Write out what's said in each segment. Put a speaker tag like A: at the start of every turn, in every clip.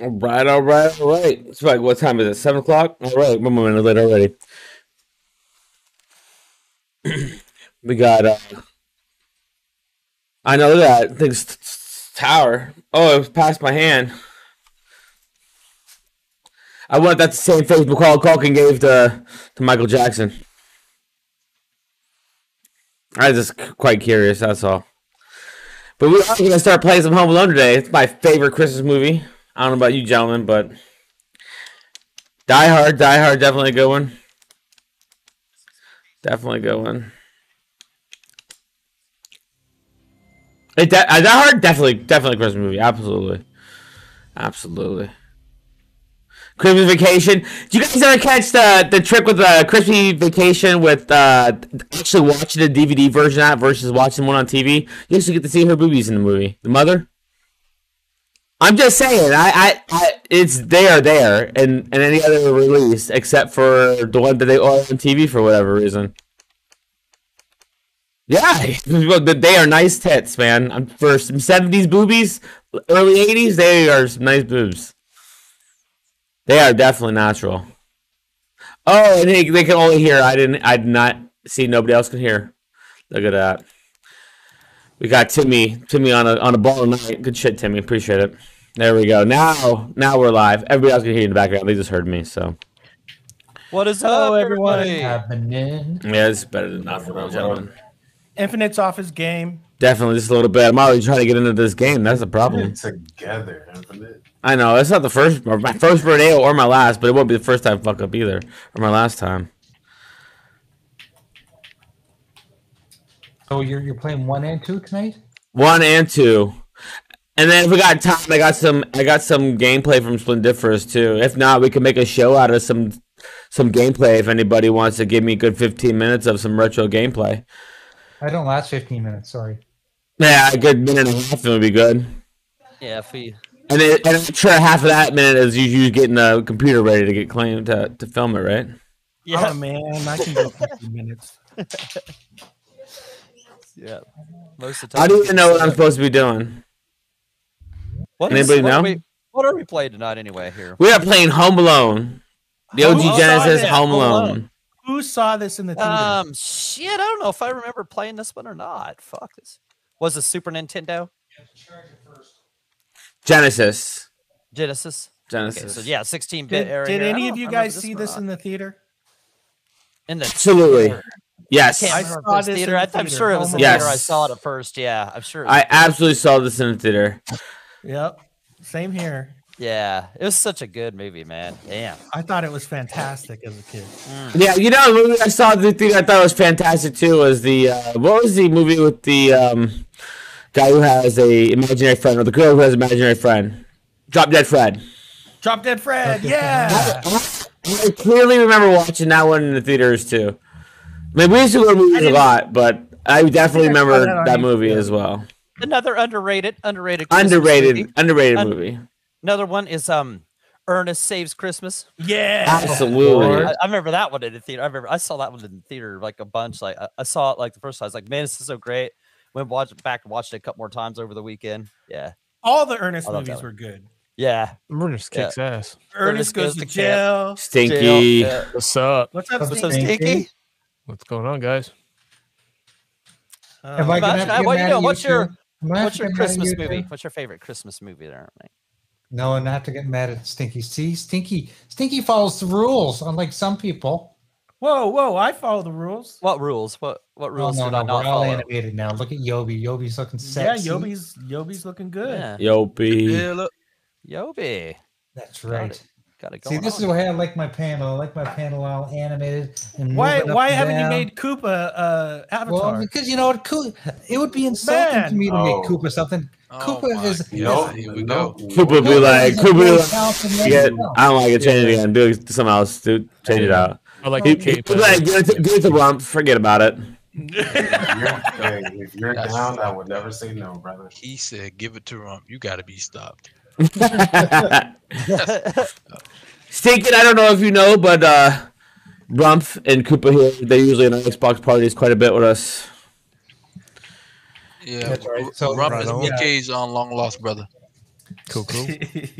A: All right, all right, all right. It's like what time is it? Seven o'clock. All right, one more minute late already. We got. Uh, I know look at that thing's t- t- tower. Oh, it was past my hand. I wonder if that's the same face McCall Culkin gave to to Michael Jackson. I was just c- quite curious. That's all. But we are gonna start playing some Home Alone today. It's my favorite Christmas movie. I don't know about you gentlemen, but Die Hard, Die Hard, definitely a good one. Definitely a good one. It de- uh, Die Hard, definitely, definitely a Christmas movie. Absolutely, absolutely. Christmas Vacation. Did you guys ever catch the the trick with the Christmas Vacation with uh, actually watching the DVD version of that versus watching one on TV? You actually get to see her boobies in the movie. The mother. I'm just saying, I, I, I it's there, there, and and any other release except for the one that they are on TV for whatever reason. Yeah, well, th- they are nice tits, man. Um, For some '70s boobies, early '80s, they are some nice boobs. They are definitely natural. Oh, and they, they can only hear. I didn't. I did not see. Nobody else can hear. Look at that. We got Timmy. Timmy on a on a ball tonight. Good shit, Timmy. Appreciate it. There we go. Now, now we're live. Everybody else can hear you in the background. They just heard me, so
B: What is
C: Hello,
B: up,
C: everyone.
B: everybody?
D: happening.
A: yeah, it's better than not for real, gentlemen.
C: Infinite's off his game.
A: Definitely, just a little bit. I'm already trying to get into this game. That's the problem.
D: It together, haven't it?
A: I know it's not the first, or my first rodeo or my last, but it won't be the first time fuck up either, or my last time.
D: So you're you're playing one and two tonight?
A: One and two, and then if we got time, I got some, I got some gameplay from Splendiferous too. If not, we can make a show out of some, some gameplay. If anybody wants to give me a good fifteen minutes of some retro gameplay,
D: I don't last fifteen minutes. Sorry.
A: yeah, a good minute and a half would be good.
B: Yeah, if we
A: And, it, and I'm sure half of that minute is you, you getting the computer ready to get claimed to, to film it, right?
B: yeah
C: Oh man, I can go 15 minutes.
B: yeah most of the time.
A: I
B: we
A: don't
B: get
A: even know what
B: set
A: I'm
B: up.
A: supposed to be doing.
B: What
A: Anybody
B: what Are
A: know?
B: we, what are we playing tonight anyway? Here.
A: We are playing Home Alone. The
B: Oh,
A: OG
C: Who saw
A: Genesis
C: that?
B: Home
A: Home
B: Alone.
A: Alone.
C: Who saw this in the theater?
B: Um, shit. I don't know if I remember playing this one or not. Fuck this. Was it Super Nintendo?
A: Genesis.
B: Genesis. Okay,
A: Genesis.
B: so yeah, 16 bit
C: did,
B: area.
C: did any of you guys see this in
B: in,
C: the theater?
B: in the
A: Absolutely.
B: theater?
A: Yes.
B: Can't
C: I
B: remember if
C: saw
B: it was
C: this in
B: theater.
C: the
B: I, am
C: theater.
B: sure it
C: Oh
B: was the
C: my
B: theater. I
A: Yes.
B: saw it at first. Yeah, I'm sure. It was
A: I absolutely saw this in the theater.
C: Yep. Same here.
B: yeah, it was such a good movie, man. Damn.
C: I thought it was fantastic as a kid.
B: Mm.
A: Yeah, you know, the movie I saw in the theater I thought was fantastic too was the uh, what was the movie with the um, guy who has a imaginary friend or the girl who has an imaginary friend? Drop Dead Fred.
C: Drop Dead Fred.
D: Drop Dead
C: yeah.
A: I clearly remember watching that one in the theaters too. I mean, we used to go to movies a
C: didn't-
A: lot, but I definitely
C: I saw
A: remember
C: that on
A: that movie
C: YouTube.
A: as well.
B: Another underrated, underrated, Christmas movie.
A: Underrated, underrated
B: Un-
A: movie.
B: Another one is um, Ernest Saves Christmas.
D: Oh,
C: Yeah.
A: Absolutely.
B: I, I remember that one in the theater. I remember I saw that one in the theater like a bunch. Like I, I saw it like the first time. I was like, man, this is so great. Went watch back and watched it a couple more times over the weekend. Yeah,
C: All the Ernest
B: I love that
C: movies
B: one.
C: were good.
B: yeah.
E: Murders
B: Yeah.
E: kicks ass.
C: Ernest goes to jail.
A: Stinky.
B: Jail, yeah.
E: What's up?
C: What's up,
D: What's
B: So
D: up,
C: Stinky?
D: Stinky?
B: stinky.
E: What's going on, guys?
C: Uh,
D: Am I gonna
B: Sebastian,
D: have to get
B: what uh, you
D: mad at
B: doing? What's
D: too?
B: your-
D: Am I
B: What's
D: have to
B: your
D: get mad at
B: Christmas
D: you too?
B: movie? What's your favorite Christmas movie there? Ernie?
D: No, and I have to get mad at Stinky. See, Stinky, Stinky follows the rules, unlike some people.
C: whoa, whoa. I follow the rules.
B: What rules? What what
D: Oh,
B: rules
D: no,
B: did
D: no,
B: I not
D: we're all
B: follow?
D: animated now. Look at Yobi. Yobi's looking sexy.
C: Yeah, Yobi's Yobi's looking good.
B: Yeah,
A: Yopi.
E: look.
B: Yobi,
D: That's
B: it.
D: right.
B: got it going
D: See, this is
B: on.
D: the way I like my panel. I like my panel all animated and
C: Why
D: moving up
C: why
D: and
C: haven't you
D: down.
C: made Koopa uh
D: Well,
C: Avatar?
D: because you know what, Koo- it would be insulting
C: Man.
D: to me to make
F: Oh.
D: Koopa something. Koopa
E: my
D: is-
E: God,
D: Nope,
E: Here we go.
A: Koopa would be like, Koopa would be like, yeah, I
D: Koopa.
A: don't like it. Change it again. Do it something else. Do change it out.
E: I like
A: He-
E: the
A: he-
E: cape.
A: he'd be like, Give it to- give it to Rump. Forget about it.
F: If you're, hey, if you're
G: That's-
F: down, I would never say no, brother.
G: He said, "Give it to him. You got to be stopped."
A: Stinking, I don't know if you know, but uh, Rump and Koopa here, they're usually in our Xbox parties quite a bit with us.
G: Yeah,
D: That's right.
G: Ru-
D: So,
G: Rump
D: right
G: is
D: on.
G: BK's on long lost brother. Cool, cool.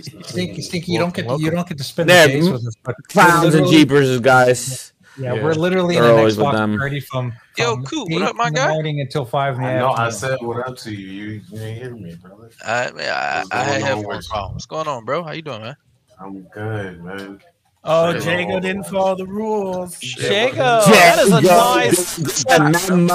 D: Stinky, Stinky, you don't get to, you
G: Welcome.
D: don't get to spend
A: They're
D: the days with us. but we're
A: Clowns and
D: literally-
A: jeepers, guys.
D: Yeah,
G: Yeah.
D: we're literally in
A: They're
D: an
A: always with
D: Xbox
A: them.
D: party from,
G: Yo,
D: from
G: cool. What
D: eight
G: up, my
D: in the
G: guy?
D: morning until five in the
F: I know I
D: afternoon.
F: said what up to you. You, you ain't hear me, brother.
G: I, I, I
F: What's going
G: had
F: on
G: headphones
F: with you?
G: problem. What's going on, bro? How you doing, man?
F: I'm good, man.
C: Oh,
F: Shit.
C: Jago didn't follow the rules.
B: Jago, that is a
A: Jago,
B: nice.
A: this is a memo.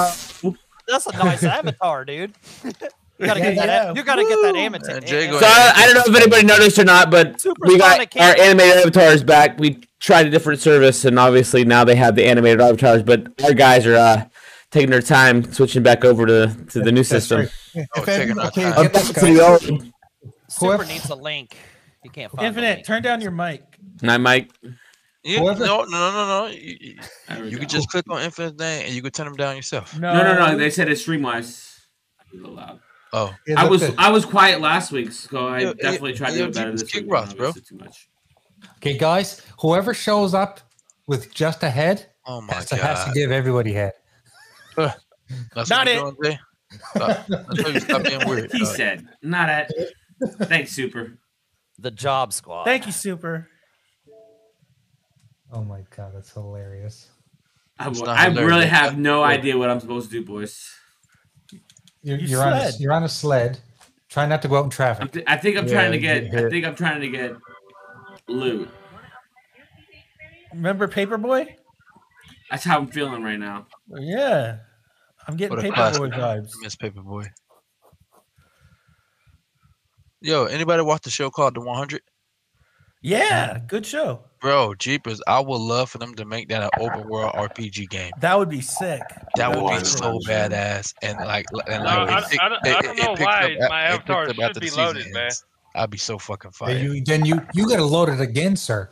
B: That's a nice avatar, dude. You gotta
C: Yeah,
B: get that.
C: yeah.
B: You gotta get that
G: Woo!
B: amateur.
G: Uh, Jago-
A: So I, I don't know if anybody noticed or not, but we got
B: Supersonic
A: our
B: can't-
A: animated avatars back. We tried a different service, and obviously now they have the animated avatars. But our guys are uh, taking their time switching back over to, to the new
D: That's
A: system.
D: right. Yeah,
G: Oh,
D: if
G: taking
D: every-
G: our
D: okay,
G: time.
D: get
A: I'm back
D: that
A: to the
D: guy.
A: old.
B: Super
D: Cliff.
B: needs a link. You can't find the
C: Infinite,
B: link.
C: turn down your mic.
A: Night, Mike.
G: Yeah, no,
D: Whoever-
G: no, no, no. You, you-
H: There we
G: you
H: go.
G: could just click on Infinite Name and you could turn them down yourself.
C: No,
H: No, no, no. They said it's Streamwise. A little loud.
G: Oh,
D: Yeah,
H: I
D: look
H: was
D: at-
H: I was quiet last week, so I
G: Yo,
H: definitely
G: yo,
H: tried to
G: yo,
H: do it better
G: Jesus,
H: this
G: kick
H: week.
G: rocks, bro.
H: Obviously Too much.
D: okay, guys. Whoever shows up with just a head
G: oh my
D: has to, has to
G: god.
D: give everybody head.
C: Not
G: That's what
C: it.
G: you doing, Jay? Stop. That's why you stop being weird.
H: He
G: dog.
H: said, "Not at." Thanks, super.
B: The job squad.
C: Thank you, Super.
D: Oh my god, that's hilarious.
H: I,
G: It's
H: wa-
G: not
H: I
G: hilarious.
H: really have no
G: Yeah.
H: idea what I'm supposed to do, boys.
D: You're,
C: You
D: you're on a,
C: sled.
D: you're on a sled. Try not to go out in
H: I'm
D: traffic.
H: th- I think I'm
G: Yeah,
H: trying to
G: you
H: get.
G: hit.
H: I think I'm trying to get loot.
C: Remember Paperboy?
H: That's how I'm feeling right now.
C: Yeah. I'm getting
G: What a classic.
C: Paperboy vibes.
G: I miss Paperboy. Yo, anybody watch the show called The 100?
C: Yeah, good show.
G: Bro, Jeepers, I would love for them to make that an open world RPG game.
C: That would be sick.
G: That would be
F: Why?
G: so badass. And like, l- and
I: No,
G: like
I: I-
G: it pick-
I: I don't- I
G: it-
I: don't
G: it
I: know
G: picks up
I: why
G: at-
I: my
G: it
I: avatar
G: picks up
I: should
G: after the
I: be
G: season
I: loaded, man.
G: ends. I'd be so fucking fire.
D: Then you, then you you gotta load it again, sir.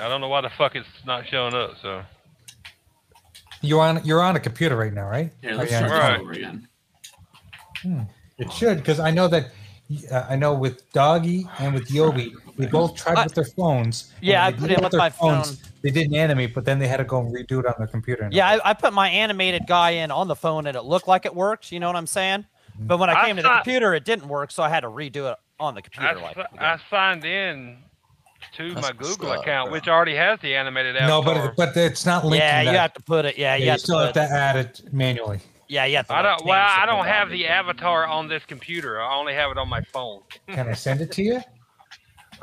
I: I don't know why the fuck it's not showing up. So
D: You're on you're on a computer right now, right?
H: Here,
D: Are
H: let's
D: you on-
H: start
I: Right.
H: over again.
B: Hmm.
D: It should because I know that uh, I know with Doggy and with Yobi, they both tried
B: I-
D: with their phones. and when
B: Yeah, I
D: they
B: put
D: did
B: it
D: it
B: with my phone.
D: They didn't animate, but then they had to go and redo it on their computer. and
B: Yeah, I, I put my animated guy in on the phone and it looked like it worked. You know what I'm saying? But when I
I: I
B: came to the
I: thought-
B: computer, it didn't work, so I had to redo it on the
I: I,
B: computer. Like,
I: si-
B: again.
I: I signed in to
G: That's
I: my
G: what's
I: Google
G: up,
I: account,
G: bro.
I: which already has the animated
D: everything. no,
I: avatar.
D: but but it's not linking.
B: yeah, you
D: that.
B: have to put it.
D: Yeah,
B: Yeah, you,
D: you
B: have,
D: still
B: to
D: have to
B: put,
D: add it manually.
B: Yeah, you have to.
I: I
B: like,
I: don't.
B: change
I: Well,
B: the
I: I don't
B: program.
I: have the avatar on this computer. I only have it on my phone.
D: Can I send it to you?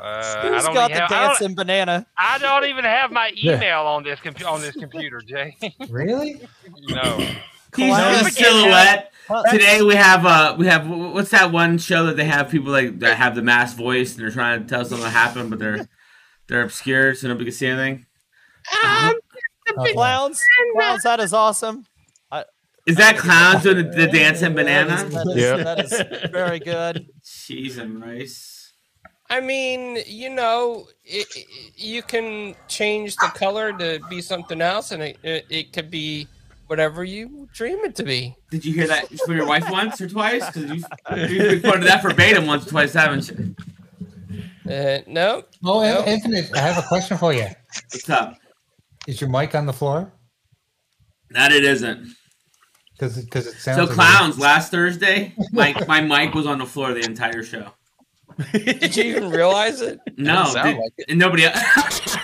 I: Uh, I
B: Who's
I: don't.
B: got
I: even have,
B: the
I: I, don't
B: dancing banana?
I: I don't even have my
D: Yeah.
I: email on this compu- on this computer, Jay.
D: Really?
I: no.
A: He's
B: Clown.
A: just a silhouette.
B: Huh?
A: Today we have uh we have wh- what's that one show that they have people like that have the mass voice and they're trying to tell something to happen but they're they're obscure so nobody can see anything.
D: Oh, yeah.
B: Clowns, clowns. That is awesome.
A: Is that clowns doing the, the dancing banana?
B: That is,
G: Yeah.
B: that is very good.
A: Cheese and rice.
E: I mean, you know, it, it- you can change the color to be something else, and it, it, it could be whatever you dream it to be.
A: Did you hear that from your wife once or twice? Because you you recorded that verbatim once or twice, haven't you?
E: Uh, no,
D: Oh,
E: Yep.
D: In- Infinite, I have a question for you.
A: What's up?
D: Is your mic on the floor?
A: That it isn't.
D: Because it, 'cause it sounds.
A: So
D: like it is.
A: clowns last Thursday, my my mic was on the floor the entire show.
E: did you even realize it?
A: No,
G: sound
A: did-
G: like it.
A: and nobody. else.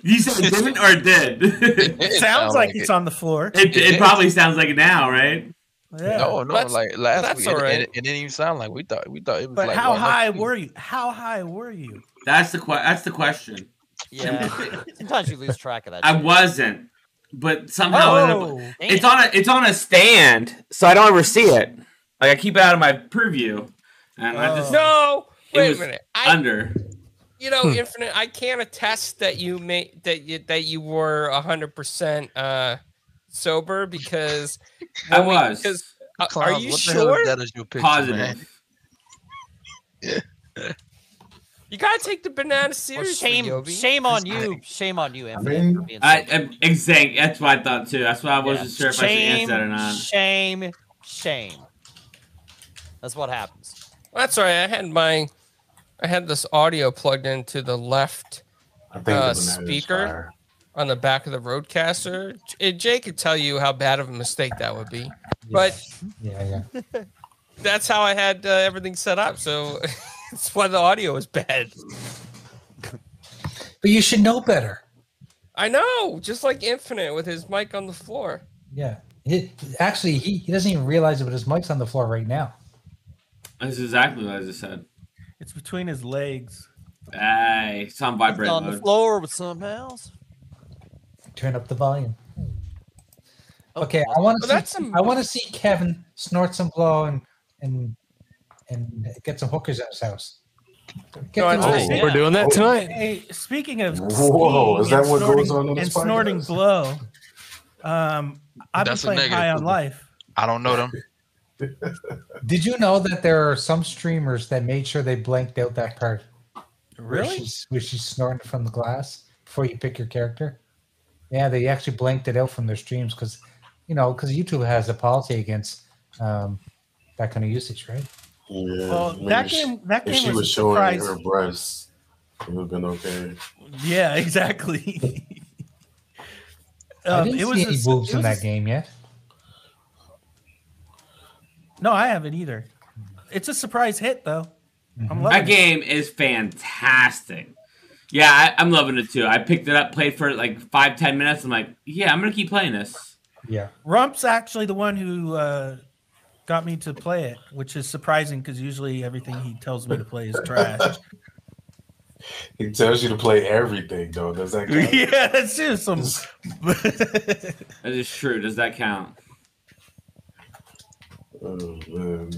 A: you said it didn't or did? it,
G: didn't
C: Sounds
G: sound
C: like
G: it.
C: it's on the floor.
A: it,
G: did.
A: probably sounds like it now, right?
C: Yeah.
G: No, no,
E: That's-
G: like last
E: that's
G: week,
E: all
G: it-
E: right.
G: it, it, didn't even sound like we thought. We thought it was
C: But
G: like.
C: how
G: one,
C: high
G: two.
C: were you? How high were you?
A: That's the que- That's the question.
B: Yeah. Sometimes you lose track of that.
A: I
B: shit.
A: wasn't, but somehow it ended up-
C: Oh,
A: it's on a it's on a stand, so I don't ever see it. Like I keep it out of my purview, and I just
C: Oh.
E: No,
A: It
E: wait
A: was
E: a minute. I,
A: under.
E: you know, infinite. I can't attest that you made that you that you were hundred percent uh sober because
A: I
E: when we-
A: was
E: because uh,
G: Clowns,
E: are you
G: what The hell
E: sure?
G: is that as your picture, man?
A: positive.
E: You gotta take the banana
B: Well,
E: seriously,
B: shame,
E: Yobi.
B: shame on you. Shame on you, Infinite.
F: mean,
B: for being
A: I,
B: so-
A: I exact. That's what I thought too. That's why I wasn't
B: Yeah.
A: sure if I should answer that or not.
B: Shame, shame. That's what happens.
E: That's all right. I had my, I had this audio plugged into the left
F: I
E: Uh,
F: think the banana is
E: speaker?
F: fire.
E: on the back of the roadcaster. J- Jay could tell you how bad of a mistake that would be, but
D: Yeah, yeah.
E: that's how I had uh, everything set up. So That's why the audio is bad.
D: But you should know better.
E: I know, just like Infinite with his mic on the floor.
D: Yeah. He, actually, he, he doesn't even realize it, but his mic's on the floor right now.
A: That's exactly what I just said.
C: It's between his legs.
A: Hey, it's on
B: It's
A: vibrate
B: on the
A: mode.
B: floor with some house.
D: Turn up the volume.
B: Oh,
D: Okay,
B: well,
D: I want
E: Well,
D: to
E: that's
D: see.
E: some-
D: I want to see Kevin snort some blow and and and get some hookers at his house. Get
E: No, I
D: them
E: don't
D: to-
E: see it.
J: We're doing that tonight.
C: Hey, speaking of
K: Whoa,
C: skiing
K: is that
C: and
K: what
C: snorting,
K: goes on in this
C: and snorting
K: podcast?
C: blow? Um, I've
G: That's a
C: been playing
G: negative,
C: High on
G: isn't it?
C: Life.
G: I don't know them.
D: Did you know that there are some streamers that made sure they blanked out that part where she's, where she's snorting from the glass before you pick your character? Yeah, they actually blanked it out from their streams because, you know, because YouTube has a policy against um, that kind of usage, right?
K: Yeah.
C: Well,
K: maybe
C: that
K: she-
C: game that
K: If she
C: game was
K: was
C: a
K: showing
C: surprise.
K: her breasts, it would have been okay.
C: Yeah, exactly.
D: I
C: Um,
D: didn't
C: it was
D: see
C: a
D: any
C: s-
D: boobs
C: it
D: in
C: was a
D: that
C: s-
D: game yet.
C: No, I haven't either. It's a surprise hit though. I'm loving
A: Mm-hmm. That
C: it.
A: game is fantastic. Yeah, I, I'm loving it too. I picked it up, played for like five, ten minutes. I'm like, yeah, I'm gonna keep playing this.
D: Yeah.
C: Rump's actually the one who uh, got me to play it, which is surprising because usually everything he tells me to play is trash.
K: He tells you to play everything, though. Does that count?
C: yeah, that's just some.
A: That is true. Does that count?
K: Oh, man.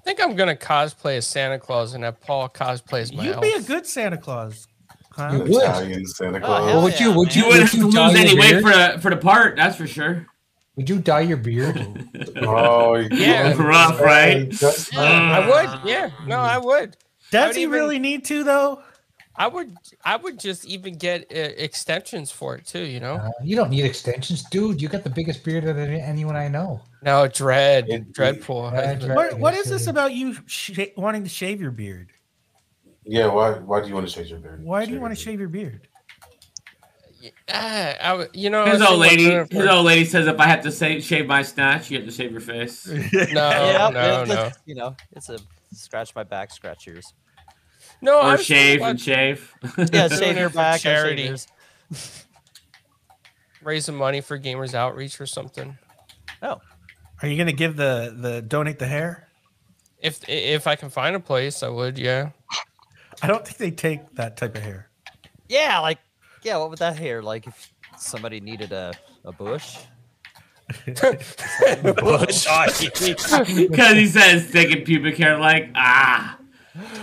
E: I think I'm gonna cosplay as Santa Claus and have Paul cosplay as my
C: You'd
E: elf.
C: be a good Santa Claus.
D: You
C: Huh?
D: would.
K: Italian Santa Claus.
B: hell
D: would you?
B: yeah,
D: Would
B: man.
D: you?
A: You wouldn't have to
D: dye
A: lose
D: your
A: any
D: beard?
A: weight for the for the part. That's for sure.
D: Would you dye your beard?
K: Oh, you-
E: Yeah.
A: Rough, right?
K: That's-
E: I would, yeah. No, I would.
C: Does
E: I'd
C: he
E: even-
C: really need to though?
E: I would. I would just even get uh, extensions for it too. You know.
D: Uh, you don't need extensions, dude. You got the biggest beard of any- anyone I know.
E: No, Oh, dread,
K: It-
E: dreadful.
D: Yeah,
E: husband.
D: Dread.
C: What, what
D: Yes,
C: is this
D: it is.
C: about you sh- wanting to shave your beard?
K: Yeah, why? Why do you want to shave your beard?
C: Why do you want to
K: your
C: shave your beard?
E: Ah, I, would- you
D: Oh,
E: know.
A: His
E: I
A: old
E: think
A: lady,
E: I'm
A: his
E: gonna-
A: old lady says, if I have to say, shave my snatch, you have to shave your face.
E: No,
B: yeah,
E: no,
B: it's-
E: no.
B: You know, it's a scratch my back, scratch yours.
E: No, I
A: or
E: was just
A: shave
E: about
A: and shave.
B: Yeah,
E: Doing
B: shave
E: it
B: your
E: for
B: back. I shave
E: charity.
B: yours.
E: raising money for Gamers Outreach or something.
C: Are you gonna give the the donate the hair?
E: If if I can find a place, I would. Yeah.
C: I don't think they take that type of hair.
B: Yeah, like yeah, what would that hair? Like if somebody needed a, a bush.
A: Because he says thinking pubic hair, like ah,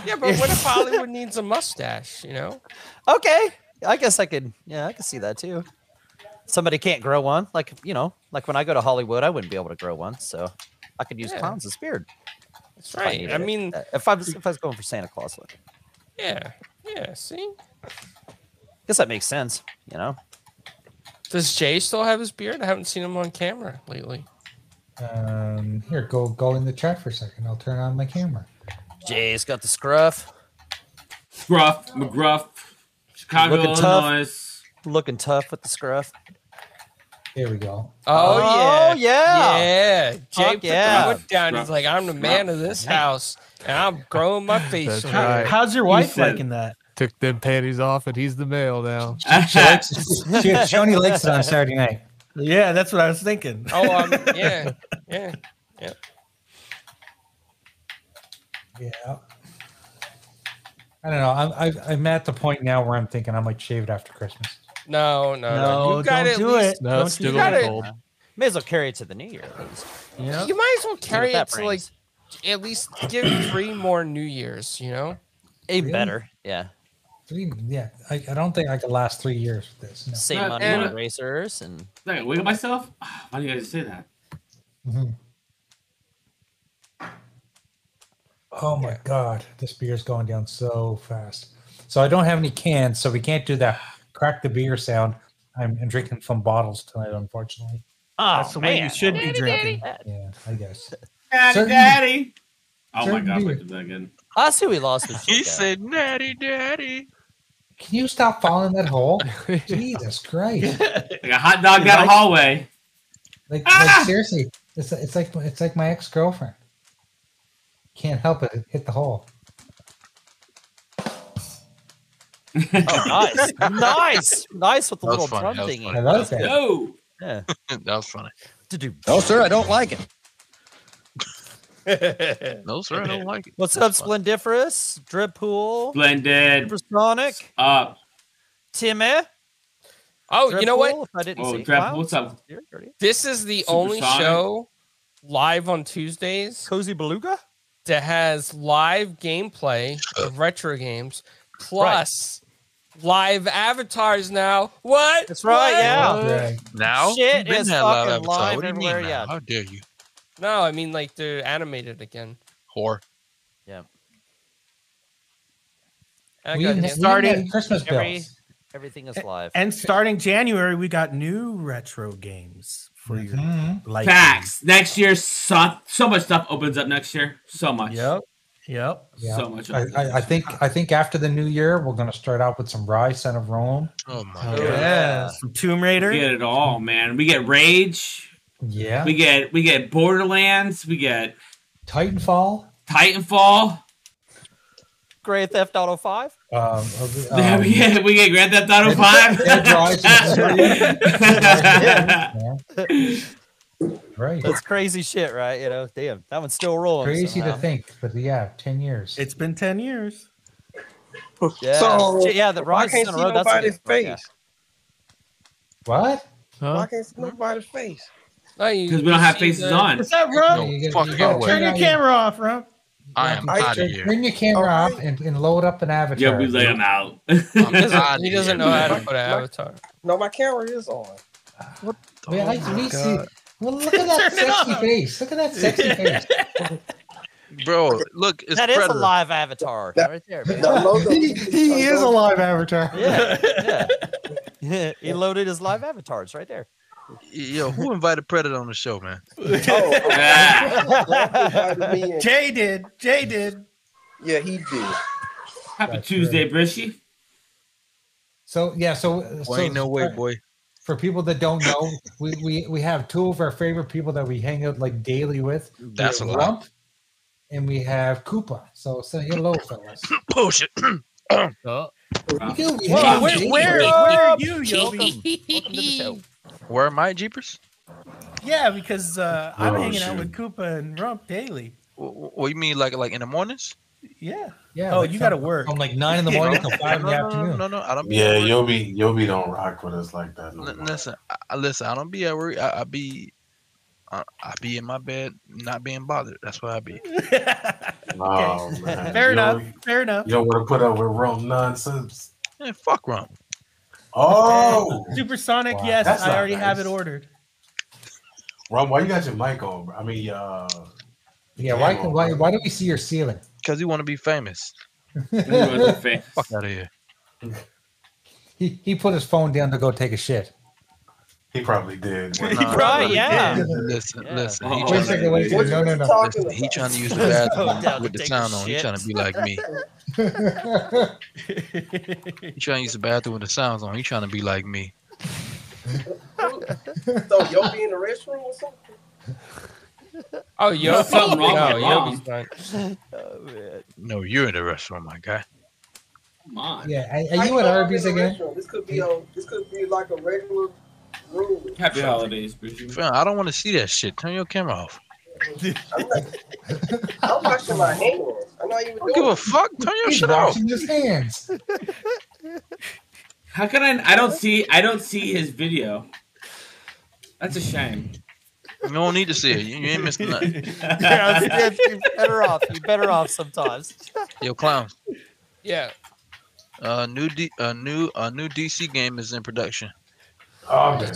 E: Yeah, but what if Hollywood needs a mustache? You know.
B: Okay. I guess I could yeah, I could see that too. Somebody can't grow one. Like you know, like when I go to Hollywood, I wouldn't be able to grow one, so I could use
E: Yeah.
B: clowns as beard.
E: That's
B: if
E: right.
B: needed
E: I
B: it.
E: mean,
B: Uh, if I was if I was going for Santa Claus look.
E: yeah, yeah. See,
B: guess that makes sense, you know.
E: does Jay still have his beard? I haven't seen him on camera lately.
D: Um, here, go go in the chat for a second. I'll turn on my camera.
B: Jay's got the scruff,
A: Scruff, McGruff, Chicago,
B: Looking tough.
A: Illinois.
B: looking tough with the scruff.
D: There we go.
E: Oh,
B: Oh,
E: yeah,
B: yeah.
E: yeah. Jay
B: Fuck
E: put
B: yeah.
E: the foot down. He's
A: Ruff,
E: like, I'm the man of this house, and I'm growing my face.
J: That's
E: on
J: right.
E: it."
C: How, how's your wife
A: said-
C: liking that?
J: Took them panties off, and he's the male now.
D: She likes it. She, she only likes it on Saturday night.
C: Yeah, that's what I was thinking.
E: Oh, um, yeah, yeah.
D: Yeah. I don't know. I'm I've, I'm at the point now where I'm thinking I might shave it after Christmas.
E: No, no, no.
C: No,
E: You got
C: don't
E: to
C: do it.
J: No, it's
C: Don't you
J: still
E: gotta-
J: a cold.
B: May as well carry it to the new year. At least.
C: Yeah.
E: You might as well
B: See what
E: carry
B: that
E: it to like
B: brings.
E: at least give three more New Years. You know.
B: Even
D: Really?
B: better. Yeah.
D: Three, yeah, I, I don't think I could last three years with this. No.
B: Save
A: Not
B: money
A: Uh, and-
B: on racers and
A: Like, wiggle myself. Ah, Why do you guys say that?
D: Mhm. Oh my god, this beer's going down so fast. So I don't have any cans, so we can't do that crack the beer sound. I'm, I'm drinking from bottles tonight, unfortunately.
B: oh
C: That's the way you should be drinking.
D: Yeah, I guess.
A: Daddy,
D: Certain-
A: daddy. Oh my
D: certain
A: god,
D: beer.
A: I did that again.
B: That's who we lost. This
G: He
B: week, uh,
G: said, "Natty, daddy."
D: Can you stop falling that hole? Jesus Christ!
A: Like a hot dog
C: You
A: down
C: like-
A: a hallway.
D: Like,
A: Ah!
D: like seriously, it's it's like it's like my ex girlfriend. Can't help it, it hit the hole.
B: Oh, nice, nice, nice with the
G: That
B: little
G: was
B: drum
G: funny,
B: thingy.
G: that was funny. I love
B: That's
G: that.
B: good.
A: No.
B: Yeah.
G: that was funny.
B: Do-do.
L: No, sir, I don't like
B: it.
G: No, sir, I don't like it.
B: What's up, Splendiferous? Drip Pool?
A: Splendid.
B: Supersonic?
A: Up.
B: Timmy?
E: Oh, you know what?
B: Drippool, if I didn't
A: Oh,
B: see.
A: Drip,
B: wow.
A: what's up?
B: You're dirty.
E: This is the only
A: Supersonic.
E: show live on Tuesdays
B: Cozy Beluga?
E: that has live gameplay
G: Uh.
E: of retro games plus live avatars now. What?
B: That's right,
E: What?
B: yeah.
G: Now
B: Shit
G: Been
B: is
G: had a lot of
B: fucking
G: avatar.
B: live
G: What do you mean
B: everywhere,
G: now?
B: yeah.
G: How dare you,
E: No, I mean like they're animated again.
G: whore?
E: I
D: We
E: got
D: even-
E: it.
D: we even had Christmas
B: Every,
D: bills.
B: everything is live.
C: And starting January, we got new retro games for
D: Mhm.
C: your liking.
A: Facts. Next year, so, so much stuff opens up next year. So much.
C: Yep. Yep.
D: Yeah.
A: So much.
D: I, I, I think I think after the new year, we're gonna start out with some Rye, Son of Rome.
G: Oh my
D: Oh,
G: god.
C: Yeah. Some Tomb Raider.
A: We get it all, man. We get Rage.
D: Yeah,
A: We get we get Borderlands. We get
D: Titanfall.
A: Titanfall.
B: Great Theft Auto 5?
D: Um, um,
A: Yeah, we get we get Grand Theft Auto
D: Dead-
A: Five.
D: Dead Rising. right.
B: That's crazy shit, right? You know, damn, that one's still rolling.
D: Crazy to
B: somehow.
D: think, but yeah, ten years.
C: It's been 10 years.
B: Yeah,
L: So,
B: shit, yeah, the
L: Why
B: Rock
L: can't
B: Center
L: see
B: Road. That's a
L: nobody's
B: good one,
L: face?
B: yeah.
D: What?
L: Why
J: Huh?
L: can't see nobody's face?
E: No, you-
A: Because we don't
E: you
A: have
E: see
A: faces
E: the-
A: on.
C: What's up, Rob?
G: No
D: You-
G: fucking
D: you-
G: way.
C: Turn your camera off, Rob.
G: I am
D: I-
G: out of
D: turn,
G: here.
D: turn your camera
L: Alright.
D: off and, and load up an avatar.
A: Yeah, we like I'm out.
E: He
G: I'm
E: doesn't,
G: outta
E: he doesn't
G: here,
E: know how to
G: man.
E: put an avatar.
L: No, my camera is on.
D: We like-
A: Oh
D: we see. Well, look at that
C: Turn it
D: sexy
C: off.
D: face. Look at that sexy face.
G: Bro, look, it's
B: That is
G: Predator.
B: a live avatar
L: That-
B: right there, man.
L: No, load up-
D: he, he is a live avatar.
B: Yeah, yeah. he loaded his live avatars right there.
G: Yo, who invited Predator on the show, man?
L: Oh,
A: Ah,
L: invited me in.
C: Jay did. Jay did.
L: yeah, he did.
A: happy
D: That's
A: Tuesday, Brishy.
D: So yeah, so,
G: Boy,
D: so
G: ain't no way,
D: for-
G: boy.
D: For people that don't know, we, we we have two of our favorite people that we hang out like daily with. We
G: That's a
D: have
G: lot.
D: and we have Koopa. So say hello, fellas.
G: Oh shit.
J: Oh,
D: We do, we
B: Whoa,
D: hang out
B: where-
D: daily.
B: where-
C: are you,
B: Welcome,
C: Yobi?
B: welcome to the show.
G: Where are my jeepers?
C: Yeah, because uh, I'm
K: Oh,
C: hanging
K: shoot.
C: out with Koopa and Rump daily.
G: Wh- wh- What you mean, like like in the mornings?
C: Yeah.
D: Yeah,
C: Oh,
D: like
C: you
D: from-
C: gotta work.
D: from like nine in the morning till
G: No,
D: five in the
G: no, no, no,
D: afternoon.
G: no, no, I don't. be
K: Yeah,
G: at work.
K: Yobi Yobi don't rock with us like that. No
G: L-
K: more.
G: listen, I- I, listen. I don't be at work. I, I be, I, I be in my bed, not being bothered. That's what I be.
K: Oh, man.
C: Fair
K: You
C: enough.
K: don't-
C: Fair enough.
K: You don't want to put up with Rome nonsense.
G: Man, Eh, fuck wrong.
K: Oh,
C: Supersonic,
D: Wow,
C: yes,
K: that's
C: I
K: not
C: already have it
K: nice.
C: ordered.
K: Rome, why you got your mic on? bro? I mean, uh,
D: Yeah, why can- why why do we see your ceiling?
G: Cause you want to be famous.
A: You are the face.
G: Fuck out of here.
D: He he put his phone down to go take a shit.
K: he probably did.
B: Right, yeah.
G: Listen,
B: Yeah.
G: listen.
A: Oh,
G: He
D: Wait a
G: trying, to,
D: second, wait a
K: What
D: second. No, no, no.
G: listen, he trying to use the
B: Go down
G: bathroom
B: and
G: with the
B: take a
G: sound on. He
B: shit.
G: trying to be like me. He trying to use the bathroom with the sounds on. He trying to be like me.
L: So you'll be in the restroom or something?
E: Oh, Yobi.
A: something wrong
E: no,
A: with mom.
E: Yobi's not.
B: Oh, man.
G: No, you're in the restroom, my guy.
A: Come on.
D: Yeah, are-
L: How
D: are you
L: know
D: at
L: I'm
D: Arby's
L: in the
D: again?
L: restroom? This could be a, this could be like a regular room.
A: Happy holidays, Brishy.
G: Fam, I don't want to see that shit. Turn your camera off.
L: I'm not, I'm not sure my hands. I'm not even
G: I don't give
L: doing
G: a fuck. Turn your
D: He's
G: shit off.
D: washing his hands.
A: How can I? I don't see. I don't see his video. That's a shame.
G: You don't need to see it. You, you ain't missing nothing.
B: Yeah, it's- it's- you're better off. You're better off sometimes.
G: Yo, clown.
E: Yeah.
G: A new D, a new a new DC game is in production.
K: Oh, man.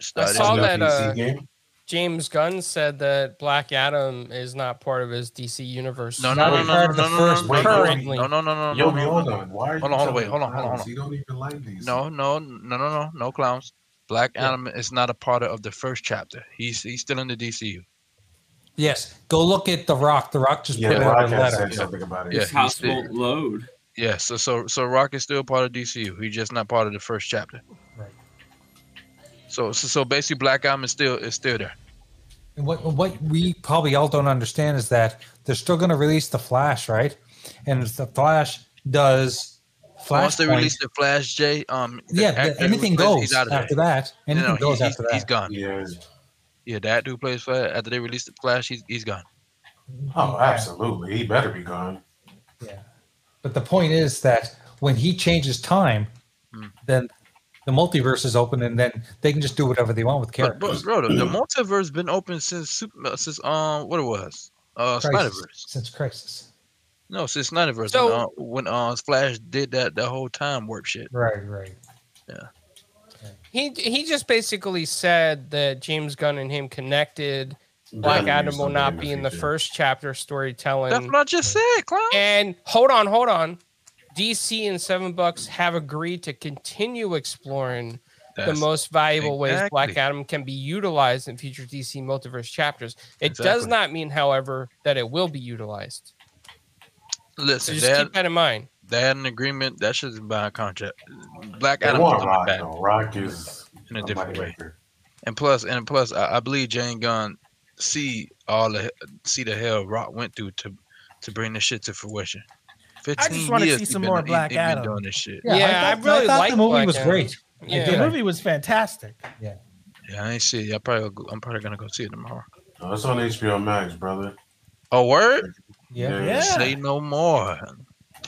G: Start
E: I
G: it.
E: saw
K: Is
E: that,
K: PC
E: uh,
K: game?
E: James Gunn said that Black Adam is not part of his DC universe.
G: No,
D: Not
G: no, no,
D: a
G: no,
D: part
G: no,
D: of the
G: no, no,
D: first
G: no, no,
E: currently.
G: no, no, no, no, no,
K: Yobi,
G: no,
K: hold
G: no,
K: on. Why are you
G: Hold on, hold
K: telling
G: on, wait, hold on, hold on,
K: clowns?
G: hold on.
K: You don't even like these.
G: no, no, no, no, no, no clowns. Black Adam is not a part of the first chapter. He's he's still in the DCU.
D: Yes, go look at The Rock. The Rock just
K: Yeah,
D: put
K: the
D: out a
K: podcast
D: letter.
K: said something about it.
G: Yeah.
A: His house won't load.
G: Yeah, so so so Rock is still part of DCU. He's just not part of the first chapter.
D: Right.
G: So so, so basically, Black Adam is still is still there.
D: And what what we probably all don't understand is that they're still going to release the Flash, right? And if the Flash does Flash,
G: Once they release the Flash J, um, the
D: Yeah,
G: actor
D: the- anything
G: who plays-
D: goes
G: he's out of there.
D: after that.
G: No, no,
D: Anything
G: he-
D: goes
G: he's-
D: after that.
G: He's gone. Yeah. yeah, that dude plays Flash. After they release the Flash, he's he's gone.
K: Oh, absolutely. He better be gone.
D: But the point is that when he changes time,
G: Hmm.
D: then the multiverse is open, and then they can just do whatever they want with
G: But, but
D: characters.
G: bro, the, the multiverse been open since Super, since um, what it was, uh, Spider
D: Crisis.
G: Verse.
D: Since Crisis,
G: No, since Snyderverse
D: So-
G: when, uh, when uh, Flash did that the whole time warp shit.
D: right, right.
G: Yeah.
E: He he just basically said that James Gunn and him connected. Black
G: Yeah,
E: Adam will
G: something in
E: not
G: the
E: be in the
G: future.
E: first chapter storytelling.
G: That's what I just said, clown.
E: And hold on, hold on. DC and Seven Bucks have agreed to continue exploring
G: That's-
E: the most valuable ways Black
G: exactly.
E: Adam can be utilized in future DC multiverse chapters. It does
G: Exactly.
E: not mean, however, that it will be utilized. So
G: Listen,
E: just
G: that
E: keep that in mind.
G: they had an agreement. That should by a contract. Black
K: They
G: Adam
K: want
G: was
K: Rock,
G: back
K: though. Rock is
G: in a
K: a
G: different way.
K: moneymaker.
G: And plus, and plus, I, I believe Jane Gunn see all the see the hell Rock went through to to bring this shit to fruition.
C: I
G: 15
C: just want to
G: years
C: see
G: he
C: some
G: been-
C: more
G: he- he
C: Black
G: been
C: Adam.
G: doing this shit.
C: I, thought, I thought the movie was great.
G: Yeah.
C: The movie was fantastic.
G: Yeah, I ain't see it. I probably go, I'm probably gonna go see it tomorrow.
K: Oh, it's on HBO Max, brother.
G: Oh, word?
K: Yeah. Yeah.
G: Say no more.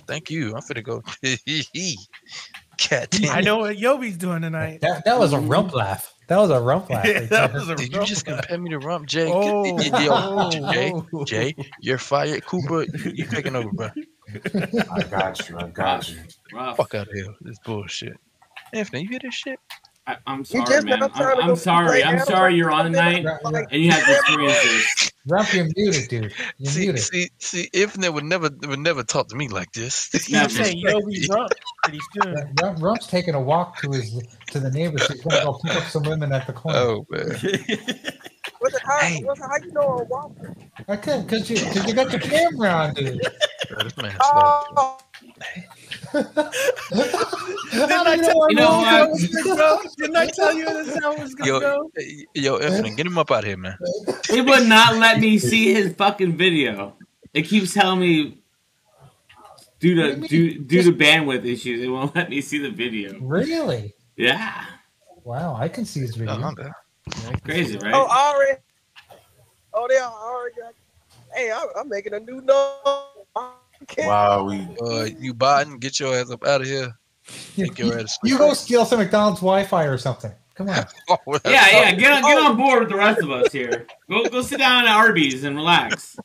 G: Thank you. I'm finna go. Cat.
C: I know what Yobi's doing tonight.
D: That, that was a rump laugh. That was a rump laugh. right
C: that
D: there.
C: was a
G: Did you
C: rump
G: just
C: laugh.
G: compare me to Rump Jay?
C: Oh.
G: Yo, Jay,
C: Oh.
G: Jay, you're fired. Cooper, you're taking over, bro.
K: I got you. I got you.
G: Fuck out of here. This bullshit. Anthony, you hear this shit?
A: I, I'm
G: You
A: sorry,
G: just
A: man.
G: not
A: I'm,
G: trying to
A: I'm
G: go
A: sorry.
G: play
A: I'm
G: Animal
A: sorry you're on
G: Crossing.
A: tonight and you have to experience this.
D: Rump, you're muted, dude. You're
G: See,
D: muted.
G: see, see, Infinite would never would never talk to me like this.
D: You say Yogi
C: Rump pretty soon.
D: Rump, Rump's taking a walk to his to the neighbors. He's going to go pick up some women at the corner.
G: Oh man.
L: What's it, how, what's it, how you know I'm walking?
D: I could because you because you got your camera on, dude.
L: Oh,
C: Didn't I
D: know
C: tell
D: where
C: you
D: I'm
C: this how it
D: going.
C: was gonna go? Didn't I tell you this how it was gonna
G: Yo,
C: go?
G: yo, Infinite, get him up out of here, man.
A: It would not let me see his fucking video. It keeps telling me due to
D: What do you
A: due, due to bandwidth issues, it won't let me see the video.
D: Really?
A: Yeah,
D: Wow, I can see his video.
A: crazy, right?
L: oh, I already. Oh, they are already got. Hey, I, I'm making a new note.
K: Wow, we.
G: Uh, you Biden, get your ass up out of here. Take your ass.
D: You go steal some McDonald's Wi-Fi or something. Come on.
G: Oh,
A: yeah, yeah. Get on, get on board with the rest of us here. Go, go sit down at Arby's and relax.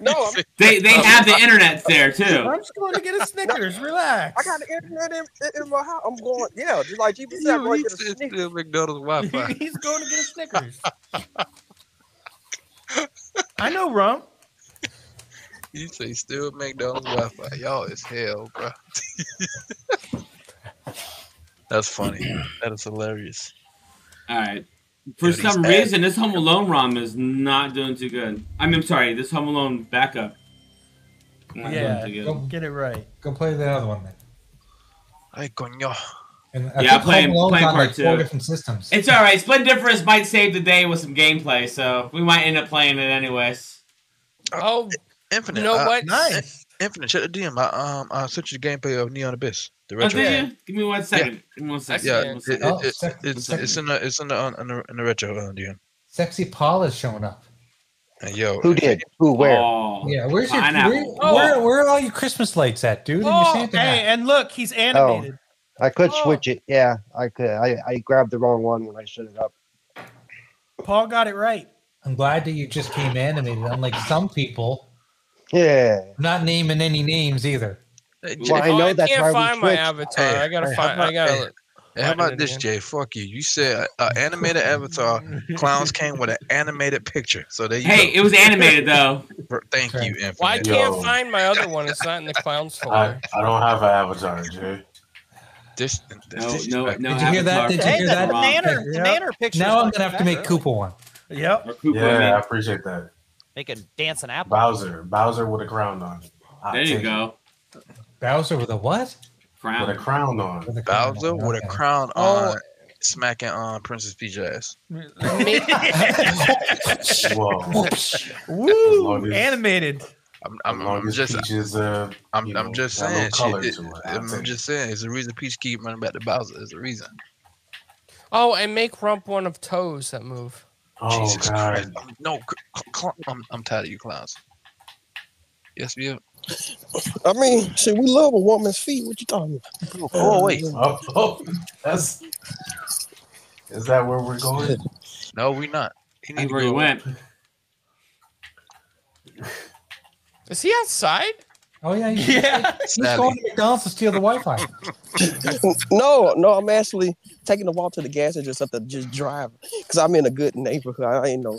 L: No, I'm,
A: They they have the internet there too.
C: I'm just going to get a Snickers. Relax.
L: I got the internet in, in, in my house. I'm going. Yeah, just like you said, I'm going to get a sneak.
G: Still McDonald's Wi-Fi.
C: He's going to get a Snickers. I know Rump.
G: You say still McDonald's Wi-Fi. Y'all is hell, bro. That's funny. That is hilarious.
A: All right. For
G: Dude, he's
A: some
G: bad.
A: reason, this Home Alone ROM is not doing too good. I mean, I'm sorry, this Home Alone backup. Not
C: Yeah,
A: doing too
D: go
A: good.
C: get it right.
D: Go play the other one then.
G: Ay, coño.
D: And
A: yeah,
D: think
A: playing
D: Home Alone's
A: playing
D: on,
A: part
D: like,
A: two.
D: Four different systems.
A: It's all right. Split difference might save the day with some gameplay, so we might end up playing it anyways.
E: Oh,
G: Infinite. uh,
E: You know
G: I-
E: what?
C: Nice.
G: Infinite. Shut the DM. I um I switched the gameplay of Neon Abyss. The
A: Oh,
G: retro.
A: did you? Give me one second. Give me one second.
G: Yeah,
A: One
G: it, it,
A: second.
D: Oh,
G: it,
D: second-
G: it's
D: second.
G: it's in the it's in the on, on the, in the retro uh, DM.
D: Sexy Paul is showing up.
G: And yo,
M: Who did? Who? Where?
A: Oh,
D: Yeah, where's your where,
A: pineapple.
D: where, where are all your Christmas lights at, dude? and your
C: Oh,
D: Santa
C: hey,
D: hat?
C: and look, he's animated.
A: Oh.
M: Oh,
C: Oh.
M: I could switch it. Yeah, I could. I, I grabbed the wrong one when I set it up.
C: Paul got it right.
D: I'm glad that you just came animated. Unlike some people,
M: Yeah.
D: I'm not naming any names either.
M: Well, I
E: Oh,
M: know that's why we switched.
E: avatar. I gotta
G: hey,
E: find-
G: how about-
E: I gotta
G: hey,
E: look-
G: hey, how
E: find it
G: about
E: in
G: this,
E: the end.
G: Jay? Fuck you. You said an animated avatar. Clowns came with an animated picture. So there you
A: Hey,
G: go.
A: it was animated though.
G: Bro, Thank you, Infinite.
E: Well, I can't
K: Yo.
E: find my other one. It's not in the clowns
K: I,
E: folder.
K: I don't have an avatar, Jay.
G: This, this,
A: No,
G: this
A: no,
G: like-
A: no.
D: Did you hear that? Did
A: avatar
D: you
A: for
D: hear that?
A: ROM.
C: Nanner,
D: Yeah.
C: Nanner pictures.
D: Now I'm
C: like
D: gonna have to
C: that,
D: make
C: really.
D: Koopa one.
C: Yep.
A: Or Cooper, I mean.
K: Yeah, I appreciate that.
B: They can dance an apple.
K: Bowser, Bowser with a crown on. I'll
A: There
K: take
A: you
K: it.
A: go.
D: Bowser with a what?
A: Crown.
K: With a crown on.
D: With a
G: Bowser with a
D: okay.
G: crown
E: Oh,
G: on. smacking um Princess Peach ass.
K: Whoa.
C: Woo! Animated.
G: I'm, I'm, I'm just, I'm, I'm just
K: uh, got a
G: saying,
K: little
G: shit,
K: color
G: it-
K: to it, I'll
G: I'm
K: take
G: just saying, it's the reason Peach keep running back to Bowser. It's the reason.
E: Oh, and make Rump one of toes that move.
J: Oh,
K: Oh,
G: Jesus Christ! I'm- No, cl- cl- I'm, I'm tired of you clowns. Yes, we. Have.
L: I mean, shit, we love a woman's feet. What you talking about? Uh,
G: Oh, wait.
K: Oh, oh, that's is that where we're going?
G: No, we not. He
A: That's where he went.
E: Is he outside?
D: Oh yeah, he's, yeah. he's going to McDonald's to steal the Wi-Fi.
L: no, no, I'm actually taking a walk to the gas station or something, just drive. Because I'm in a good neighborhood. I ain't no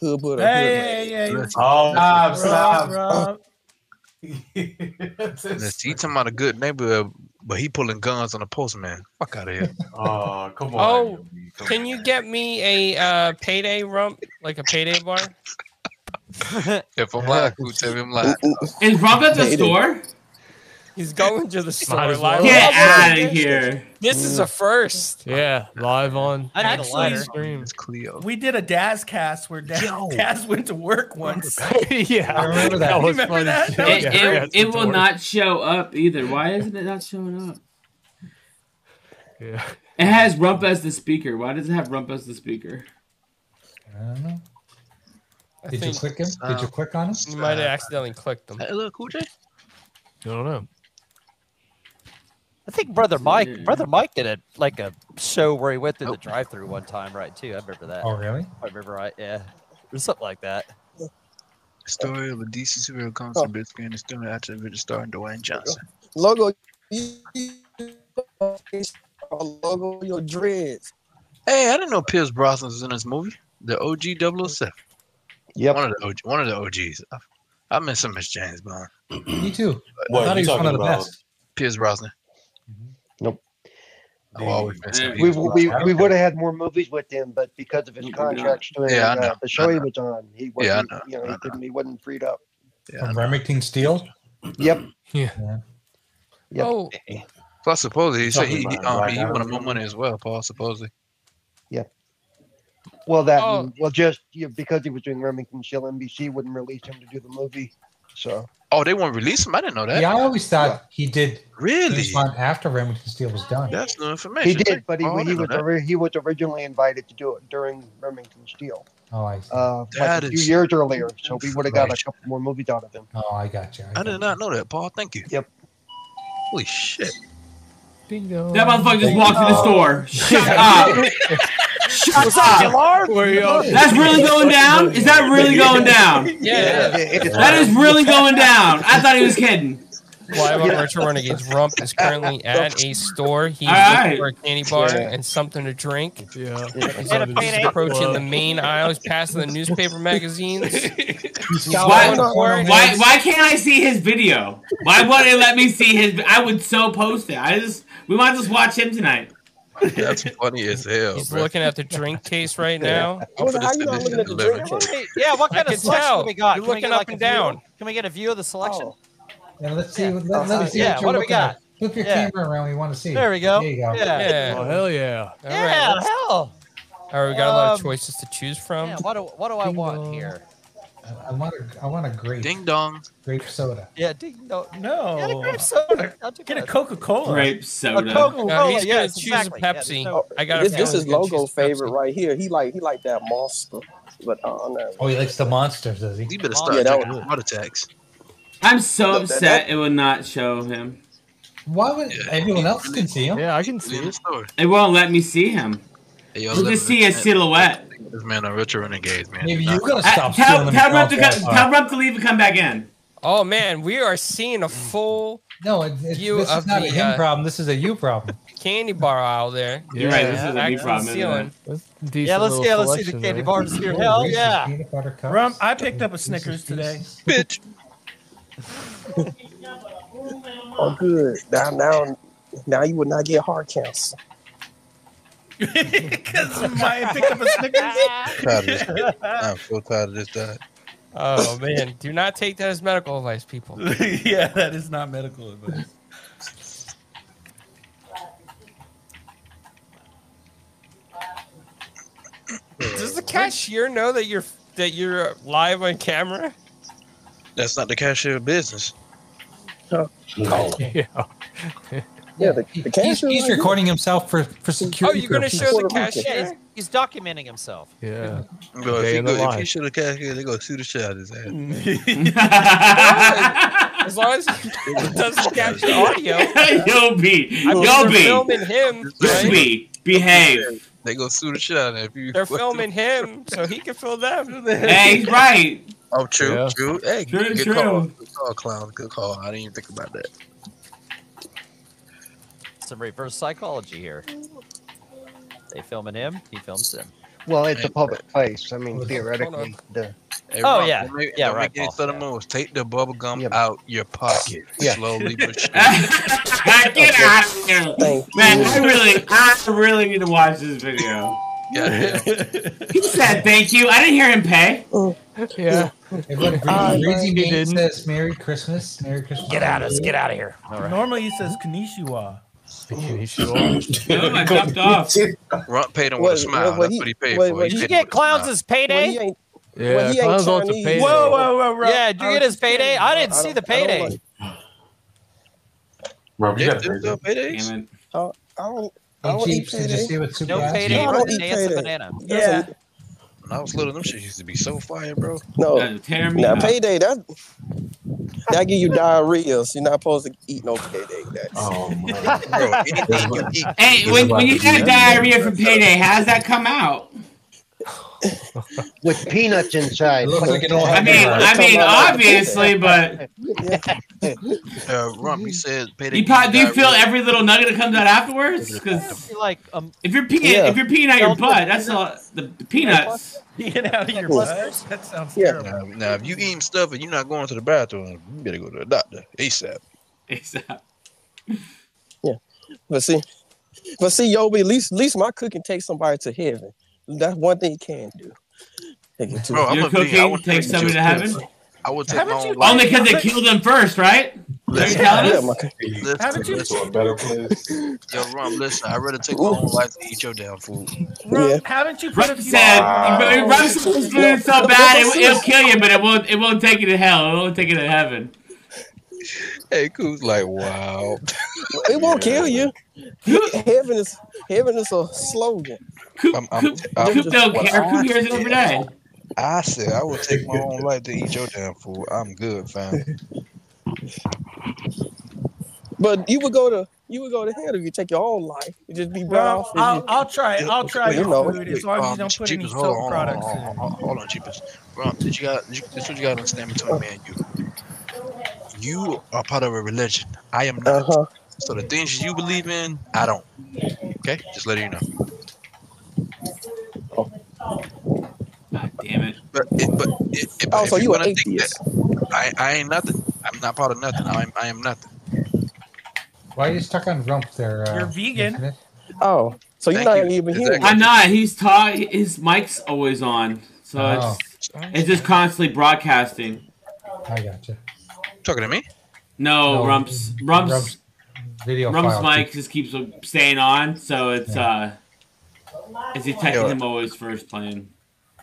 L: hood but
C: Hey, hey, hey.
K: Oh,
C: Rob,
K: stop.
C: Rob.
G: Let's see, he talking about a good neighborhood, but he pulling guns on the postman. Fuck out of here.
K: Oh, come
E: Oh, can you get me a uh, payday rump, like a payday bar?
G: If I'm lying, who tell me I'm lying?
A: Is Rob at the
G: Hated.
A: store?
E: He's going to the store.
J: as well.
E: live
J: Get
E: on
J: outta
E: location.
J: here.
E: This is a first.
J: Yeah, live on.
C: I need a lighter.
J: stream. It's
G: Cleo.
C: We did a Daz cast where Daz, Daz went to work once.
J: yeah,
C: I remember that.
J: was
C: Remember
J: funny
C: that?
J: shit.
C: That was
A: It,
J: Yeah,
A: it,
J: it's
A: it
J: the
A: will
J: door.
A: not show up either. Why isn't it not showing up?
J: Yeah.
A: It has Rump as the speaker. Why does it have Rump as the speaker?
D: I don't know.
E: I
D: Did you
E: think
D: click him? Did you
E: Um,
D: click on him?
E: You might have accidentally clicked them.
G: Hey, look, who J?
J: I don't know.
B: I think brother Mike, brother Mike did a like a show where he went through the drive-through one time, right? Too, I remember that.
D: Oh, really?
B: If I remember right. Yeah, or something like that.
G: Story of a DC superhero comes
L: Oh.
G: from Big Screen and student after the video star Dwayne Johnson.
L: Logo, you- logo your dreads.
G: Hey, I didn't know Pierce Brosnan was in this movie. The OG 007.
M: Yep.
G: One of the OG, one of the OGs. I, I miss so much James Bond.
D: Me too.
G: What,
D: I thought he
G: you
D: was one
G: talking
D: of the
G: about-
D: best.
G: Pierce Brosnan.
M: Mm-hmm. Nope.
G: I've always missed him. He
M: We,
G: was one of
M: we,
G: the-
M: we would have had more movies with him, but because of his
G: not.
M: contracts to
G: Yeah, I
M: uh,
G: know,
M: the show
G: I
M: he
G: know.
M: was on, he
G: Yeah, I
M: wasn't,
G: know,
M: you know,
G: I
M: he
G: know.
M: couldn't, he wasn't freed up.
D: From Remington Steel.
M: Yep.
J: Yeah.
M: Yep.
E: Oh,
G: Plus, supposedly he said
M: Talking
G: he, he,
M: about
G: um,
M: Black
G: he
M: Adam.
G: wanted more money as well. Paul supposedly.
M: Well, that
E: Oh.
M: and- well, just you know, because he was doing Remington Steel, NBC wouldn't release him to do the movie. So
G: Oh, they won't release him. I didn't know that.
D: Yeah, I always thought he did
G: really
D: James Bond after Remington Steel was done.
G: That's no information.
M: he did, but he,
G: Oh, I
M: he
G: didn't know
M: was
G: that.
M: ori- he was originally invited to do it during Remington Steel,
D: Oh, I see.
M: uh, like
G: That
M: a few
G: is
M: years earlier. So we would have got a
G: information.
M: couple more movies out of him.
D: oh, I got you. I
G: I did not know that, Paul. Thank you.
M: Yep.
G: Holy shit.
A: That motherfucker just walked in the store. Shut up. Shut up. That's really going down? Is that really going down?
E: Yeah.
A: That is really going down. I thought he was kidding.
E: Live on Retro Renegade's Rump is currently at a store. He's
A: All
E: looking
A: right.
E: for a candy bar
M: Yeah.
E: and something to drink.
J: Yeah.
E: He's, he's approaching the main aisles, passing the newspaper magazines.
A: Why, why, why can't I see his video? Why won't it let me see his? I would so post it. I just we might just watch him tonight.
G: That's funny as hell.
E: He's
G: bro.
E: looking at the drink case right now.
G: I'm
L: Well,
G: finna
L: how you
G: send
L: not
G: this
L: looking
G: shit
L: at
G: to
L: the
G: Larry.
L: drink?
B: Hey, yeah, what
E: I
B: kind
E: can
B: of selection
E: tell.
B: do we got? Can
E: You're
B: we
E: looking
B: get,
E: up
B: like, a
E: and
B: view?
E: down. Oh.
B: Can we get a view of the selection?
D: Now let's see. Let, let
B: Uh,
D: us see
B: yeah,
D: what, you're
B: what do we
D: looking at.
B: got?
D: Flip your
B: Yeah.
D: camera around. We want to see.
B: There we go.
D: There you go.
B: Yeah.
J: Oh
E: Yeah.
J: hell yeah.
E: All
B: Yeah,
E: right.
B: hell.
E: All right, we got a lot of
B: Um,
E: choices to choose from.
B: Yeah, what do what do I want here?
D: I- I want a, I want a grape
G: Ding dong.
D: grape soda.
B: Yeah, ding, no,
C: No.
B: yeah, the grape soda. I'll take
C: Get a
B: that.
C: Coca Cola.
A: Grape
B: A
A: soda.
B: Coca
C: Oh,
E: No,
B: Cola.
E: he's
B: Yeah,
E: gonna
B: yes,
E: choose a
B: exactly. Yeah, there's
E: Pepsi.
B: no-
E: I got a
L: this,
E: feeling
L: this is
E: he's gonna
L: logo
E: choose Pepsi.
L: favorite right here. He like he like that monster, but uh, I'm not-
D: Oh, he likes the monsters, does he?
G: You better
L: yeah,
G: start
L: that
G: drinking heart attacks.
A: I'm so upset it will not show him.
D: Why would everyone else can see him?
J: Yeah, I can see
G: In the
J: it.
G: store.
A: It won't let me see him.
G: Hey, yo,
A: We'll
G: look,
A: just see a
G: this man-
A: silhouette.
G: This man a retro renegade, man.
D: Maybe
G: Nah.
D: you gotta
A: Uh,
D: stop
A: tell
D: stealing
A: tell Rump
D: McDonald's
A: to come,
D: all the
A: tell
D: time.
A: Rump to leave and come back in.
E: Oh man, we are seeing a full
D: No, it, it,
E: You
D: this
E: of
D: is not
E: the,
D: a him
E: uh,
D: problem. This is a you problem.
E: candy bar aisle there.
A: You're right. This
E: Yeah,
A: is a
E: back
A: big
E: to the
A: problem. isn't
E: ceiling.
A: it?
J: That's a decent
B: Yeah, let's
J: little
B: yeah, let's see the
J: selection
B: candy
J: there.
B: bars here. Hell
D: Reese's
B: yeah.
D: Peanut butter cups.
C: Rum, I picked up a Snickers
D: Reese's
C: today.
D: Pieces.
G: Bitch.
L: Oh, good. Now, now, now you would not get heart cancer.
C: Because I picked up a Snickers.
G: Tired of this. I'm so tired of this diet.
E: Oh man, do not take that as medical advice, people.
C: yeah, that is not medical advice.
E: cashier know that you're that you're live on camera?
G: That's not the cashier business.
E: No.
J: Yeah.
L: Yeah, the, the
D: He's,
L: cashier
D: he's
L: right
D: recording himself for, for
L: Oh,
B: Oh,
D: security. purposes.
B: Yeah, he's, he's documenting himself.
J: Yeah.
G: Bro, if
J: Day
G: he,
J: in the
G: go, if
J: life.
G: he shoot a cashier, they gonna shoot the shit out of his ass.
E: As long as he doesn't capture audio.
G: Yo, B.
E: I mean,
G: Yo,
E: they're
G: B.
E: filming him.
G: Just
E: right?
G: be. Behave. They gonna sue the shit out of him. if you-
E: They're filming him, so he can film them.
G: Hey, he's right. Oh, true,
J: Yeah.
G: true. Hey,
J: True,
G: good
J: true.
G: call. Good call, clown. Good call. I didn't even think about that.
B: Some reverse psychology here. They filming him, he films them.
M: Well, it's a public place. I mean, theoretically,
B: on.
M: the
G: Hey,
B: Oh,
G: Rob,
B: yeah.
G: don't make-
B: Yeah,
G: don't
B: right,
G: Make any
B: Paul.
G: sudden moves. Take the bubble gum out your pocket
M: Yeah.
G: slowly but surely.
A: Get out of here, man! I really, I really need to watch this video.
G: Yeah.
A: He said thank you. I didn't hear him pay.
J: Yeah.
D: Everyone,
J: I-
D: Breezy
J: I
D: Bean
J: didn't.
D: Uh, says Merry Christmas. Merry Christmas.
C: Get at us, get
D: out
C: outta
D: of here.
C: All right. Normally he says Konnichiwa.
G: I jumped off. Runt paid him with a
C: Wait,
G: smile.
C: wait,
G: That's
C: he-
G: what he paid
C: wait,
G: for.
C: wait,
G: He
C: did you
G: paid
C: get
G: him with a smile.
B: Clowns' payday.
J: Yeah, Well, he ain't clowns wants a Chinese, payday.
B: Whoa,
J: though.
B: whoa, whoa, whoa! Yeah, did you
J: I
B: get
J: was
B: his payday? I didn't see the payday.
K: Rob, you
G: Yeah,
K: got
G: there's no paydays.
L: Uh, I don't. I
D: Hey,
L: don't eat
D: Jeeps, did you
L: payday.
D: see what Super
B: No
D: Ass-
B: payday
L: I
B: for
L: don't
B: the
L: eat
B: dance
L: payday.
B: of banana.
L: That's a-
G: When I was little, them shit used to be so fire, bro.
L: No.
A: Uh, Tear me
L: Oh, Now
A: up.
L: payday that that give you diarrhea. So you're not supposed to eat no payday. That's
K: Oh my.
G: Bro, anything you eat.
A: Hey, when, when you got diarrhea from payday, how does that come out?
M: with peanuts inside.
D: Looks like it all
A: I mean, I mean, obviously, but
G: Uh, Rump, you said payday.
A: you probably do you feel
G: diarrhea.
A: every little nugget that comes out afterwards? Because
B: Like um,
A: if you're peeing,
L: Yeah.
A: if you're peeing out your butt, that's all the, the peanuts.
B: get out of your
L: Cool.
B: busters.
C: That sounds
L: Yeah.
C: terrible.
G: Now, now, if you eating stuff and you're not going to the bathroom, you better go to the doctor ASAP.
A: ASAP.
L: But see, but see, Yobi, at least, at least my cooking takes somebody to heaven. That's one thing you can do. Take it to
G: Bro, I'm
A: Your
G: a being- I
A: cooking
G: would
A: takes
G: take
A: somebody to
G: your
A: heaven.
G: kids. I would take my
C: Haven't
G: own
C: you-
G: life.
A: Only because they killed them first, right? Are you
G: Listen,
A: telling
L: yeah,
A: us?
L: my,
G: listen,
C: Haven't you-
G: listen.
K: To a better place.
G: Yo, Rump, listen. I'd rather take my own life than eat your damn food.
C: Rob,
L: Yeah.
C: haven't you put a
A: Ruff
C: few
A: said,
K: Wow.
A: "Ruff said this food is so bad it, it'll kill you, but it won't. It won't take you to hell. It won't take you to heaven."
G: Hey, Coop's like, wow.
L: it won't kill you. heaven is heaven is a slogan.
A: Coop,
G: I'm- I'm-
A: Coop,
G: I'm
A: Coop
G: just-
A: don't care.
G: what I
A: Coop hears it every day.
G: I said I would take my own life to eat your damn food. I'm good, fam.
L: But you would go to you would go to hell if you take your own life. You just be brought
C: Well,
L: off. if
C: I'll,
L: you-
C: I'll try it. I'll try
L: You
C: your
L: know,
C: food as long as you
G: um,
C: don't put any
G: Jeepers, hold
C: soap
G: on,
C: products
G: hold
C: in
G: on,
C: it.
G: hold on, hold on, Jeepers. Rump, did you got did you- this? is What you got to understand between me and you? You are part of a religion. I am not.
L: uh-huh.
G: So the things you believe in, I don't. Okay, just letting you know.
A: God damn it!
G: But it, but it, it, but
L: Oh,
G: if
L: so you an
G: wanna think
L: atheist.
G: that I, I ain't nothing. I'm not part of nothing. I'm, I am nothing.
D: Why are you stuck on rump there? Uh,
C: You're vegan.
D: Infinite?
L: Oh, so you're
G: Thank
L: not
G: you.
L: even
G: Exactly.
L: human.
A: I'm not. He's taught. His mic's always on, so
D: Oh.
A: it's it's just constantly broadcasting.
D: I got you.
G: Talking to me?
A: No,
D: No,
A: Rumps, Rumps, Rumps,
D: Rump's Video file.
A: mic just keeps staying on, so it's uh, it's detecting
G: Yeah.
A: him always first playing.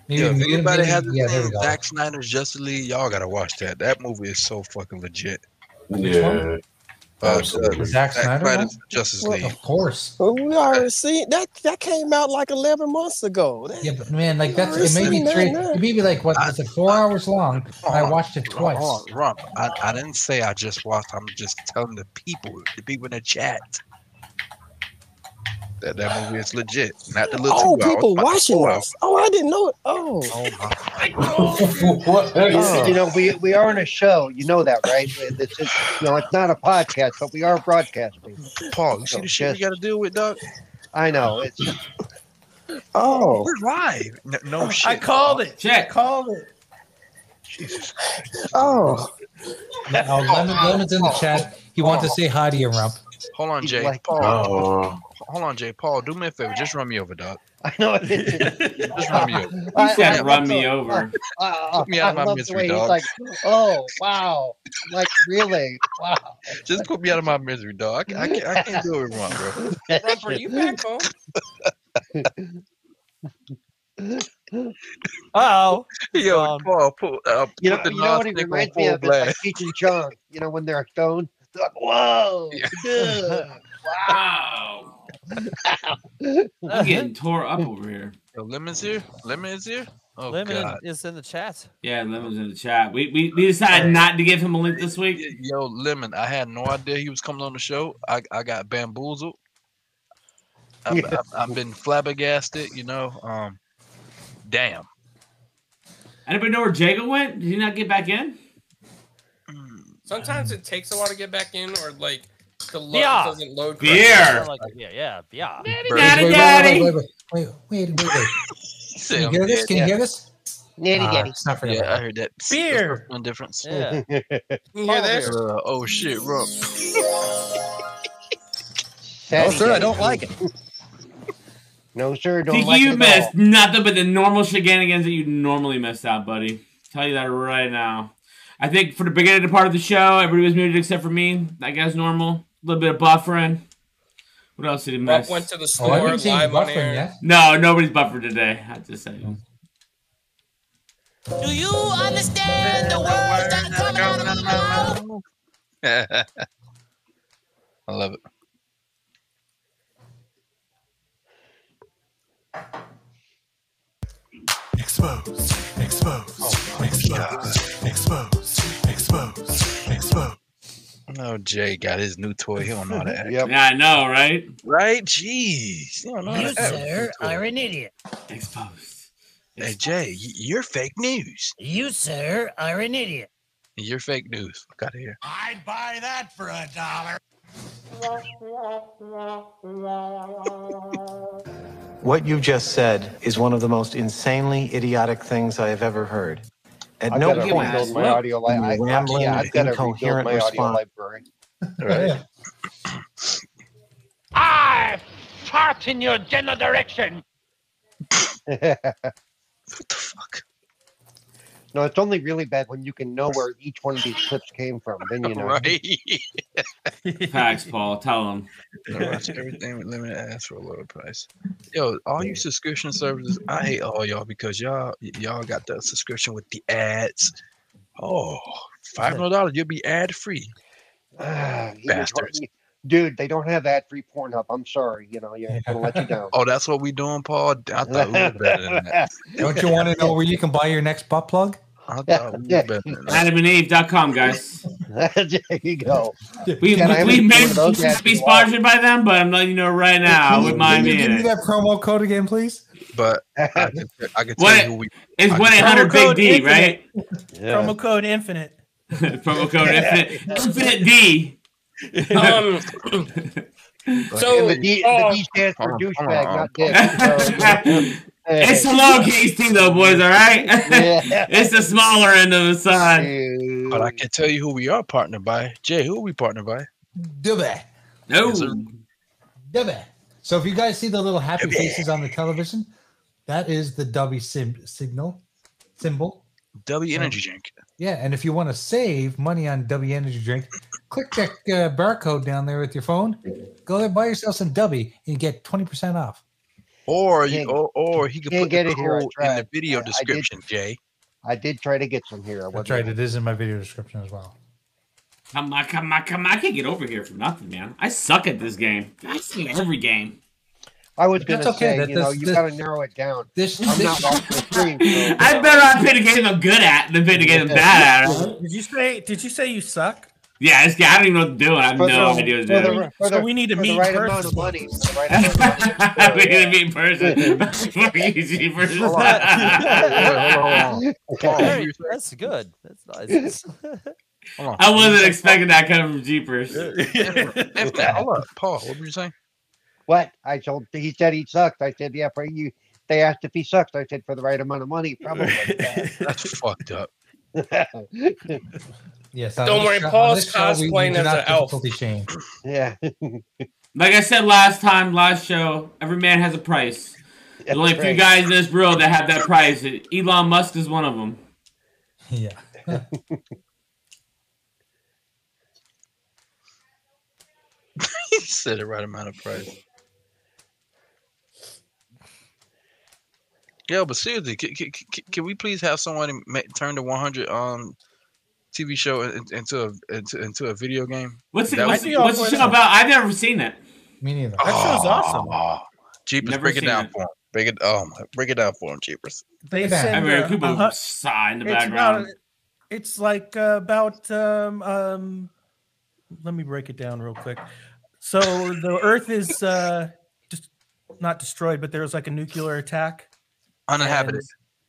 D: Maybe-
G: yeah, if
D: maybe-
G: anybody
D: maybe-
G: hasn't
D: yeah, there we
G: seen
D: go.
G: Zack Snyder's Justice League, y'all gotta watch that. That movie is so fucking legit.
K: Yeah.
G: Uh,
K: Absolutely.
D: Zack
G: Zack
D: Snyder.
G: Snyder's
D: one?
G: Justice
D: Well,
G: League.
D: of course.
C: Oh,
L: Well, we already seen that that came out like eleven months ago. That-
D: Yeah, but man, like that's
L: We're
D: it. May
L: seeing
D: be
L: that
D: three.
L: now.
D: It may be like what was it? Four hours long. and I
G: Hold on,
D: watched it
G: hold on,
D: twice.
G: hold on, Rump, I, I didn't say I just watched. I'm just telling the people, the people in the chat, that that movie is legit. Not the little
L: Oh,
G: two hours,
L: people
G: but the
L: watching
G: four
L: us. Oh, I didn't know it. Oh,
G: hours. Oh my
K: what?
L: Oh.
M: You know, we we are on a show. You know that, right? This is, you know, it's not a podcast, but we are broadcasting.
G: Paul, you see the shit we gotta deal with, dog?
M: I know. It's
L: oh.
G: We're live. No, no shit.
C: I called it. I
A: Oh, Check.
C: called it.
L: Oh,
D: Yeah, oh, Lemon, Lemon's in the chat. He wants to say hi to you, Rump.
G: Hold on, Jay.
M: Like-
G: Paul,
A: uh,
K: Oh.
G: hold on, Jay. Paul, do me a favor. Just run me over, dog.
M: I know. It,
G: Just run me over.
A: He said, "Run me over."
M: Uh,
G: Took me out of my
M: I love the
G: misery,
M: way
G: dog.
M: he's like, oh wow, like really, wow.
G: Just put me out of my misery, dog. I can't, I can't do it wrong, bro.
E: Rump, are you back home?
B: Oh,
G: yo, Paul, pull, uh,
M: You know,
G: put the
M: you know what it
G: nonstick on
M: reminds me
G: full
M: of? It's like
G: blast.
M: Cheech and Chong. You know, when they're stoned, they're like, whoa, duh,
A: wow. I'm getting tore up over here.
G: Yo, lemons here. Lemon is here. Oh
B: Lemon
G: God.
B: is in the chat.
A: Yeah, Lemon's in the chat. We we, we decided not to give him a link this week.
G: Yo, Lemon, I had no idea he was coming on the show. I, I got bamboozled. I've, I've, I've been flabbergasted, you know. Um, damn.
A: Anybody know where Jago went? Did he not get back in?
E: Sometimes it takes a while to get back in, or like the load
B: Yeah.
E: doesn't load.
A: Beer.
E: correctly.
B: Like, yeah, yeah, yeah.
D: Wait, wait, wait, wait, wait, wait, wait, wait, wait.
G: Say
D: Can you
G: I'm
D: hear this?
G: dead.
D: Can you hear this?
G: Yeah. Ah,
D: Ah, it's not for
G: yeah, I
D: nobody.
G: heard that. That's
D: Beer.
G: One difference.
D: Yeah.
E: You hear this?
G: Uh, oh shit, rump.
M: Daddy, daddy.
E: like it.
M: No, sir, don't
A: Think
M: like
A: you
M: it
A: missed
M: at all.
A: nothing but the normal shenanigans that you normally missed out, buddy. Tell you that right now. I think for the beginning part of the show, everybody was muted except for me. That guy's normal. A little bit of buffering. What else did he
E: Rob
A: miss?
E: went to the
D: Oh, I
E: store
D: haven't seen you
E: live on
D: buffering
E: air.
D: yet.
A: No, nobody's buffered today. I just say.
N: Do you understand the words that come out of my mouth?
G: I love it.
F: Exposed, exposed, exposed, exposed, exposed, exposed.
G: Oh, Jay got his new toy. He don't know how to act.
A: Yeah, I know, right?
G: Right? Jeez. You don't know how
N: You,
G: to act.
N: sir, are an idiot.
A: Exposed.
G: Hey, Jay, y- you're fake news.
N: You, sir, are an idiot.
G: You're fake news. Fuck out of here.
N: I'd buy that for a dollar.
O: What you just said is one of the most insanely idiotic things I have ever heard. At
M: I've
O: no
M: gotta
O: point
M: rebuild my audio li- I- I-
O: in your rambling,
M: yeah, I've gotta rebuild
O: incoherent
M: my audio
O: response.
M: library.
O: Right.
N: I fart in your general direction.
M: No, it's only really bad when you can know where each one of these clips came from. Then you know.
G: Right.
A: Facts, Paul. Tell him.
G: I watch everything with limited ads for a lower price. Yo, all you subscription services, I hate all y'all because y'all y- y'all got the subscription with the ads. Oh, five hundred dollars, you'll be ad free.
M: Ah, you-
G: Bastards.
M: Dude, they don't have ad free Pornhub. I'm sorry. You know, yeah, I'm gonna let you down.
G: Oh, that's what we doing, Paul. I thought we were better than that.
D: Don't you want to know where you can buy your next butt plug?
G: I thought Oh, we were better than that.
A: AdamandEve.com, guys.
M: there you go.
A: We, we,
D: Can I have
A: we
D: a few
A: may
D: of those
A: not be
D: guys?
A: sponsored by them, but I'm letting you know right now. I would
D: Can
A: mind
D: you
A: being
D: give me
A: it.
D: that promo code again, please?
G: But I can, I can tell
A: What-
G: you who we
A: It's
O: Uh,
G: I
A: one eight
G: can-
A: hundred Big D, right?
C: Promo code infinite.
A: Promo code infinite, infinite D.
E: Um,
M: And
E: so
M: the D,
E: Paul-
A: uh,
M: the D stands for douchebag, not dick.
A: it's the low case team, though, boys. All right,
M: Yeah.
A: it's the smaller end of the side.
G: But I can tell you who we are partnered by. Jay, who are we partnered by?
D: Dubbe.
A: No.
D: Dubbe. So if you guys see the little happy faces on the television, that is the Dubby sim- signal symbol.
G: W Energy Drink.
D: Yeah, and if you want to save money on Dubby Energy Drink, click that uh, barcode down there with your phone. Go there, buy yourself some Dubby, and get twenty percent off.
G: Or you,
M: Can't-
G: or, or he could
M: can't
G: put
M: get
G: the
M: it here, I
G: code in the
M: tried.
G: video
M: I- I did-
G: description, Jay.
M: I did try to get some here. I
D: That's
M: wasn't
D: right. It is in my video description as well.
A: Come on, come on, come on! I can't get over here for nothing, man. I suck at this game. I suck at every game.
M: I was
D: That's
M: gonna
D: okay,
M: say,
D: that-
M: you know,
D: this-
M: you
D: this-
M: gotta narrow it down.
D: This,
M: I'm
D: this-
M: not off the screen. so, you
A: I
M: know.
A: better not pick a game I'm good at than pick a game I'm bad at. right?
C: Did you say? Did you say you suck?
A: Yeah, this guy, I don't even know what to do. I have
C: For
A: no
C: the-
A: idea what
C: for
A: to
C: the-
A: do.
C: So we need to
M: for the
C: meet
M: right
C: first.
M: amount of money. for the right
A: We're gonna be in person. Fucking easy person.
G: I
B: Very- that's good. That's nice.
A: wasn't expecting that coming from Jeepers.
G: If that- Hold up, Paul. What were you saying?
M: What? I told he said he sucked. I said, yeah, for you. They asked if he sucked. I said, for the right amount of money, probably.
G: That's fucked up.
D: Yes.
E: Don't worry, Paul's cosplaying as an elf.
D: Shame.
M: Yeah.
A: Like I said last time, last show, every man has a price. There's only a few
M: right.
A: guys in this world that have that price. Elon Musk is one of them.
D: Yeah.
G: he said it right amount of price. Yeah, but seriously, can, can, can we please have someone ma- turn the 100 um TV show in- into a into, into a video game?
A: What's the,
G: That
A: what's,
G: would-
A: what's the show about? I've never seen it.
D: Me neither.
G: That
A: show's awesome.
G: Jeepers,
A: Never
G: break it
A: seen
G: down
A: it.
G: for him. Break it um break it down for him, Jeepers.
C: They
A: I
C: send,
A: mean,
C: uh,
A: people
C: a hu-
A: sigh in the
C: it's
A: background.
C: about- it's like uh, about um, um, let me break it down real quick. So the Earth is uh, just not destroyed, but there was like a nuclear attack.
G: Uninhabited.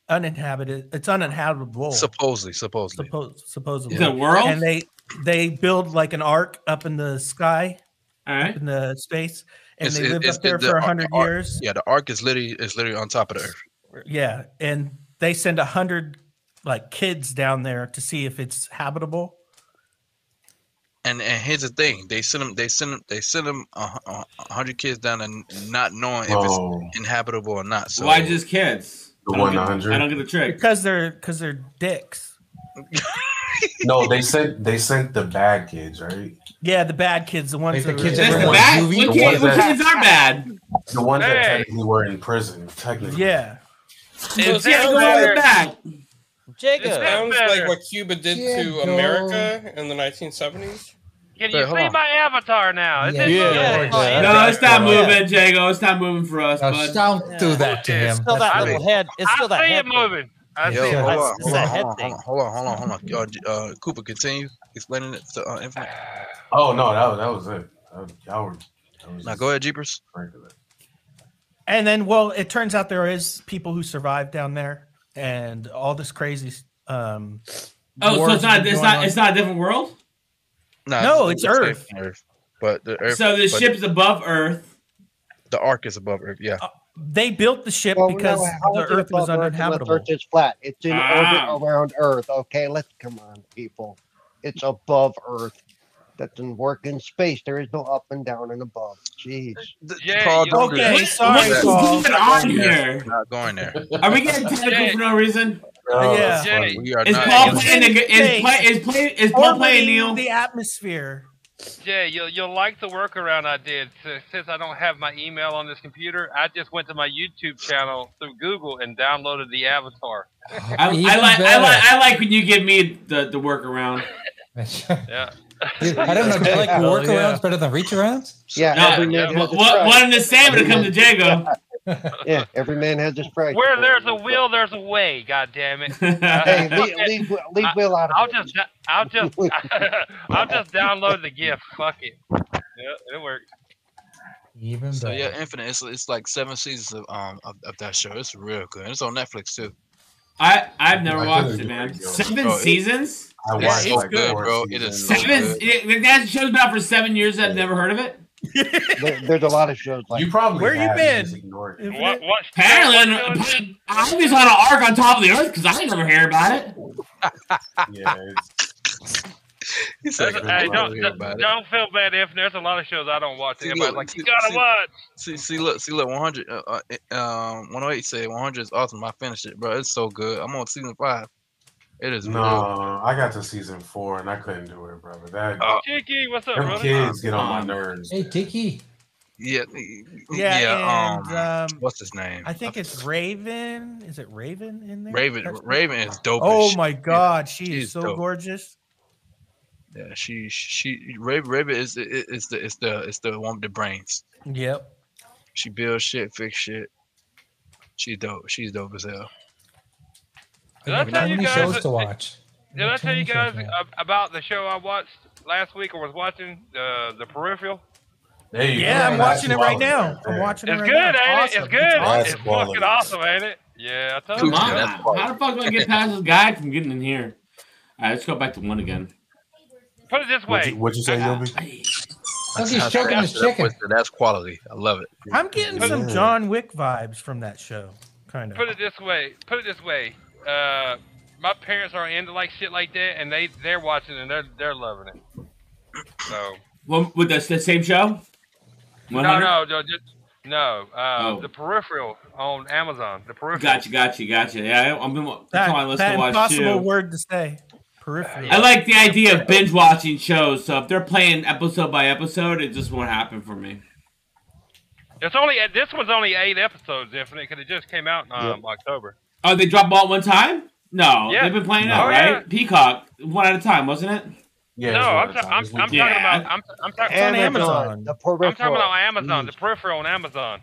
C: And uninhabited. It's uninhabitable.
G: Supposedly, supposedly.
C: Suppo- supposedly.
G: The world?
C: And they they build like an arc up in the sky,
A: All
C: up in the space, and
G: It's-
C: they
G: it-
C: lived
G: it's-
C: up there
G: it- the
C: for
G: arc-
C: a hundred
G: arc-
C: years.
G: Yeah, the arc is literally is literally on top of the earth.
C: Yeah, and they send a hundred like kids down there to see if it's habitable.
G: And and here's the thing: they send them, they send them, they send them a, hu- a a hundred kids down and not knowing
K: Oh.
G: if it's inhabitable or not. So
A: Why just kids?
K: The
A: I don't get-
K: 100?
A: I don't get the trick.
C: Because they're because they're dicks.
K: No, they sent they sent the bad kids, right?
C: Yeah, the bad kids, the ones
K: Like
C: that
K: the
C: were-
K: kids that That's were the in bad- movies? what
C: The
K: kids-
C: ones
K: what
C: that-
K: kids
A: are bad?
K: The ones that
C: Hey.
K: technically were in prison, technically.
C: Yeah.
E: It
K: yeah,
E: sounds
K: go on the
E: like-
K: back.
E: It sounds like what Cuba did to
I: Jago.
E: America in the 1970s.
I: Can
E: Wait,
I: you
E: hold
I: see
E: on.
I: my avatar now? Is
E: Yeah,
I: it
E: yeah,
I: moving?
E: yeah, yeah.
A: No, it's not moving, Jago. It's not moving for us.
D: Now,
A: bud.
D: don't do that to him.
B: Still
D: That's
B: that
D: really-
B: little head. It's still that
I: I see
B: head.
I: it moving. I
G: Yo,
I: see it.
G: hold,
I: I-
G: on,
I: it's
G: hold,
I: a
G: on,
I: head
G: hold, on,
I: thing.
G: hold on, hold on, hold on, Yo, J- Uh, Cooper, continue explaining it to uh, Infinite.
K: Oh no, that, that was it. That- y'all were
G: Now go ahead, Jeepers.
C: And then, well, it turns out there is people who survived down there, and all this crazy. Um,
A: Oh,
C: wars
A: so it's
C: have
A: not.
C: been
A: It's
C: going
A: not.
C: on.
A: It's not a different world.
C: No, it's Earth.
G: But the Earth.
A: So the
G: but
A: ship's above Earth.
G: The arc is above Earth. Yeah.
C: They built the ship
M: Well, no,
C: because
M: how
C: the
M: is it
C: Earth
M: above Earth unless
C: was uninhabitable.
M: Earth is flat. It's in
A: Ah.
M: orbit around Earth. Okay, let's come on, people. It's above Earth. That doesn't work in space. There is no up and down and above. Jeez.
G: Paul, don't do that. Don't do that.
A: on
G: Yes,
A: here?
G: we're Not going there.
A: Are we getting technical for no reason?
G: Yeah.
A: Is
G: We are not
A: Paul
G: getting-
A: playing? the- Is play? Is play? Is Paul playing
C: Orbiting
A: Neil?
C: The atmosphere.
I: Jay, you'll, you'll like the workaround I did. S- Since I don't have my email on this computer, I just went to my YouTube channel through Google and downloaded the avatar.
A: I, I like. I like. I like when you give me the the workaround.
I: Yeah.
D: I don't know. Do you like
I: Yeah.
D: workarounds better than reach arounds?
M: Yeah,
A: No,
M: every man
A: yeah,
M: has his
A: one-
M: price.
A: one in the sand, but it comes to Jago.
M: yeah, every man has his price.
I: Where there's a will, there's a way. God damn it!
M: Hey, leave, leave, Will- leave Will out of
I: I'll
M: it.
I: just, I'll just, I'll just download the GIF. Fuck it. Yeah, it worked.
D: Even
G: So yeah, Infinite. It's, it's like seven seasons of um of, of that show. It's real good. It's on Netflix too.
A: I I've never
G: I
A: watched
G: couldn't
A: it, man.
G: do it.
A: Seven
G: Oh, it-
A: seasons.
G: I
A: Yeah,
G: watched
A: it's
G: like
A: good,
G: four
A: bro.
G: seasons.
A: It is
G: So
A: seven.
G: good.
A: It, it- that show's been out for seven years. I've never heard of it.
M: There- there's a lot of shows like
K: You probably
A: Where you
K: have,
A: been?
K: just ignored it.
I: What? What?
A: Apparently, apparently, I was on an arc on top of the earth because I ain't never heard about it.
K: Yeah,
G: it's
I: There's a- hey,
G: "I don't
I: don't,
G: hear about it."
I: don't feel bad if there's a lot of shows I don't watch.
G: See,
I: Everybody's
G: look,
I: like, you
G: see-
I: gotta
G: see-
I: watch.
G: See, see, look, see, look. One hundred, uh, uh, uh, um, one hundred eight said one hundred is awesome. I finished it, bro. It's so good. I'm on season five. It is
K: No,
G: real.
K: I got to season four and I couldn't do it, brother. That
G: Uh,
I: Tiki, Oh. what's up,
K: them
I: brother?
K: kids get on my nerves.
D: Hey, Tiki.
G: Yeah, yeah.
C: Yeah, and,
G: um,
C: um,
G: what's his name?
C: I think it's Raven. Is it Raven in there?
G: Raven.
C: That's-
G: Raven is dope. as
C: Oh
G: shit.
C: my God, she
G: She's
C: is so
G: dope.
C: gorgeous.
G: Yeah, she, she, Raven, Raven is, is, is the, is the, is the one with the brains.
C: Yep.
G: She builds shit, fix shit. She's dope. She's dope as hell.
I: Did I tell you guys
D: shows
I: that-
D: to watch.
I: Did I tell you guys ab- about the show I watched last week or was watching, uh, The Peripheral?
K: There you
C: yeah,
K: go.
C: I'm watching it
K: That's
C: right now.
K: quality
C: I'm
K: right
C: watching
I: It's
C: it
I: good,
C: right
I: ain't
C: now.
I: it? It's
C: awesome.
I: good.
K: That's
I: It's,
K: quality.
I: fucking awesome, ain't it? Yeah, I told
A: Come
I: you.
A: on, how the fuck do I get past this guy from getting in here? All right, let's go back to one again.
I: Put it this
K: What'd
I: way.
K: you, what'd you say, Yobi?
A: Oh,
D: Look,
G: That's-
D: he's choking
G: that's-
D: his chicken.
G: That's, that's quality. I love it.
C: I'm getting some John Wick vibes from that show, kind of.
I: Put it this way. Put it this way. Uh, my parents are into like shit like that, and they they're watching it and they're they're loving it. So
A: One, with the, the same show?
I: no,
A: 100?
I: no, no, just no. Uh,
A: Oh.
I: The Peripheral on Amazon. The Peripheral.
A: Gotcha, gotcha, gotcha. Yeah, I, I'm been, that's
C: That,
A: on my list
C: that
A: to watch
C: impossible
A: too.
C: word to say. Peripheral.
A: I like the idea of binge watching shows. So if they're playing episode by episode, it just won't happen for me.
I: It's only eh, this one's only eight episodes, Infinite, because it just came out in um, October.
A: Oh, they dropped ball at one time? No,
I: Yeah.
A: they've been playing
I: Oh,
A: out,
I: yeah.
A: right? Peacock, one at a time, wasn't it?
I: no, I'm, ta- I'm, I'm talking about I'm, I'm talking
A: It's on Amazon.
I: I'm
A: The
I: talking
A: peripheral.
I: about
D: Mm.
I: Amazon, the peripheral on Amazon.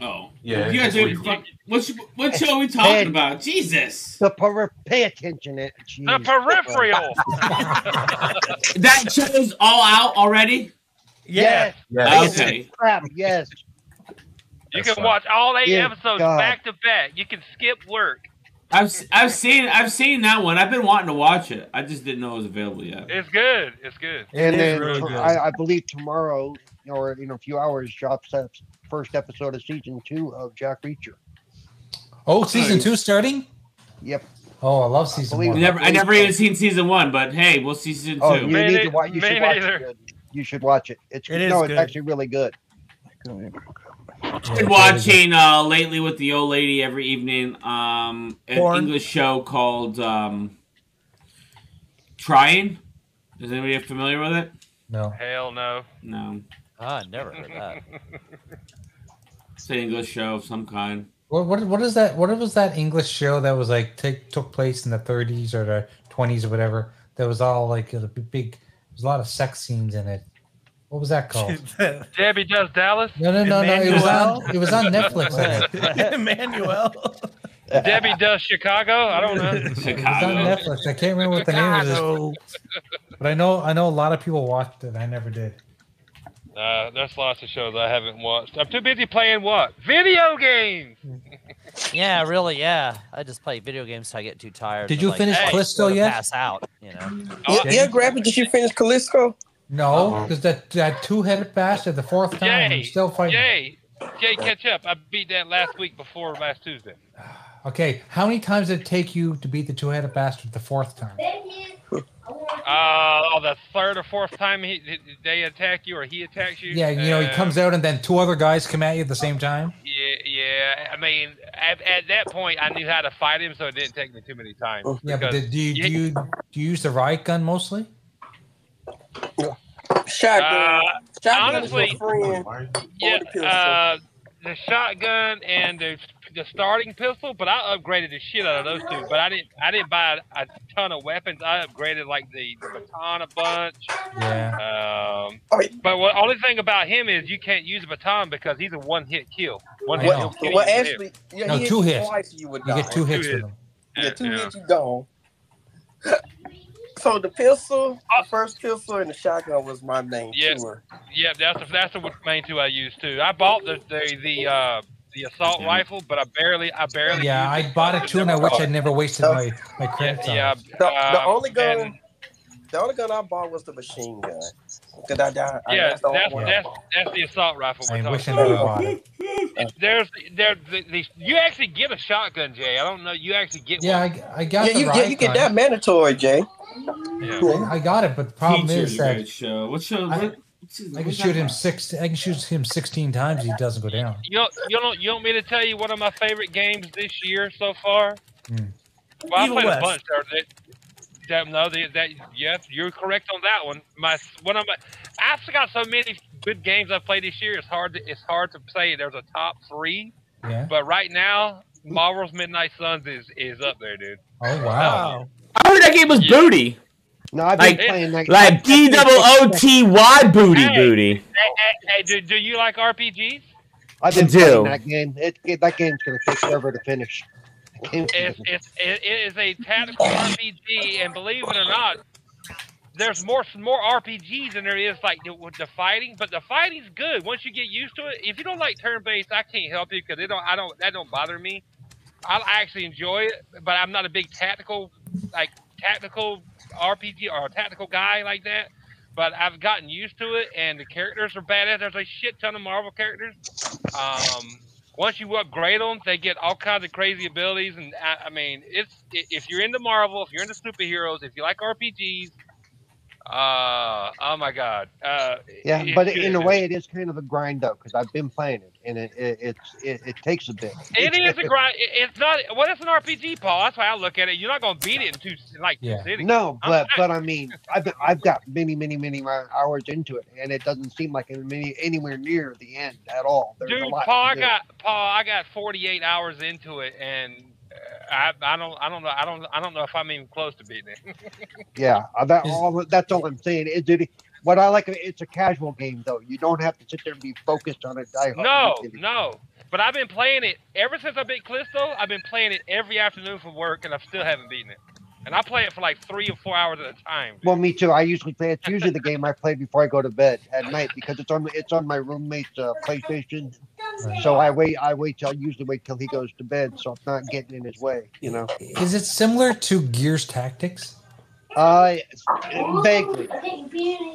A: Oh,
I: Yeah,
A: You guys
I: it's
A: are
I: weekly.
A: fuck- what's what show are we talking
M: Ed.
A: about? Jesus.
M: The per- pay attention eh, to it.
I: The peripheral.
A: That show's all out already?
M: Yeah.
A: Yes. Okay.
M: Crap, yes.
I: You
A: That's
I: can
A: fine.
I: watch all eight
A: Dear
I: episodes
A: God.
I: back to back. You can skip work.
A: I've s- I've seen I've seen that one. I've been wanting to watch it. I just didn't know it was available yet.
I: It's good. It's good.
M: And then to- I, I believe tomorrow or in a few hours drops that first episode of season two of Jack Reacher.
D: Oh, season two starting?
M: Yep.
D: Oh, I love season
A: I
D: one.
A: never I never even seen season one, but hey, we'll see season two.
M: Oh, you need to watch. You should watch it. good. You should watch it. It's
A: It is
M: no,
A: good.
M: it's actually really good.
A: been watching uh, lately with the old lady every evening um, an
M: Porn.
A: English show called um, Trying. Is anybody familiar with it?
D: No.
I: Hell no.
A: No.
B: Ah, never heard that.
A: It's an English show of some kind.
D: What, what what is that? What was that English show that was like take, took place in the 30s or the 20s or whatever? That was all like a b- big. There's a lot of sex scenes in it. What was that called?
I: Debbie does Dallas.
D: Oh. No, no, no, no. It was on. It was on Netflix. I think.
I: Emmanuel. Debbie does Chicago. I don't know.
D: It's on Netflix. I can't remember what the name of
I: Chicago.
D: this. But I know I know a lot of people watched it. I never did.
I: Uh, there's lots of shows I haven't watched. I'm too busy playing what? Video games.
B: Yeah, really. Yeah, I just play video games till I get too tired.
D: Did
B: to,
D: you
B: like,
D: finish
B: hey,
D: Callisto
B: go to
D: yet?
B: Pass out. You know.
I: Oh,
L: Yeah, yeah, Grandpa, did you finish Callisto?
D: No, because that that two headed bastard the fourth time I'm still fighting.
I: Jay, Jay, catch up. I beat that last week before last Tuesday.
D: Okay, how many times did it take you to beat the two headed bastard the fourth time?
I: Uh, oh, the third or fourth time he, he- they attack you or he attacks you.
D: Yeah, you know, he
I: Uh,
D: comes out and then two other guys come at you at the same time.
I: Yeah, yeah. I mean, at, at that point, I knew how to fight him, so it didn't take me too many times.
D: Yeah, but
I: because-
D: did, do you do you do you use the riot gun mostly?
I: Uh,
L: Shotgun is
I: honestly,
L: my friend.
I: yeah, uh, the shotgun and the the starting pistol, but I upgraded the shit out of those two. But I didn't I didn't buy a ton of weapons. I upgraded like the, the baton a bunch. Yeah. Um, but what only thing about him is you can't use a baton because he's a one hit kill. One hit
L: Well,
I: will kill
L: well,
I: you.
L: actually, yeah,
D: No,
L: he hits
D: two
L: you
D: hits.
L: Twice, you would
D: You
L: die.
D: get two hits with them.
L: Yeah, two hits, you gone. so the pistol, the first pistol, and the shotgun was my name.
I: Yes.
L: Tua.
I: Yeah, that's the, that's the main two I use too. I bought the the the, uh, the assault rifle, but I barely I barely
D: Yeah, I bought it too, and I wish I'd never wasted my my credits on.
I: yeah.
D: it.
L: The, the
I: um,
L: only gun,
I: and-
L: the only gun I bought was the machine gun. Cause I died. I,
I: yeah,
L: that's the only
I: that's,
L: one I
I: that's,
L: bought.
I: that's the assault rifle we're
D: I wish I
I: talking
D: never
I: about.
D: bought it.
I: There's there the, the, you actually get a shotgun, Jay. I don't know. You actually get
D: Yeah,
I: one.
D: I, I got
L: Yeah,
D: the
L: you
D: riot
L: get you get
D: gun.
L: that mandatory, Jay.
D: I, I got it, but the problem
A: Teacher,
D: is
A: you
D: that
A: guys show. What show?
D: I-
A: what- what's his-
D: I can
A: what's
D: shoot
A: that
D: him
A: about?
D: six. I can shoot him sixteen times. He doesn't go down.
I: You don't, you don't you want me to tell you one of my favorite games this year so far?
D: Hmm.
I: Well,
D: Evil
I: I played
D: West.
I: a bunch. There, that, that, no, that, that yes, you're correct on that one. My one of my, I've got so many good games I've played this year. It's hard to it's hard to say there's a top three,
D: Yeah.
I: but right now, Marvel's Midnight Suns is is up there, dude.
D: Oh wow.
P: I heard that game was booty.
M: No, I've been
P: Like,
M: playing that.
P: like D double O T Y booty booty.
I: Hey, hey, hey, do, do you like RPGs?
M: I've been
P: to do.
M: playing that game. It, it- that game's gonna take forever to finish. That game's gonna-
I: It's, it's, it it is a tactical RPG, and believe it or not, there's more more RPGs than there is like the, with the fighting. But the fighting's good once you get used to it. If you don't like turn based, I can't help you because it don't I don't that don't bother me. I I actually enjoy it, but I'm not a big tactical like tactical RPG or a tactical guy like that. But I've gotten used to it, and the characters are badass. There's a shit ton of Marvel characters. Um, once you upgrade them, they get all kinds of crazy abilities. And I, I mean, it's i- if you're into Marvel, if you're into superheroes, if you like RPGs, Uh, oh my god. Uh,
M: Yeah,
I: it-
M: but
I: it-
M: in a way, it is kind of a grind out because I've been playing it, and it it it's, it, it takes a bit.
I: It is a grind. it- It's not. Well, it's an RPG, Paul. That's how I look at it. You're not gonna beat it in two like two cities.
M: No, but but I mean, I've been, I've got many many many mi- hours into it, and it doesn't seem like I'm many, anywhere near the end at all. There's a
I: Dude,
M: lot.
I: Paul, I
M: to do.
I: got Paul. I got 48 hours into it, and uh, I I don't I don't know I don't I don't know if I'm even close to beating it.
M: Yeah, uh, that all that's all I'm saying. Is it? What I like, it's a casual game though. You don't have to sit there and be focused on it. Die hard.
I: no, no. But I've been playing it ever since I beat Callisto. I've been playing it every afternoon from work, and I still haven't beaten it. And I play it for like three or four hours at a time.
M: Well, me too. I usually play. It's usually the game I play before I go to bed at night because it's on it's on my roommate's uh, PlayStation. So I wait. I wait till I usually wait till he goes to bed, so I'm not getting in his way. You know.
D: Is it similar to Gears Tactics?
M: Uh, vaguely,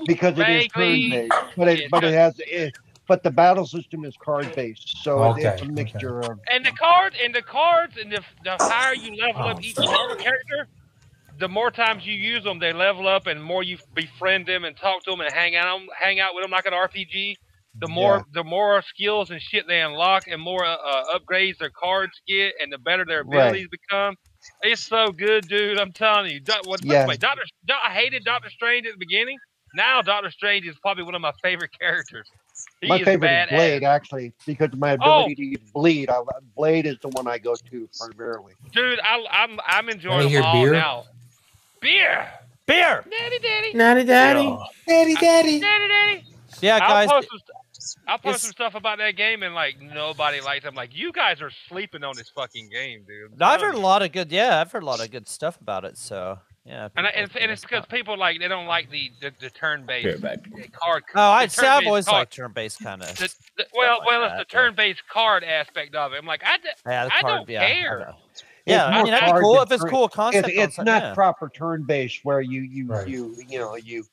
M: because it is
D: Vaguely.
M: turn based, but it but it has it, but the battle system is card based, so it- it's a
D: Okay,
M: mixture of.
I: And the cards, and the cards, and the, the higher you level up
M: Oh,
I: each other character, the more times you use them, they level up, and more you befriend them and talk to them and hang out hang out with them like an RPG. The more the more skills and shit they unlock, and more uh, uh, upgrades their cards get, and the better their
M: Right.
I: abilities become. It's so good, dude. I'm telling you. Doc- what,
M: Yeah.
I: wait, Doctor, Do- I hated Doctor Strange at the beginning. Now Doctor Strange is probably one of my favorite characters. He
M: My
I: is
M: favorite
I: badass. Oh!
M: is Blade, actually, because of my ability to use Blade. I, Blade is the one I go to primarily.
I: Dude, I, I'm I'm enjoying
M: hear
I: them all
M: beer?
I: now. Beer,
B: beer,
I: daddy, daddy,
P: Naughty daddy.
D: Daddy, daddy,
I: daddy, daddy.
B: Yeah, guys,
I: I'll post, some, st- I'll post
B: it's-
I: some stuff about that game, and like nobody likes. it. I'm like, you guys are sleeping on this fucking game, dude.
B: I've heard a lot of good. Yeah, I've heard a lot of good stuff about it. So yeah.
I: And, I, and, it's- and it's because people like they don't like the the, the turn
B: Beer
I: based
B: back.
I: card.
B: Oh, I'd
I: the
B: say I've
I: turn-based
B: always
I: card.
B: liked turn-based kind of.
I: The, the, well,
B: like
I: well,
B: that,
I: it's the turn-based card aspect of it. I'm like, I, d-
B: Yeah, the
I: I
B: card-
I: don't
B: yeah, I
I: care.
B: know. Yeah, I
M: more
B: mean that'd be
M: cards
B: cool
M: than
B: if it's
M: turn-
B: cool concept.
M: It's, it's
B: on
M: not
B: yeah.
M: proper turn based where you you you you know you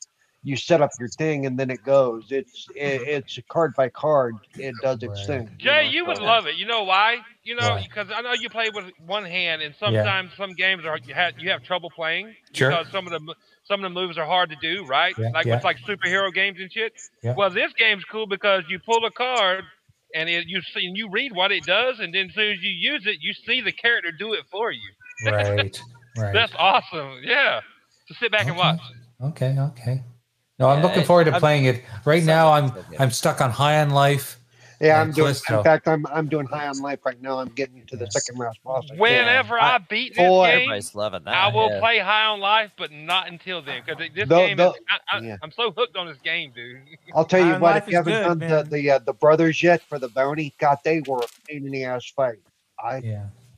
M: you set up your thing and then it goes. It's it,
P: Mm-hmm.
M: it's card by card. It does its thing.
I: Jay, you would love it. You know why? You know
M: Why?
I: because I know you play with one hand, and sometimes some games are you have you have trouble playing
N: Sure.
I: because some of the mo- some of the moves are hard to do, right?
N: Yeah,
I: like
N: yeah.
I: it's like superhero games and shit.
N: Yeah.
I: Well, this game's cool because you pull a card and it, you see and you read what it does, and then as soon as you use it, you see the character do it for you.
D: Right. Right.
I: That's awesome. Yeah. So sit back and watch.
D: Okay, okay. No, I'm
I: Yeah,
D: looking
I: it-
D: forward to
I: I'm-
D: playing it. Right now, I'm I'm stuck on High on Life.
M: Yeah,
D: and
M: I'm doing.
D: Callisto.
M: In fact, I'm I'm doing high on life right now. I'm getting to the second round boss.
I: Whenever I, beat this
M: Boy.
I: game,
M: Everybody's loving that,
I: I will
M: yeah.
I: play High on Life, but not until then, because this
M: Though-
I: game
M: though-
I: is. I, I,
M: yeah.
I: I'm so hooked on this game, dude.
M: I'll tell you
I: Iron
M: what,
I: Life
M: if
I: is
M: you haven't
I: good,
M: done the the, uh, the brothers yet for the bounty, God, they were a pain in the ass fight. I,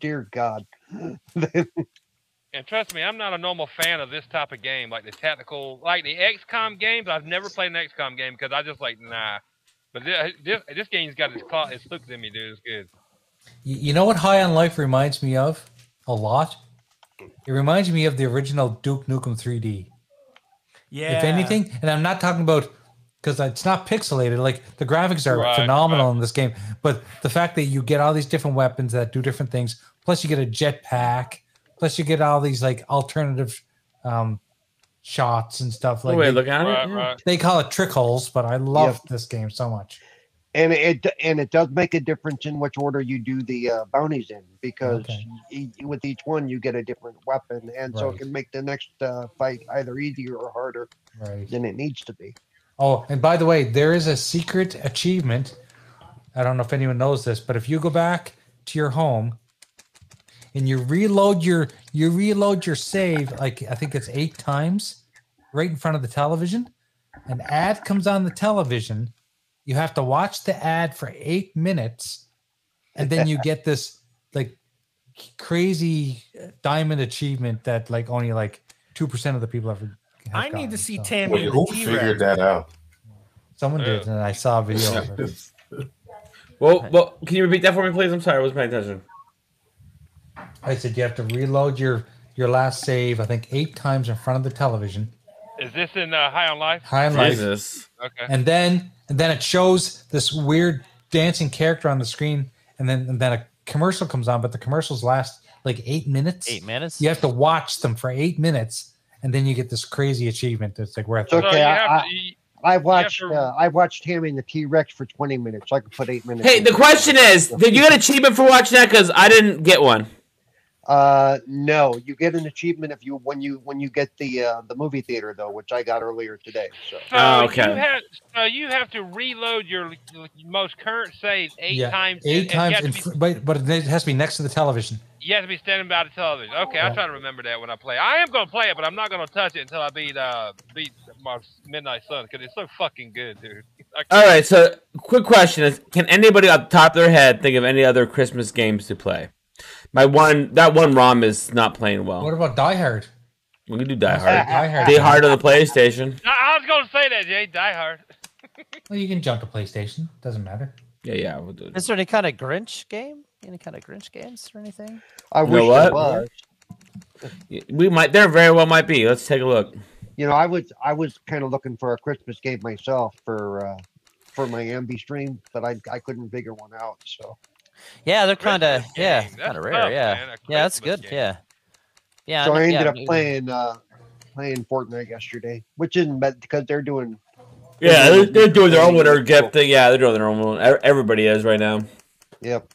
M: dear God,
I: And trust me, I'm not a normal fan of this type of game, like the tactical, like the XCOM games. I've never played an XCOM game because I just like nah. But this, this, this game's got its claw, its hooks in me, dude. It's good.
D: You, you know what High on Life reminds me of a lot? It reminds me of the original Duke Nukem 3D.
C: Yeah.
D: If anything, and I'm not talking about because it's not pixelated. Like the graphics are
C: Right,
D: phenomenal in this game, but the fact that you get all these different weapons that do different things, plus you get a jetpack, plus you get all these like alternative um, shots and stuff like
P: Wait,
D: they-
P: look at it, Right, yeah. right.
D: They call it trick holes, but I love this game so much.
M: and it and it does make a difference in which order you do the uh, bounties in because e- with each one you get a different weapon, and so
D: Right.
M: it can make the next uh, fight either easier or harder
D: Right.
M: than it needs to be.
D: Oh, and by the way, there is a secret achievement. I don't know if anyone knows this, but if you go back to your home and you reload your you reload your save, like I think it's eight times, right in front of the television, an ad comes on the television. You have to watch the ad for eight minutes, and then you get this like crazy diamond achievement that like only like two percent of the people ever. have
C: I need
D: gotten,
C: to see
D: so.
C: Tammy. Wait, who figured
K: that out?
D: Someone did, and I saw a video. of it.
P: Well, well, can you repeat that for me, please? I'm sorry, I wasn't paying attention.
D: I said you have to reload your your last save. I think eight times in front of the television.
I: Is this in uh, High on Life?
D: High on life.
I: Okay.
D: And then and then it shows this weird dancing character on the screen, and then and then a commercial comes on, but the commercials last like eight minutes.
B: Eight minutes?
D: You have to watch them for eight minutes, and then you get this crazy achievement that's like worth.
M: It's okay. I, I, I watched uh, I watched him and the T Rex for twenty minutes. I could put eight minutes.
A: Hey,
M: in
A: the
M: there.
A: question is, did you get an achievement for watching that? Because I didn't get one.
M: Uh, no, you get an achievement if you when you when you get the uh, the movie theater though, which I got earlier today. So
I: So
A: Oh,
I: You have, so you have to reload your most current save eight times.
D: eight times,
I: and- and You
D: in
I: have, to be,
D: fr- but but it has to be next to the television.
I: you have to be standing by the television. Okay, I'll try to remember that when I play. I am going to play it, but I'm not going to touch it until I beat uh beat my Midnight Sun because it's so fucking good, dude. I
A: All right. So, quick question is: Can anybody off the top of their head think of any other Christmas games to play? My one, that one ROM is not playing well.
D: What about Die Hard?
A: We can do Die
D: Let's do
A: Hard.
D: Die Hard.
A: Die Hard on the PlayStation.
I: I, I was going to say that, Jay. Die Hard.
D: Well, you can jump to PlayStation. Doesn't matter.
A: Yeah, yeah, we'll do
B: Is there any kind of Grinch game? Any kind of Grinch games or anything?
M: I
A: You
M: wish
A: know
M: there
A: what?
M: was.
A: We might. There very well might be. Let's take a look.
M: You know, I was I was kind of looking for a Christmas game myself for uh, for my Ambi stream, but I I couldn't figure one out. So
B: Yeah, they're kind of yeah,
M: game. That's
B: kind of
M: tough,
B: rare. Yeah,
M: man, a
B: yeah, that's
M: Christmas
B: good.
M: game.
B: Yeah, yeah.
M: so
B: kn-
M: I ended
B: yeah,
M: up
B: maybe.
M: playing uh, playing Fortnite yesterday, which isn't bad because they're doing
A: Yeah, they're, they're doing their own winter gift thing. Yeah, they're doing their own one. Ev- Everybody is right now.
M: Yep.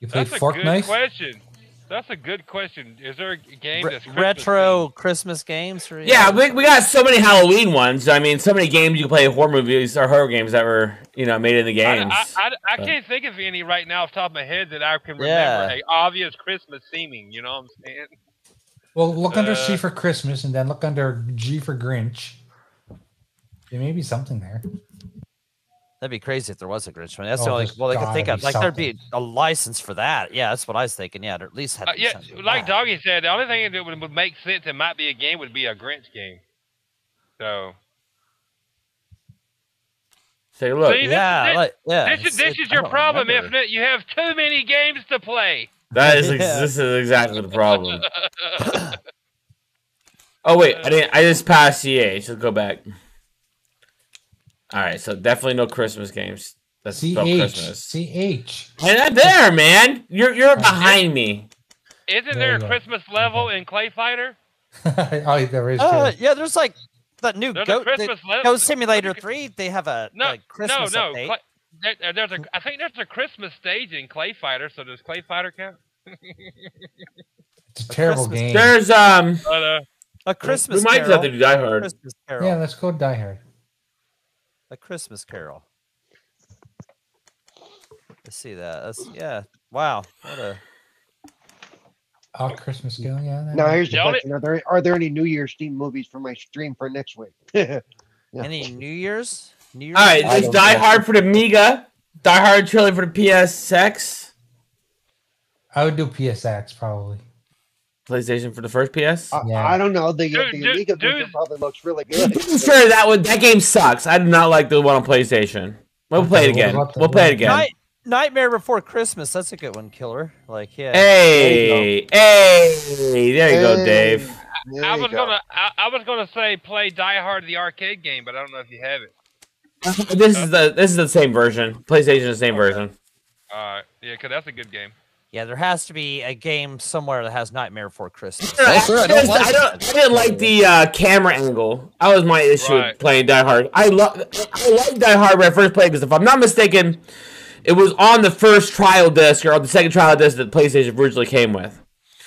D: You
A: played
I: That's a good question. That's a good question. Is there a game that's Christmas
B: retro Christmas games. Or,
A: Yeah, we, we got so many Halloween ones. I mean, so many games you can play horror movies or horror games that were you know made in the games.
I: I, I, I
D: Uh,
A: But-
I: can't think of any right now off the top of my head that I can remember
A: Yeah.
I: a obvious Christmas theming. You know what I'm saying?
D: Well, look under C
I: Uh,
D: for Christmas, and then look under G for Grinch. There may be something there.
B: That'd be crazy if there was a Grinch one. That's
D: Oh,
B: the only
D: there's
B: well they could
D: gotta
B: think
D: be
B: of. Like there'd be a license for that. Yeah, that's what I was thinking. Yeah, there at least had
I: Uh,
B: to be
I: yeah,
B: something.
I: like Doggy said, the only thing that would, would make sense that might be a game would be a Grinch game. So,
A: Take a look.
I: See, this- this, this is this is your problem, Infinite. You have too many games to play.
A: That is ex- this is exactly the problem. Oh wait, I didn't. I just passed CA. Just go back. All right, so definitely no Christmas games. That's about
D: CH.
A: Christmas.
D: CH.
A: And I'm there, man. You're you're behind me.
I: Isn't
D: There
I: there
D: you
I: a
D: go.
I: Christmas level in Clay Fighter?
D: oh, there is.
B: Uh,
D: too.
B: yeah, there's like that new
I: There's a
B: Goat,
I: Christmas
B: the,
I: le-
B: Goat Simulator Three. They have a
I: No,
B: like Christmas
I: no, no.
B: update.
I: Cla- there- there- there's a, I think there's a Christmas stage in Clay Fighter. So does Clay Fighter count?
D: It's a terrible
A: Christmas-
D: game.
A: There's, um,
I: But, uh,
B: a Christmas.
A: might
B: Carol.
A: have to do Die Hard.
B: Christmas Carol.
D: Yeah, let's go Die Hard.
B: A Christmas Carol. I see that. That's yeah. Wow. What a
D: Oh, Christmas Gill. Yeah. that-
M: Now here's the
B: Y'all-
M: question: Are there are there any New Year's themed movies for my stream for next week? yeah.
B: any New Year's? New Year's.
A: All right,
B: Eve?
A: there's Die Hard for the Amiga. Die Hard trilogy for the PS6.
D: I would do PSX probably.
A: PlayStation for the first PS.
M: I don't know. The, the Amiga version probably looks really good.
A: I'm sure that one that game sucks. I do not like the one on PlayStation. We'll play it again. We'll play it again.
B: Night- Nightmare Before Christmas. That's a good one, killer. Like yeah.
A: Hey, hey, there you go,
B: Hey.
A: Dave.
I: I was gonna, I, I was gonna say play Die Hard the arcade game, but I don't know if you have it.
A: This is the this is the same version. PlayStation is the same version.
I: All right, Uh, yeah, 'cause that's a good game.
B: Yeah, there has to be a game somewhere that has Nightmare Before Christmas.
A: I, don't, I, don't- I didn't like the uh, camera angle. That was my issue with playing Die Hard. I love I like Die Hard when I first played because if I'm not mistaken, it was on the first trial disc or on the second trial disc that PlayStation originally came with.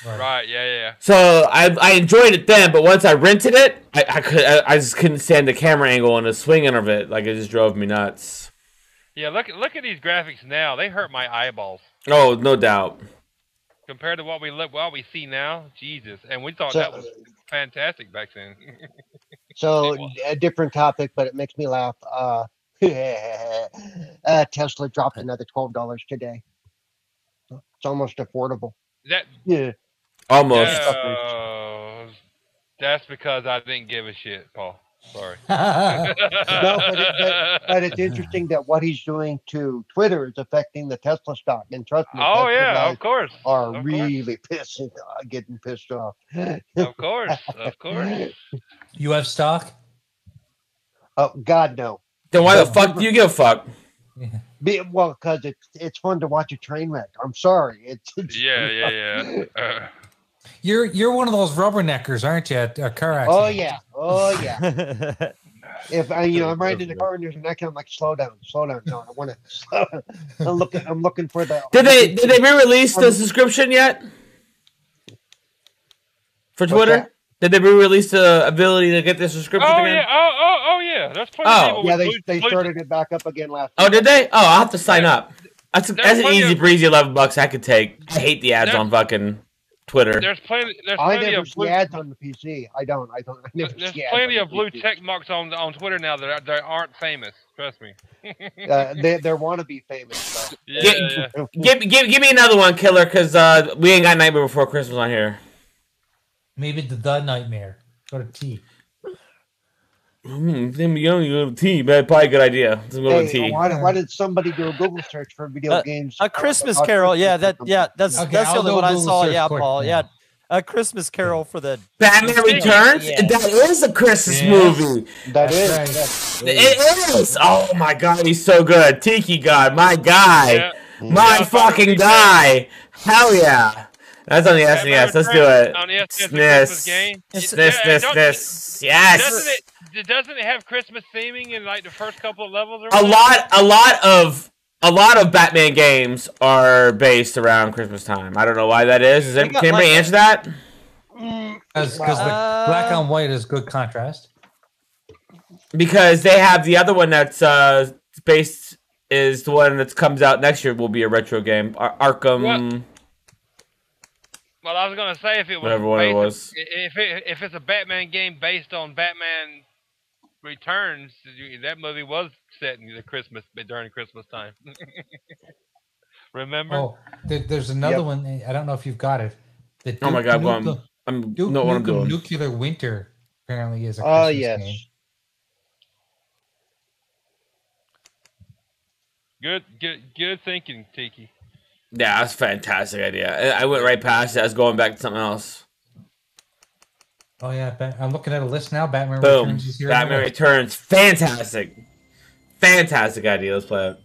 I: Right, yeah, yeah, yeah.
A: So I, I enjoyed it then, but once I rented it, I, I could I, I just couldn't stand the camera angle and the swinging of it. Like it just drove me nuts.
I: Yeah, look, look at these graphics now. They hurt my eyeballs
A: Oh, no doubt.
I: compared to what we look, what we see now. Jesus, and we thought
M: So-
I: that was fantastic back then.
M: So a different topic, but it makes me laugh. Uh, uh, Tesla dropped another twelve dollars today. It's almost affordable.
I: that
M: Yeah.
A: Almost.
I: Oh, that's because I didn't give a shit, Paul. Sorry.
M: no, but, it, but, but it's interesting that what he's doing to Twitter is affecting the Tesla stock. And trust me,
I: Oh
M: Tesla
I: yeah,
M: guys
I: of course,
M: are really pissed, uh, getting pissed off.
I: of course, of course.
D: You have stock?
M: Oh God, no.
A: Then why the fuck do you give a fuck?
M: Be, well, because it's it's fun to watch a train wreck. I'm sorry. It's, it's
I: Yeah, yeah, yeah. Uh,
D: You're you're one of those rubberneckers, aren't you? At a car accident.
M: Oh yeah. Oh yeah. if I, you know, I'm riding in the car and there's an accident, I'm like, slow down, slow down. No, I want to. Slow down. I'm looking. I'm looking for the. Um,
A: Did they did they
I: Um,
A: re-release the subscription yet? For
M: What's
A: Twitter? Did they re-release the ability to get the subscription
I: Oh
A: again?
I: yeah, oh oh oh yeah. There's plenty
A: Oh.
I: of people.
A: Yeah,
I: with
A: they-
I: blue-
M: They
I: blue-
M: started it back up again last.
A: Oh, did they? Oh, I'll have to sign up. That's,
I: There's
A: that's an
I: plenty
A: easy
I: of-
A: breezy eleven bucks I could take. I hate the ads
I: There-
A: on fucking Twitter.
I: There's plenty. There's
M: I
I: plenty
M: never
I: of
M: see
I: blue.
M: ads on the PC. I don't. I don't. I never
I: There's
M: see ads
I: plenty
M: on
I: of
M: the
I: blue
M: PC.
I: check marks on on Twitter now that are, that aren't famous. Trust me.
M: Uh, they they want to be famous. Though.
I: Yeah,
A: Gi- give, give, give me another one, killer, because uh, we ain't got Nightmare Before Christmas on here.
D: Maybe the the nightmare. Go to T.
A: Hmm, then we go to go to T, but probably a good idea. Let's go to
M: Hey,
A: T.
M: why, why did somebody do a Google search for video
B: Uh,
M: games?
B: A Christmas Carol, yeah, that yeah, that's
M: Okay,
B: that's the
M: I'll
B: only
M: do a
B: one I
M: Google
B: saw.
M: search
B: Yeah,
M: quick
B: Paul.
M: now.
B: Yeah, a Christmas Carol for the
A: Batman Returns? That is a Christmas
B: Yes.
A: movie.
M: That is.
A: It is. Oh my god, he's so good. Tiki God, my guy,
I: Yeah.
A: my fucking guy. Hell yeah. That's on the SNES. Let's do it.
I: On the E SNES Christmas game.
A: SNES. This,
I: Yeah,
A: this,
I: don't-
A: this.
I: Doesn't
A: Yes.
I: it? Doesn't it have Christmas theming in like the first couple of levels? Or
A: A
I: whatever?
A: lot, a lot of, a lot of Batman games are based around Christmas time. I don't know why that is. Is
D: They
A: it,
D: got
A: can anybody
D: like-
A: answer that?
D: Because the
B: uh,
D: black on white is good contrast.
A: Because they have the other one that's uh based is the one that comes out next year will be a retro game. Ar- Arkham.
I: Well, I was gonna say if it was
A: Whatever one it
I: based-
A: was.
I: If it, if it's a Batman game based on Batman Returns, you- that movie was set in the Christmas during Christmas time. Remember?
D: Oh, there, there's another one. eh, I don't know if you've got it. The
A: Oh my
D: Duke
A: god, well,
D: Nukem-
A: I'm, I'm
D: Duke
A: not what I'm
D: Nukem
A: doing.
D: Nuclear Winter apparently is a
A: Uh,
D: Christmas
M: Oh yes.
D: game.
I: Good, good, good thinking, Tiki.
A: Yeah, that's a fantastic idea. I I went right past it. I was going back to something else.
D: Oh yeah, Bat- I'm looking at a list now. Batman
A: Boom.
D: Returns is here.
A: Batman Returns. Fantastic. Fantastic idea. Let's play it.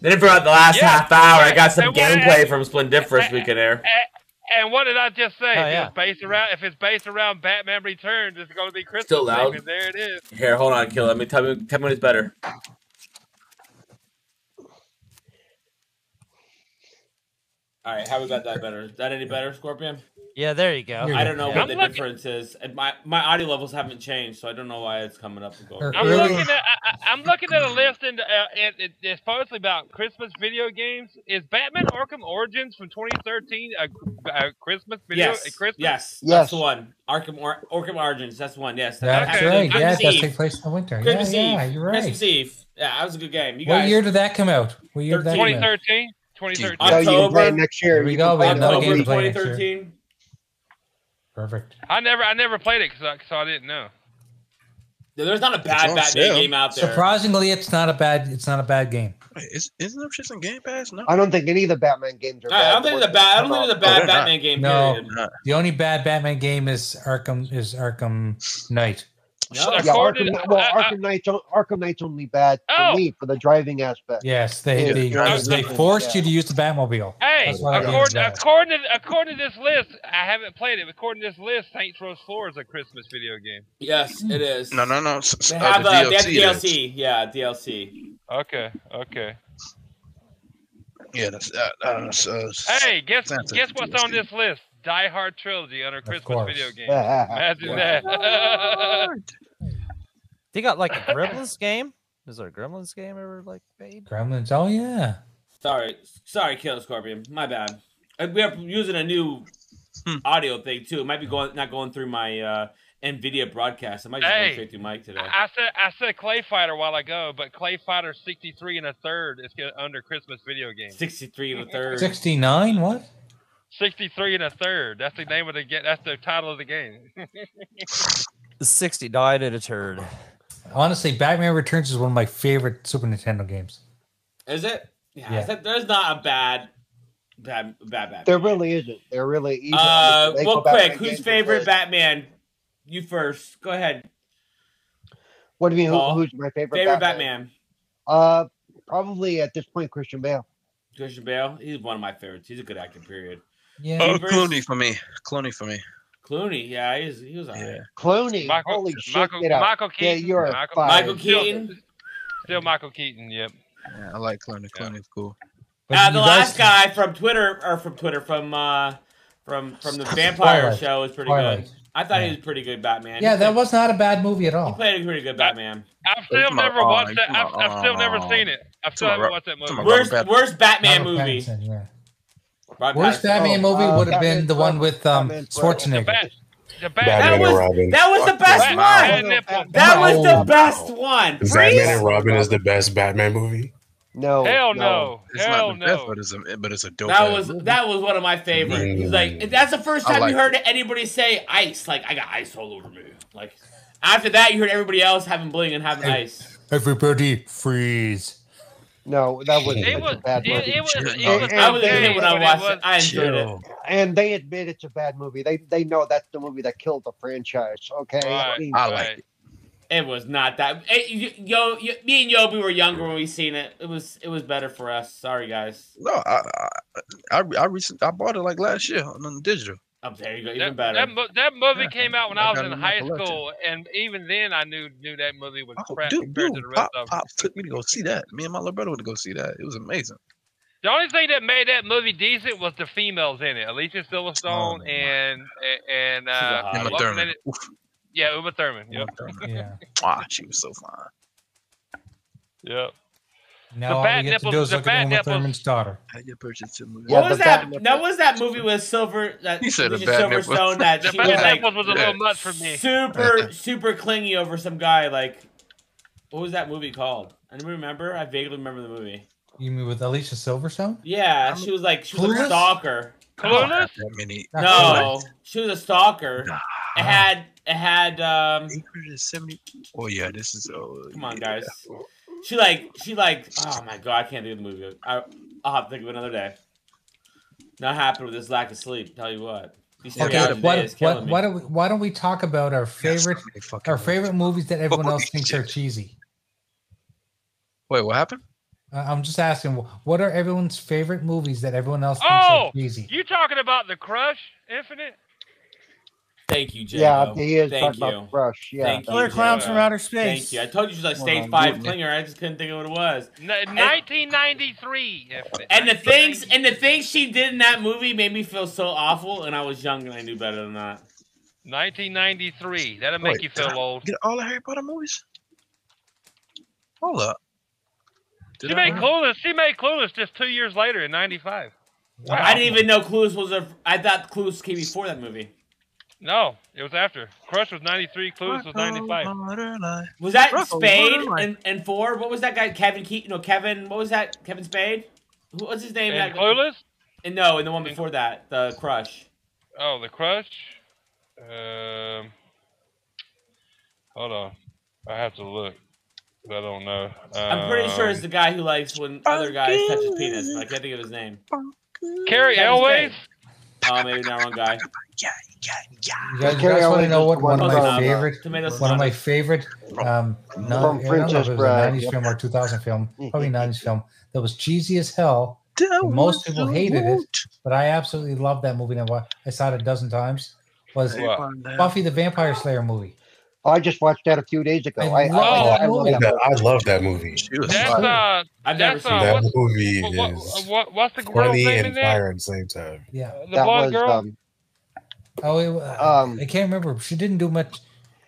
A: Then for about the last half hour, I got some gameplay from Splendiferous Weekend Air.
I: And what did I just say?
A: Oh,
I: If
A: yeah.
I: it's based around if it's based around Batman Returns, it's gonna be Christmas.
A: Still loud.
I: themed. There it is.
A: Here, hold on, kill. Let me tell me, tell me when it's better. All right, how we got that better? Is that any better, Scorpion?
B: Yeah, there you go.
A: I don't know
B: Yeah.
A: what
B: I'm
A: the
B: looking-
A: difference is. And My my audio levels haven't changed, so I don't know why it's coming up and going.
I: I'm looking at I, I- I'm looking at a list and uh, it, it, it's supposedly about Christmas video games. Is Batman Arkham Origins from 2013 a, a Christmas video?
A: Yes,
I: A Christmas?
A: yes,
M: Yes.
A: that's the one. Arkham or- Arkham Origins, that's the one. Yes,
D: That's
A: Okay.
D: right. Yeah, it
A: Christmas
D: does
A: Eve.
D: take place in the winter. Yeah,
A: Christmas
D: yeah,
A: Eve.
D: you're right.
A: Christmas Eve. Yeah, that was a good game. You
D: what
A: guys,
D: year did that come out? What year did that come out?
I: 2013. 2013.
M: So you can play it
A: October.
M: next year.
D: Here we go. We have another game
A: October
D: to play next year.
A: 2013.
D: Perfect.
I: I never I never played it because I, 'cause I didn't know.
A: Yeah, There's not a
G: It's
A: bad
G: on
A: Batman
G: sale.
A: game out there.
D: Surprisingly, it's not a bad. It's not a bad game.
G: Wait, is, isn't there shit in Game Pass? No.
M: I don't think any of the Batman games are.
A: All right, I
M: bad.
A: don't think it's a bad. I don't think it's a bad
G: Oh, they're not.
A: Batman game.
D: No,
A: Period.
M: Uh.
D: the only bad Batman game is Arkham is Arkham Knight.
M: Yeah, Arkham, well, Arkham Knight's on, Arkham Knight's only bad for
A: Oh!
M: me for the driving aspect.
D: Yes, they
M: Yeah,
D: they,
M: driving
D: they
M: aspect,
D: forced
M: yeah.
D: you to use the Batmobile.
I: Hey,
D: That's why I think it's
I: according,
D: bad.
I: according to according to this list, I haven't played it. but According to this list, Saints Row 4 is a Christmas video game.
A: Yes, it is.
G: No, no, no. s- s-
A: They
G: uh,
A: have,
G: the
A: uh, they have
G: DLC then.
A: DLC. Yeah, DLC.
I: Okay, okay.
G: Yeah, that's uh, uh, s- uh, s-
I: Hey, guess
G: Sounds like
I: guess
G: a
I: what's
G: DLC.
I: on this list? Die Hard trilogy under Christmas
G: course.
I: video game. Imagine that.
B: They got like a Gremlins game. Is there a Gremlins game ever like made?
D: Gremlins. Oh yeah.
A: Sorry, sorry, Kill Scorpion. My bad. Uh, We are using a new audio thing too. It might be going not going through my uh, Nvidia broadcast. It might just
I: Hey.
A: go straight through Mike today.
I: I said I said Clay Fighter a while ago, but Clay Fighter 63 and a third is get- under Christmas video game.
A: 63 and a third.
D: Sixty nine. What?
I: 63 and a third. That's the name of the game. That's the title of the game.
B: Sixty died at a turd.
D: Honestly, Batman Returns is one of my favorite Super Nintendo games.
A: Is it? Yeah.
D: Yeah.
A: is that- there's not a bad, bad, bad, bad.
M: There really isn't. There really isn't.
A: Uh,
M: They go
A: real
M: back
A: quick,
M: to
A: who's
M: games
A: favorite
M: that-
A: Batman? You first. Go ahead.
M: What do you mean?
A: Paul?
M: Who, who's my favorite?
A: Favorite
M: Batman?
A: Batman.
M: Uh, probably at this point Christian Bale.
A: Christian Bale. He's one of my favorites. He's a good actor. Period.
D: Yeah.
G: Oh,
A: Hebrews-
G: Clooney for me. Clooney for me.
A: Clooney, yeah, he was, he was alright.
M: Clooney,
I: Michael,
M: holy shit,
I: Michael,
M: get out.
I: Michael
M: Yeah,
I: Keaton.
M: you're a
I: Michael,
M: five.
A: Michael Keaton.
I: Still Michael Keaton. Yep.
G: Yeah, I like Clooney. Clooney's cool.
A: Uh, the last guy from Twitter, or from Twitter, from uh, from from the Vampire
D: Twilight.
A: Show was pretty
D: Twilight.
A: good. I thought he was pretty good Batman.
D: Yeah,
A: he
D: that was not a bad movie at all.
A: played a pretty good Batman.
I: I've still never watched that. I've, I've still never seen it. I've still
A: on,
I: haven't
A: Rob-
I: watched that movie.
A: come on, Worst- Robert Pattinson. worst Batman
D: Robert
A: movie.
D: Pattinson, yeah.
A: Robert
D: Worst
A: Pattinson.
D: Batman movie
A: Uh,
D: would have been the one with um, Schwarzenegger.
I: The
A: That was that was the best
I: Batman.
A: one. That was the
D: Oh.
K: No.
A: best one.
K: Batman
A: Freeze.
K: and Robin is the best Batman movie.
M: No.
A: Hell no.
G: It's
A: Hell
G: not the best,
A: no.
G: but it's a, but it's a dope.
A: That
G: ass
A: was
G: movie.
A: that was one of my favorites. He's Like that's the first
G: I
A: time you
G: like
A: heard anybody say ice. Like I got ice all over me. Like after that, you heard everybody else having bling and having ice.
D: Everybody freeze.
M: No, that was
A: It
M: it's a bad
A: it-
M: movie.
A: it was- it was-
M: And-
A: I was a kid when I
M: and-
A: watched it. I enjoyed it.
M: And they admit it's a bad movie. They they know that's the movie that killed the franchise. Okay,
A: Right,
M: mean,
A: I like it. It was not that. It, you- yo, you- me and Yobi were younger when we seen it. It was it was better for us. Sorry guys.
G: No, I I I, I recent I bought it like last year on, on digital.
A: Oh, there you go.
I: That,
A: Even
I: that,
A: better.
I: mo- that movie came out when
G: I
I: I was
G: got it
I: in
G: in my
I: high
G: collection.
I: school, and even then I knew knew that movie was crap
G: Dude,
I: compared to
G: dude
I: the rest
G: Pop,
I: of them.
G: Pop took me to go see that. Me and my little brother went to go see that. It was amazing.
I: The only thing that made that movie decent was the females in it: Alicia
G: Oh,
I: Silverstone and and uh,
G: Emma
I: what's her
G: Thurman.
I: name? Yeah, Uma Thurman. Yep.
D: Yeah.
G: Wow, Ah, she was so fine.
I: Yep.
D: Now all we get to do is look at Uma Thurman's daughter.
G: I get purchased to movie.
A: What was that? That was that movie with Silver. That
G: He said the
A: Alicia
G: bad nipples.
A: Silverstone. That
G: The
A: she
G: bad
A: was like
G: nipples was a little much for me.
A: Super super clingy over some guy. Like, what was that movie called? Anybody remember? I vaguely remember the movie.
D: You mean with Alicia Silverstone?
A: Yeah, she was like she was
D: Clueless?
A: a stalker.
D: Clueless?
G: Oh, That many.
A: No, she was a stalker. It had it had um.
G: Oh yeah, this is. Oh,
A: Come on, guys. She like she like. Oh my god, I can't think of the movie. I I'll have to think of another day. Not happy with this lack of sleep. Tell you what. These three
D: Okay,
A: hours a day
D: what,
A: is killing
D: what,
A: me.
D: why, don't we, why don't we talk about our favorite our favorite movies that everyone
G: Holy
D: else thinks are cheesy?
G: Wait, what happened?
D: Uh, I'm just asking, wh- what are everyone's favorite movies that everyone else thinks
I: Oh,
D: are cheesy?
I: you talking about the Crush Infinite?
A: Thank you, Jacob.
M: Yeah, he is
A: Thank
M: talking
A: you.
M: about Crush, yeah.
A: Thank
M: Killer
A: you,
M: Clowns
A: Jacob.
M: from Outer Space.
A: Thank you. I told you she was like
M: Hold
A: stage
M: on,
A: five
M: wouldn't it?
A: clinger. I just couldn't think of what it was.
I: N- 1993. Infinite.
A: And the things and the things she did in that movie made me feel so awful. And I was young and I knew better than that.
I: 1993. That'll make
G: Wait,
I: you
G: did
I: feel
G: I
I: old.
G: Get all the Harry Potter movies. Hold up. Did
I: she
G: I
I: made
G: not?
I: Clueless. She made Clueless just two years later in '95. Wow.
A: I didn't even know Clues was a. I thought Clues came before that movie.
I: No, it was after. Crush was '93. Clueless was '95.
A: Was that
I: Ruffle,
A: Spade
I: what am I-
A: and, and four? What was that guy? Kevin Keaton? No, Kevin. What was that? Kevin Spade? Who was his name?
I: In
A: that-
I: Clueless?
A: And no, and the one before that, the Crush.
I: Oh, the Crush. Um, hold on, I have to look. I don't know. Um,
A: I'm pretty sure it's the guy who likes when other guys touch his penis. I can't think of his name.
I: Carrie
A: Kevin
I: Elways.
A: Spade. Oh, maybe not wrong guy.
D: You guys,
M: Carry on
D: want to
M: with
D: know
M: just
D: what one of
M: one
D: my
M: song.
D: favorite,
A: Tomato
D: one of my
A: sauce.
D: favorite, um, non, I don't know if it was
M: Princess
D: a
M: Bride,
D: 90s
M: yep.
D: film or 2000 film, probably 90s film that was cheesy as hell.
G: That
D: and Most
G: was
D: people
G: the
D: hated it,
G: root.
D: but I absolutely loved that movie. And I wa- I saw it a dozen times. Was
M: What?
D: Buffy the Vampire Slayer movie?
M: I just watched that a few days ago. I, I,
D: love
M: I,
D: that
M: I love
D: movie.
M: Oh, that movie.
K: Oh, I love that movie.
I: That's uh,
A: I've
I: never that's, seen uh,
K: that
I: what's-
K: movie.
I: wha- wha-
K: Is
I: uh, what, what's the girl's
K: funny
I: name in
K: and
I: there?
K: fire at the same time.
D: Yeah,
I: The blonde girl.
M: um,
D: Oh, it, wa- I can't remember. She didn't do much.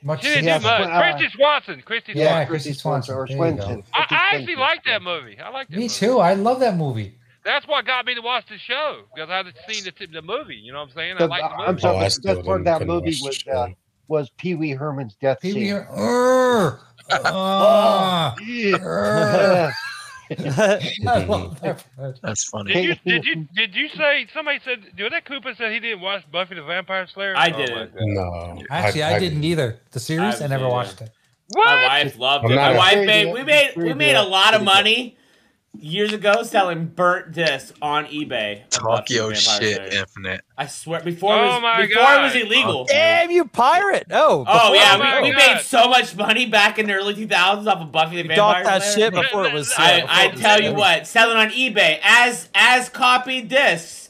D: Much.
I: she didn't
D: yeah,
I: do much.
M: uh,
I: Christy Swanson. Christy
D: yeah,
I: Swanson.
D: Christy Swanson. There you go.
I: I, I actually like that movie. I like that.
D: Me
I: movie.
D: too. I love that movie.
I: That's what got me to watch the show because I hadn't seen the, t- the movie. You know what I'm saying? I
M: The-
I: like the movie.
M: I'm sorry,
K: Oh, I
M: the
K: still
M: best part
K: didn't-
M: of that
K: couldn't
M: movie
K: watch the
M: was uh, was Pee Wee Herman's death
D: Pee Wee
M: scene.
D: Her- Urgh.
M: Oh,
D: Ah. Urgh. I love that part.
G: That's funny.
I: Did you did you did you say somebody said? Did that Cooper said he didn't watch Buffy the Vampire Slayer?
A: I
I: Oh,
A: didn't.
I: my-
K: No,
D: Actually, I, didn't either. The series, I,
A: I've
D: never
A: seen
D: watched it.
A: My wife loved
K: I'm
A: it.
K: not
A: My
K: a-
A: wife
K: Pretty
A: made
K: good.
A: we made we
K: Pretty
A: made a
K: good.
A: lot of
K: Pretty good.
A: money years ago selling burnt discs on eBay. about
G: Tokyo
A: Vampire
G: shit
A: Slayer.
G: infinite.
A: I swear before it
I: Oh
A: was
I: my
A: before it was
I: God.
A: illegal.
B: Oh, Damn you, pirate! Oh,
A: Oh
B: before-
A: yeah, we, we
I: God.
A: made so much money back in the early 2000s off of Buffy the Vampire
B: docked that
A: Slayer.
B: shit before it was. yeah,
A: I,
B: before
A: I
B: it was
A: tell you
B: legal.
A: what, selling on eBay as as copied discs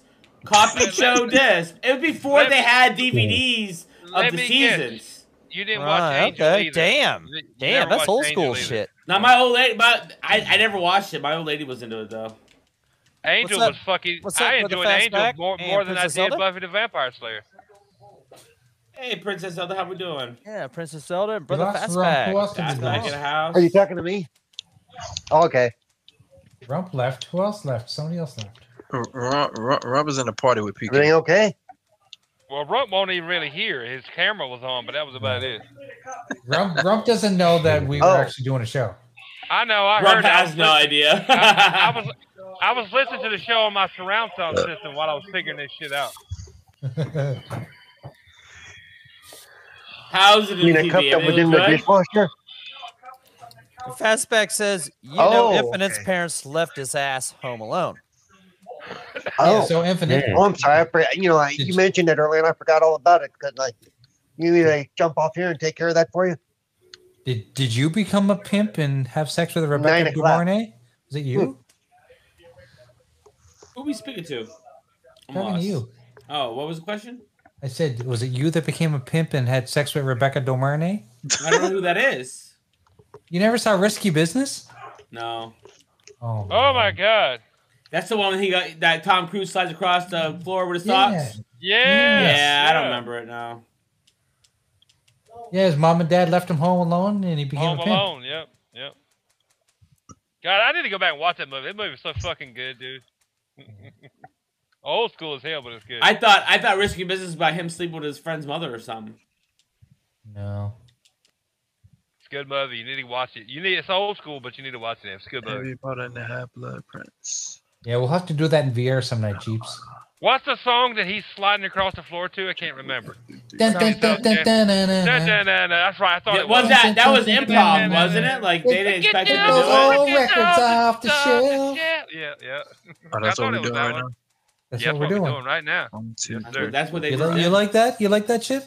A: Copy show disc. It was before
I: Let
A: they
I: me-
A: had DVDs
I: Let
A: of the
I: me
A: seasons.
I: You didn't
B: Right,
I: watch Angels
B: Ah, okay,
I: either.
B: damn.
I: You didn't-
B: Damn,
I: never
B: that's
I: watched
B: old
I: Angels
B: school
I: either.
B: shit.
A: Now my old lady, my I, I never watched it. My old lady was into it though.
I: Angel was fucking.
A: what's up
I: I
A: with the
I: enjoyed Angel
A: fastback
I: more,
A: and
I: more than I did
A: Princess Zelda?
I: Buffy the Vampire Slayer.
A: Hey, Princess Zelda, how we doing?
B: Yeah, Princess Zelda and
A: Brother
B: Fastback.
A: Fastback in the house.
M: Are you talking to me? Oh, okay.
D: Rump left. Who else left? Somebody else left.
G: Rob, Rob, Rob is in a party with PK.
M: Everything okay?
I: Well, Rump won't even really hear. His camera was on, but that was about it.
D: Rump, Rump doesn't know that we were
I: Oh.
D: actually doing a show.
I: I know. I
A: Rump
I: heard. I
A: has
I: was
A: no
I: listening-
A: idea.
I: I, I was. I was listening to the show on my surround sound system while I was figuring this shit out.
A: How's it
M: You mean a cup that was in the dishwasher?
B: Fastback says, you know,
M: Oh,
B: Infinite's parents left his ass home alone.
M: Oh,
B: so Infinite-
M: Oh, I'm sorry. I for, you know, I, you mentioned it earlier, and I forgot all about it because I. You need to jump off here and take care of that for you.
D: Did Did you become a pimp and have sex with Rebecca
M: Nine o'clock. Hmm.
D: DuVernay? Was it you?
A: Who we speaking to? I'm
D: Talking to
A: lost.
D: you.
A: Oh, what was the question?
D: I said, was it you that became a pimp and had sex with Rebecca DuVernay?
A: I don't know who that is.
D: You never saw Risky Business?
A: No.
D: Oh,
I: my god.
A: That's the one he got that Tom Cruise slides across the floor with his
D: Yeah.
A: socks.
I: Yes,
A: Yeah, I don't
I: yeah.
A: remember it now.
D: Yeah, his mom and dad left him home alone, and he became
I: Home
D: a pimp.
I: Alone. Yep. Yep. God, I need to go back and watch that movie. That movie was so fucking good, dude. Old school as hell, but it's good.
A: I thought I thought risky business was about him sleeping with his friend's mother or something.
D: No.
I: It's a good movie. You need to watch it. You need it's old school, but you need to watch it. It's a good movie.
G: Everybody in the high blood prince.
D: Yeah, we'll have to do that in VR some night, Jeeps.
I: What's the song that he's sliding across the floor to? I can't remember.
D: Dun, dun, dun, dun, dun, dun, dun.
I: Dun, dun, dun, dun. That's right. I thought
A: Yeah,
I: it
A: was
I: was
A: that- that was improv, wasn't it? Like, they didn't expect him to do it?
D: old records off the shelf.
I: Yeah, yeah.
G: Oh, that's what we're doing right now.
D: That's
I: Yeah,
D: what we're doing.
I: right now.
A: That's what, that's what they
D: You,
A: did.
D: li- you like that? You like that shit?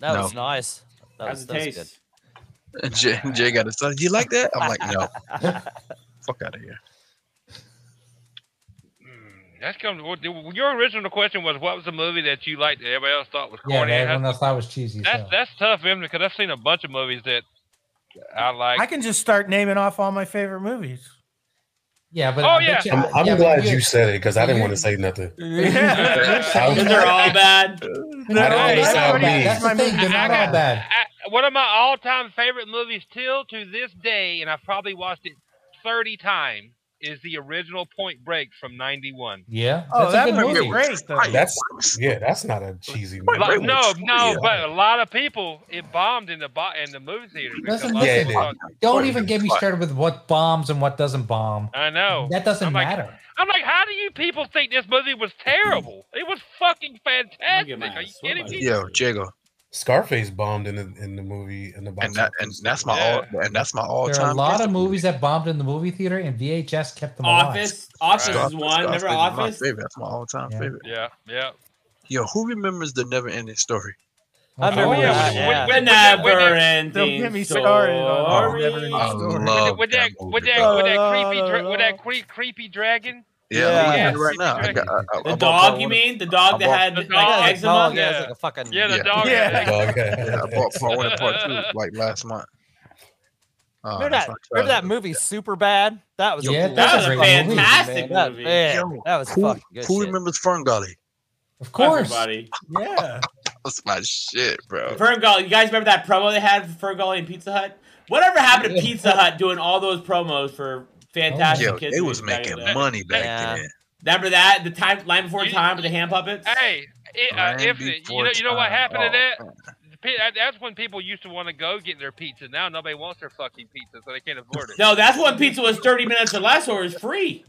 B: That
G: No.
B: was nice. That
A: How's
B: was,
A: the
B: that was good.
A: taste?
G: And Jay, Jay got his son. Do you like that? I'm like, no. Fuck out of here.
I: That's come. what- Your original question was, what was the movie that you liked that everybody else thought was
D: Yeah,
I: corny?
D: man,
I: That's-
D: everyone else thought it was cheesy.
I: That's
D: so.
I: that's tough, man, because I've seen a bunch of movies that I like.
C: I can just start naming off all my favorite movies.
D: Yeah, but
I: Oh, yeah.
F: I'm, I'm glad you said it because I didn't want to say nothing. I was-
A: They're all bad.
F: I don't want to sound mean.
D: That's the thing. They're not all bad.
I: I- one of my all-time favorite movies till to this day, and I've probably watched it thirty times, is the original Point Break from '91.
D: Yeah.
C: Oh,
F: that's a
C: that
F: good
C: movie's
F: movie.
C: great though.
F: That's yeah. That's not a cheesy movie.
I: But no, no, but a lot of people it bombed in the bo- in the movie theater. because
D: Listen,
I: a lot of
D: listen,
I: people thought-
D: Don't even get me started with what bombs and what doesn't bomb.
I: I know
D: That doesn't
I: I'm like-
D: matter.
I: I'm like, how do you people think this movie was terrible? It was fucking fantastic. Are you kidding me?
G: Yo, Jago.
F: Scarface bombed in the in the movie in the box.
G: And that and that's my all and that's my all
D: there are a
G: time.
D: lot of movies that bombed in the movie theater, and VHS kept them
A: Office. Office
G: Scarface-
A: is one.
G: Scarface
A: Remember
G: is my
A: Office?
G: favorite. That's my all time favorite.
I: Yeah, yeah.
G: Yo, who remembers the never ending story?
B: I remember
G: Oh,
B: that, yeah.
G: yeah.
A: The never ending story.
G: I love
I: With that, with that, with that creepy, dra- with that cre- creepy dragon.
G: Yeah,
A: Yeah.
G: I'm looking at
A: Yes.
G: it right now. I got, I, I,
A: The
G: I bought
A: dog,
G: part
A: you
G: one-
A: mean? The dog
G: I
A: that
G: bought-
A: had
I: The dog.
A: like eczema?
I: dog, yeah, it's like
B: a fucking
I: Yeah, the dog. had
G: Yeah.
I: eczema.
G: yeah, I bought part one and part two like last month. Uh,
B: Remember that, remember that movie Super Bad? That was
G: Yeah,
B: a,
G: that was a
B: fucking movie,
G: fantastic
B: man. That-
G: movie.
B: man,
G: Yo,
B: that was
G: who-
B: fucking good.
G: Who
B: shit.
G: remembers Ferngully?
D: Of
A: course. Everybody.
C: Yeah.
G: That's my shit, bro.
A: Ferngully. You guys remember that promo they had for Ferngully and Pizza Hut? Whatever happened to Pizza Hut doing all those promos for fantastic
G: Yo,
A: kids?
G: they
A: movies
G: was
A: back in
G: making
A: the day?
G: money back then.
A: Remember that? The time line before time with the hand puppets.
I: Hey, it, uh,
G: Land
I: infinite. You
G: Before
I: know, you know what
G: Time.
I: happened to
G: Oh,
I: that? Pe- that- That's when people used to want to go get their pizza. Now nobody wants their fucking pizza, so they can't afford it.
A: No, that's when pizza was thirty minutes or less, or it was free.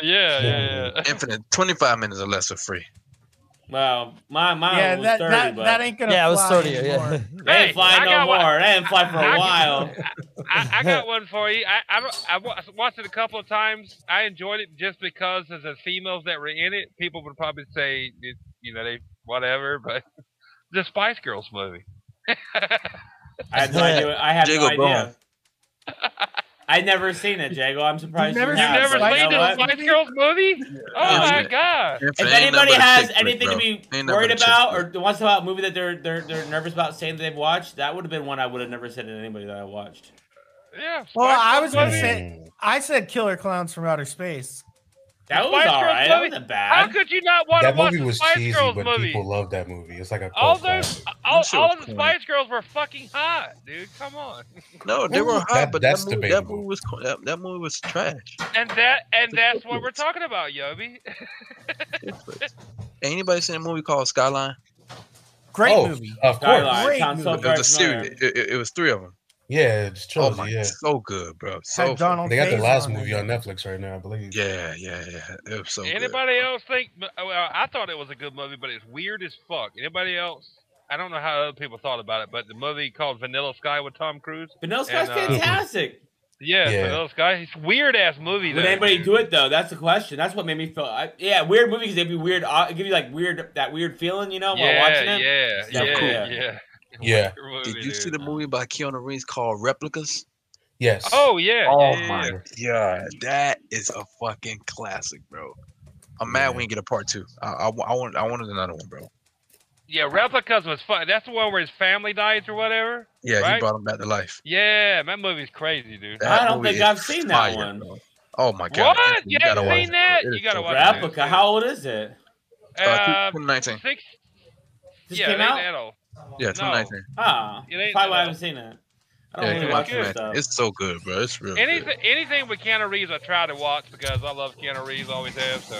I: Yeah, yeah, yeah.
G: Infinite, twenty five minutes or less for free.
A: Well, my mine
C: Yeah,
A: was
C: that-
A: thirty.
C: that-
A: but
C: that ain't gonna Yeah, it was fly 30, yeah. anymore.
A: They ain't
I: Hey,
A: flying
I: I
A: no
I: got
A: more.
I: one-
A: They ain't fly for
I: I-
A: a
I: I-
A: while.
I: I, I got one for you. I, I, don't- I wa- watched it a couple of times. I enjoyed it just because of the females that were in it. People would probably say, it, you know, they whatever, but the Spice Girls movie.
A: I had no idea. I had no
G: Jago
A: idea.
P: I never seen it, Jago. I'm surprised
I: You've
P: you have,
I: never
P: but you know
I: played the
P: what?
I: Spice Girls movie? Oh my
P: Yeah.
I: god!
P: If anybody has anything to be worried about or wants about a movie that they're they're they're nervous about saying that they've watched, that would have been one I would have never said to anybody that I watched.
I: Yeah.
C: Well,
I: Spice
C: I
I: Girls
C: was gonna
I: movie?
C: say I said Killer Clowns from Outer Space.
P: That
I: Spice Girls movie? How could you not want to
F: That
I: watch
F: movie
I: the
F: was
I: Spice
F: cheesy,
I: Girls
F: but
I: movie?
F: people loved that movie. It's like a
I: All
F: cult
I: those,
F: classic.
I: all,
F: That shit
I: all
F: was
I: of the
F: corny.
I: Spice Girls were fucking hot, dude. Come on.
G: No, they were hot,
F: That-
G: but
F: that's
G: that, movie, that
F: debatable.
G: movie was co- that, that movie was trash.
I: And that, and that's what we're talking about, Yobi.
G: Ain't Anybody seen a movie called Skyline?
C: Great
G: Oh,
C: movie.
G: of course.
C: Skyline. Great Sounds so movie.
G: it was
C: very
G: a series.
C: familiar.
G: It, it- it was three of them.
F: Yeah, it's
G: Oh
F: trilogy.
G: my,
F: yeah,
G: so good, bro. So
F: They got
G: fucking-
F: the last movie on Netflix right now, I believe.
G: Yeah, yeah, yeah. It was so good.
I: Anybody else think? uh, Well, I thought it was a good movie, but it's weird as fuck. Anybody else? I don't know how other people thought about it, but the movie called Vanilla Sky with Tom Cruise.
P: Vanilla
I: and,
P: Sky's
I: uh,
P: fantastic.
I: Yeah,
P: Yeah.
I: Vanilla Sky. It's oh, a weird ass movie.
P: Would
I: though,
P: anybody
I: dude.
P: do it though? That's the question. That's what made me feel. I, yeah, weird movie because they'd be weird. Uh, it give you like weird that weird feeling, you know, while
I: Yeah,
P: watching it.
I: yeah,
P: So
I: yeah,
P: cool.
I: yeah.
F: Yeah.
G: Did you see the movie by Keanu Reeves called Replicas?
F: Yes.
I: Oh yeah.
G: Oh
I: yeah,
G: my
I: yeah.
G: god, that is a fucking classic, bro. I'm mad we didn't get a part two. I, I, wa- I wanted I wanted another one, bro.
I: Yeah, replicas was fun. That's the one where his family dies or whatever.
G: Yeah,
I: right?
G: he brought him back to life.
I: Yeah, that movie's crazy, dude.
G: That movie is fire, bro. Oh my god!
I: What?
G: You
I: You
G: gotta
I: haven't
G: watch
I: seen
G: it, bro.
I: that?
G: It
I: You
G: is
I: gotta
G: so
I: watch
G: good.
P: Replica. How old is it?
I: Uh,
G: 2019.
I: Six.
P: Just
I: yeah,
P: came
I: it ain't
P: out?
I: that old.
G: Yeah,
I: No.
G: 2019.
P: Ah,
I: It ain't
P: probably why I
I: that
P: haven't seen it. I
G: Yeah,
P: don't
G: you
P: really
G: gotta
P: watch
G: watch
P: this
G: it, man.
P: stuff.
G: It's so good, bro. It's real. good.
I: Anything, anything with Keanu Reeves, I try to watch because I love Keanu Reeves. Always have so.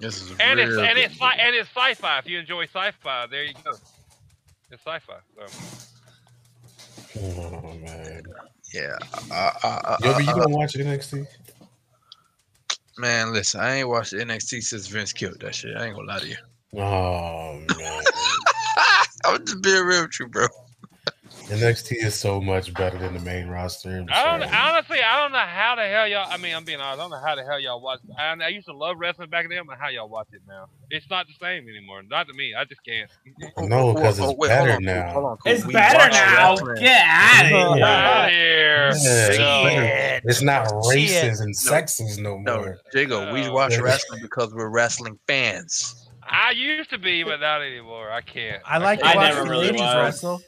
G: This is
I: And it's
G: real
I: and
G: good.
I: it's sci- and it's sci-fi. If you enjoy sci-fi, there you go. It's sci-fi. So.
F: Oh man.
G: Yeah. I- I- I-
F: Yo, but you
G: I-
F: don't watch NXT?
G: Man, listen, I ain't watched NXT since Vince killed that shit. I ain't gonna lie to you.
F: Oh man.
G: I'm just being real with you, bro.
F: NXT is so much better than the main roster.
I: I don't honestly. I don't know how the hell y'all. I mean, I'm being honest. I don't know how the hell y'all watch. I, I used to love wrestling back then, but how y'all watch it now? It's not the same anymore. Not to me. I just can't.
F: No, because
G: Oh,
F: it's
G: wait, hold
F: better
G: on,
F: now.
G: hold on,
P: It's
G: we
P: better
G: watched
P: now.
G: wrestling.
P: Get out
F: Yeah.
P: of
F: Yeah.
P: here.
F: it's, better.
G: Shit.
F: It's not
G: Shit.
F: racist and
G: No.
F: sexist no more.
G: Jago, we
I: Oh.
G: watch
F: Yeah.
G: wrestling because we're wrestling fans.
I: I used to be, but not anymore. I can't.
C: I like to
I: can't.
C: watch the ladies wrestle.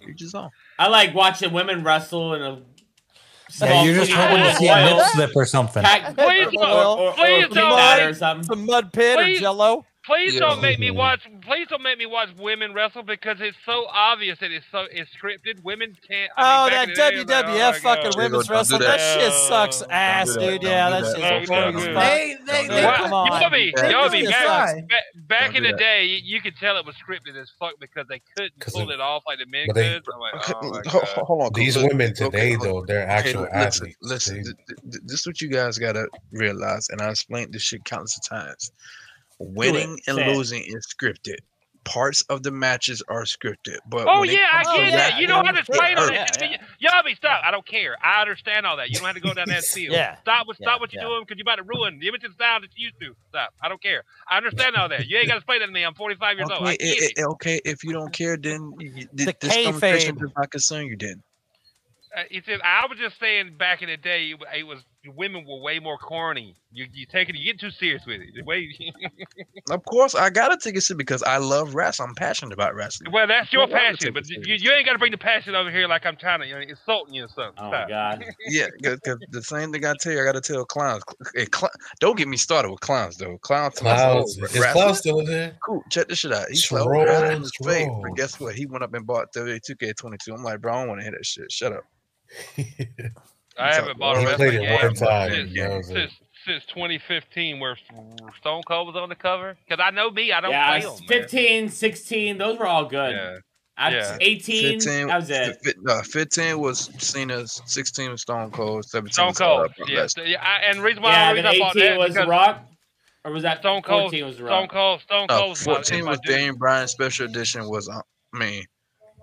G: You just on.
P: I like watching women wrestle in a.
D: Yeah,
P: small
D: you're just
P: city
D: hoping to
P: with
D: see a
P: wild
D: lip slip or something.
P: cat-
I: Please
P: or-
I: don't.
P: or- or
I: Please
P: peanut
I: don't.
P: butter or something.
B: Some mud pit
I: Please-
B: or jello.
I: Please
G: Yeah. Mm-hmm.
I: don't make me watch. Please don't make me watch women wrestle because it's so obvious that it's so it's scripted. Women can't.
B: Oh,
I: I mean, back
B: that
I: in the day, it was like, oh
B: WWF
I: my God.
B: fucking
G: Dude,
B: women's
G: don't do
B: wrestling.
G: that.
B: That shit sucks ass,
G: that.
B: dude.
G: Don't
B: Yeah,
G: do
B: that
G: that.
I: Don't
B: shit's
I: do that.
B: boring as
I: Don't do
B: fuck.
C: They they they
I: Well,
B: Come
C: put-
B: on.
I: Yobi,
G: They
I: Yobi,
C: do
I: back,
C: aside.
I: back, back
G: Don't
I: in
G: do
I: the
G: that.
I: day, you, you could tell it was scripted as fuck because they couldn't
F: 'Cause
I: pull
F: it-
I: it off like the men
F: but they-
I: could. I'm like,
G: Okay,
I: oh my
G: ho-
I: God.
G: ho- hold on. 'cause
F: These
G: look-
F: women today,
G: hold-
F: though, they're
G: okay,
F: actual
G: look, listen,
F: athletes.
G: listen.
F: They-
G: th- th- th- this is what you guys gotta realize, and I explained this shit countless of times. Winning and
P: Say it.
G: losing is scripted. Parts of the matches are scripted, but
I: Oh
G: when it
I: yeah, I
G: comes to
I: get that.
G: that-
I: You don't have to explain all
G: Yeah,
I: that. shit to me. Yobi, stop. I don't care. I understand all that. You don't have to go down that field.
B: Yeah.
I: Stop with
B: Yeah,
I: stop what you're
B: yeah.
I: doing because you're about to ruin the image and style that you used to. Stop. I don't care. I understand all that. You ain't gotta explain that to me. I'm 45 years
G: Okay,
I: old. I get
G: it-
I: it.
G: it- okay, if you don't care, then you- you-
B: The
G: this conversation
B: kayfabe.
G: does not concern you. Then
I: Uh, he said, I was just saying back in the day, it wa- it was women were way more corny. You you take it, you get too serious with it. The way,
G: Of course, I gotta take it serious because I love wrestling. I'm passionate about wrestling.
I: well, that's your
G: Well, I would
I: passion,
G: take
I: but
G: it
I: you,
G: serious.
I: you ain't got to bring the passion over here like I'm trying to you know, insulting you or something.
P: Oh my
I: Stop.
P: god.
G: yeah, because the same thing I tell you, I gotta tell clowns. Cl- Hey, cl- don't get me started with clowns though. Clowns, to my soul,
F: Clouds.
G: bro.
F: Is
G: Wrestling?
F: Cloud still in there?
G: Cool. Check this shit out. He's
F: Troll,
G: slow right in his face.
F: troll.
G: But guess what? He went up and bought WWE 2K22. I'm like, bro, I don't want to hear that shit. Shut up.
I: I haven't bought a
F: He played
I: wrestling
F: it one
I: game
F: time.
I: since,
F: and that was it.
I: since, since 2015 where Stone Cold was on the cover. Because I know me, I don't
P: yeah,
I: play 'em, man.
P: 15, 16, those were all good.
I: Yeah.
P: I,
I: Yeah.
P: 18, that was it.
G: fi- no, 15 was Cena's, 16 was Stone Cold, 17
I: Stone
G: was
I: Cold.
G: uh, Brock
I: Yeah,
G: Lesnar.
I: yeah, I, and the reason why
P: Yeah,
I: I
P: then
I: reason I bought
P: 18
I: that
P: was
I: because
P: Rock, or was that
I: Stone Cold,
P: 14 was
I: Stone
P: Rock?
I: Cold, Stone
G: No,
I: Cold was my- is
G: 14
I: my
G: Uh, was
I: dude.
G: Daniel Bryan. Special edition was, uh, I mean,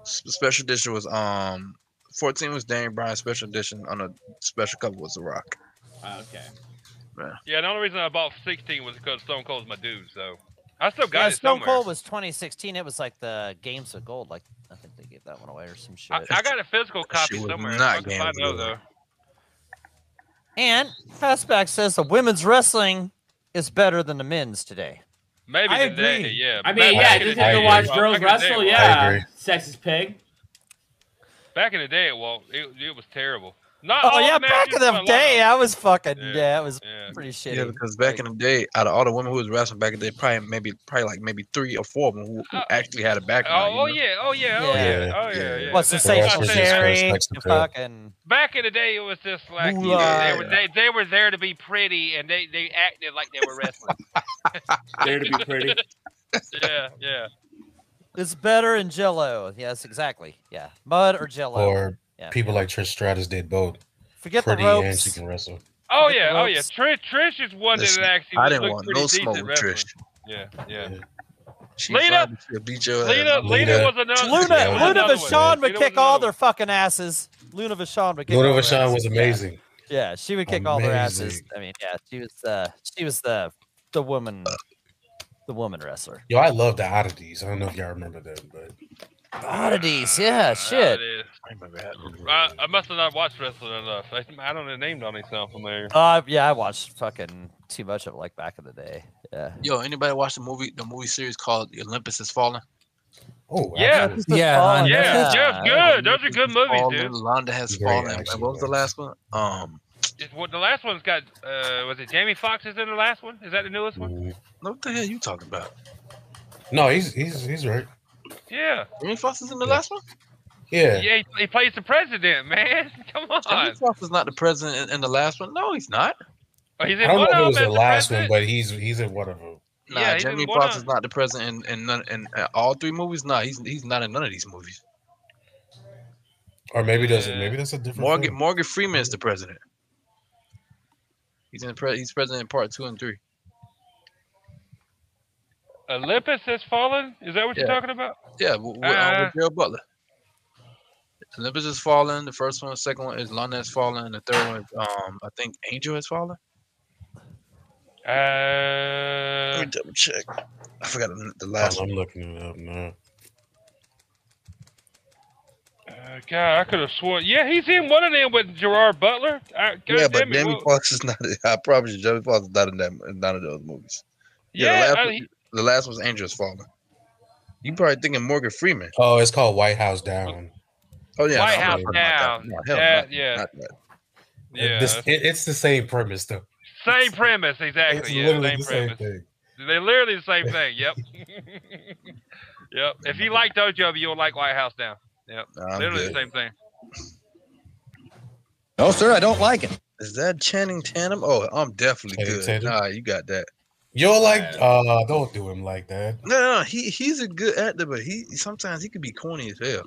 G: s- special edition was, um, 14 was Daniel Bryan. Special edition on a special cover was The Rock.
P: Oh, okay.
I: Yeah, the only reason I bought 16 was because Stone Cold's my dude. So I still got
B: Yeah,
I: it
B: Stone
I: somewhere.
B: Cold was 2016. It was like the Games of Gold. Like I think they gave take that one away or some shit.
I: I, I got a physical copy
B: was
I: somewhere.
B: not
I: I can find those,
B: gambling.
I: though.
B: And Fastback says the women's wrestling is better than the men's today.
I: Maybe
A: I
I: today,
A: agree.
I: yeah.
A: I
I: Back
A: mean, yeah,
I: in the
A: just
I: day,
A: have to
I: it
A: watch
I: was-
A: girls
I: back in the day, it
A: wrestle.
I: was-
A: Yeah, sexist pig.
I: Back in the day, well, it, it was terrible. Not
B: Oh
I: all
B: yeah,
I: matches,
B: back in
I: but a
B: the
I: lot
B: day,
I: of-
B: I was fucking yeah, it was pretty shitty.
G: Yeah, because back in the day, out of all the women who was wrestling back in the day, probably maybe probably like maybe three or four of them who, who actually had a background.
I: Uh, Oh, oh yeah, oh yeah, oh
G: Yeah.
I: yeah, oh yeah. yeah.
G: What's the
I: That-
G: same
I: that's what I'm saying.
G: Sherry,
B: the fucking
I: Back in the day, it was just like you know, they
B: Moolah.
I: were they, they were there to be pretty, and they, they acted like they were wrestling.
A: there to be pretty.
I: yeah, yeah.
B: it's better in Jello. Yes, exactly. Yeah, mud or Jello.
F: Or
B: yeah.
F: people like Trish Stratus did both.
B: Forget the
F: Pretty and
B: ropes.
F: she can wrestle.
I: Oh
B: Nick
I: yeah, oh yeah.
B: Ropes.
I: Trish, Trish is one
G: Listen,
I: that actually.
G: I didn't
I: looked
G: want
I: pretty
G: no
I: decent
G: smoke with
I: wrestling.
G: Trish.
I: Yeah, yeah.
G: She
I: Lena,
G: tried to beat your ass.
I: Lena, Lena was another.
B: Luna,
I: yeah,
B: Luna
I: another
B: Vachon
I: one.
B: would
I: Lena
B: kick
I: was
B: all their fucking asses. Luna Vachon would kick.
F: Luna
B: all their
F: Vachon
B: asses,
F: was
B: yeah.
F: amazing.
B: Yeah, she would kick all their asses.
F: Amazing.
B: I mean, yeah, she was uh, she was the the woman, the woman wrestler.
F: Yo, I love the oddities. I don't know if y'all remember them, but
B: Oddities, yeah, shit.
I: it another- I, I must have not watched wrestling enough. I, I don't know. Named on sound familiar.
B: Uh, yeah, I watched fucking too much of it, like back in the day. Yeah.
G: Yo, anybody watch the movie? The movie series called The Olympus Is Falling.
F: Oh
I: Yeah, yeah, yeah.
G: yeah.
I: good. Those are good movies,
G: Fallen,
I: dude.
G: Londa has fallen. And what was the last one? Um,
I: Just what- the last one's got. Uh, was it Jamie Foxx is in the last one? Is that the newest one?
G: Mm-hmm. what the hell you talking about?
F: no, he's he's he's right.
I: Yeah.
G: Jamie Foxx is in the last one.
F: Yeah.
I: Yeah, he, he plays the president, man. Come on.
G: Jamie Foxx is not the president in, in the last one. No, he's not.
I: Oh, he's
F: I don't know if it was the last one, but he's he's in one of them.
G: Nah,
F: Yeah, he's in
G: Jamie
F: one
G: Foxx
F: of-
G: is not the president in, in none in uh, all three movies. Nah, he's he's not in none of these movies.
F: Or maybe doesn't. Maybe that's a different.
G: Morgan
F: film.
G: Morgan Freeman is the president. He's in pre- he's president in part two and three.
I: Olympus has fallen. Is that what you're
G: Yeah.
I: talking about?
G: Yeah, with, with,
I: Uh,
G: um, with Bill Butler. Olympus has fallen. The first one, the second one is Lana has fallen. The third one, is, um, I think Angel has fallen.
I: Uh,
G: Let me double check. I forgot the, the
F: Hold
G: last one.
F: on, Oh, I'm looking it up now.
I: uh, God, I could have sworn. Yeah, he's in one of them with Gerard Butler. I, God
G: yeah, but
I: damn it,
G: Jamie
I: well-
G: Foxx is not. I promise you, Jamie Foxx is not in that in none of those movies.
I: Yeah, uh,
G: the last,
I: I-
G: one, the last one's Angel has fallen. You probably thinking Morgan Freeman.
F: Oh, it's called White House Down.
G: Oh yeah,
I: White
G: no,
I: House
G: no, no,
I: Down.
G: no, hell
I: Yeah,
G: no,
I: yeah.
G: not that.
I: Yeah.
F: This- it- it's the same premise though.
I: Same premise, exactly.
F: It's
I: yeah,
F: literally
I: same
F: the
I: premise.
F: same thing.
I: They literally the same thing. Yep. yep. If you like Dojo, you'll like White House Down. Yep.
G: Nah, I'm
I: literally
G: good.
I: the same thing.
G: No, sir, I don't like it. Is that Channing Tatum? Oh, I'm definitely good. Nah, you got that.
F: You're like, uh, don't do him like that.
G: No, no, no, he he's a good actor, but he sometimes he could be corny as hell.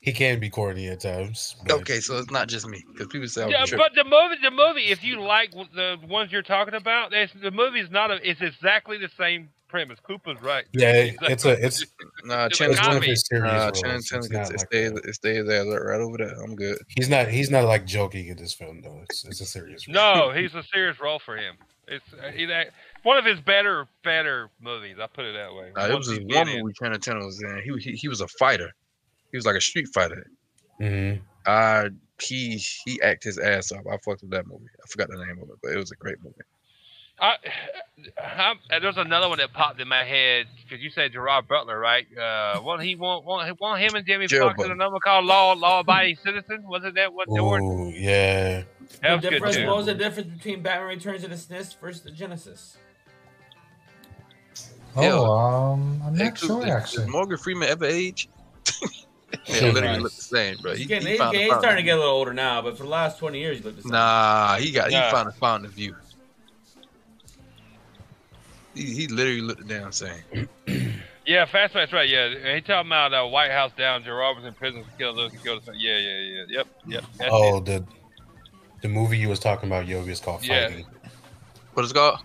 F: He can be corny at times.
G: Okay, so it's not just me because people say I'm
I: Yeah,
G: tripping.
I: but the movie, the movie. If you like w- the ones you're talking about, it's, the movie's not. A, it's exactly the same premise. Cooper's right.
F: Yeah, it-
I: Exactly.
F: it's a it's.
G: Nah,
I: it's a
G: Channing Tatum.
I: comedy.
G: Nah,
F: serious
G: Channing
F: roles.
G: Tatum
F: It's
G: can
F: not
G: stay,
F: like
G: stay, stay there like, right over there. I'm good.
F: He's not he's not like joking in this film though. It's, it's a serious.
I: No, he's a serious role for him. It's uh, he, that, one of his better, better movies. I put it that way.
G: Nah, Uh, it was
I: Ones
G: this
I: he
G: one
I: did in.
G: movie Channing Tatum was in. He, he he was a fighter. He was like a street fighter.
F: Mm-hmm.
G: I he he acted his ass off. I fucked with that movie. I forgot the name of it, but it was a great movie.
I: I, I, I- there's another one that popped in my head because you said Gerard Butler, right? Uh, one he want, one, one him and Jimmy
F: Gerald
I: Fox in
F: Butler. Oh.
I: another called Law Law Abiding Citizen. Wasn't that what they were?
F: Ooh, yeah.
I: That was
A: The
I: good
A: difference-
I: too.
A: What was the difference between Batman Returns and the SNES versus the Genesis?
D: Oh,
G: Yeah.
D: um,
I: Uh,
D: I'm not
G: Actually,
D: sure
G: did- did
D: actually.
G: Morgan Freeman ever age? yeah,
F: Jesus
G: literally
F: Christ.
G: look the same, bro. He,
A: He's, getting,
G: he
A: he's,
G: found a
A: he's
G: fountain.
A: starting to get a little older now, but for the last 20 years, he looked the same.
G: Nah, he got
A: Nah.
G: he found a fountain of youth. He, he literally looked the damn same.
I: Yeah, Fast Fast, right? Yeah, he talking about uh, White House down. Gerard was in prison for killing those killed. us. Yeah, yeah, yeah. Yep, yep. That's
F: Oh, the the movie you was talking about, Yogi, is called
I: it. Yeah.
F: Fighting.
G: What is it called?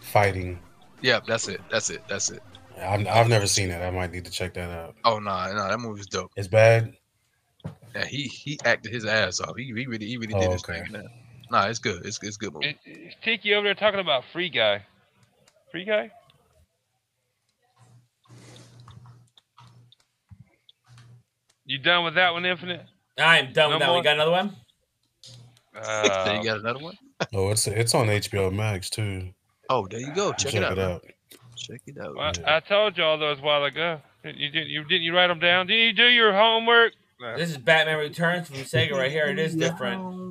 F: Fighting.
G: Yeah, that's it. That's it. That's it.
F: I've, I've never seen it. I might need to check that out.
G: Oh nah, nah, that movie's dope.
F: It's bad.
G: Yeah, he he acted his ass off. He, he really he really did
F: Oh,
G: his
F: okay.
G: thing. man. Nah, it's good. It's it's good movie.
I: It's Tiki over there talking about Free Guy. Free Guy? You done with that one, Infinite?
A: I am done
I: No
A: with that.
I: more?
A: We got another one.
I: Uh,
G: you got another one?
F: Oh, it's it's on HBO Max too.
G: Oh, there you go. Check, it, out.
F: it out.
G: Check it out.
I: well, I told you all those a while ago. You didn't. You didn't. You write them down. Did you do your homework?
A: This is Batman Returns from Sega right here. It is different.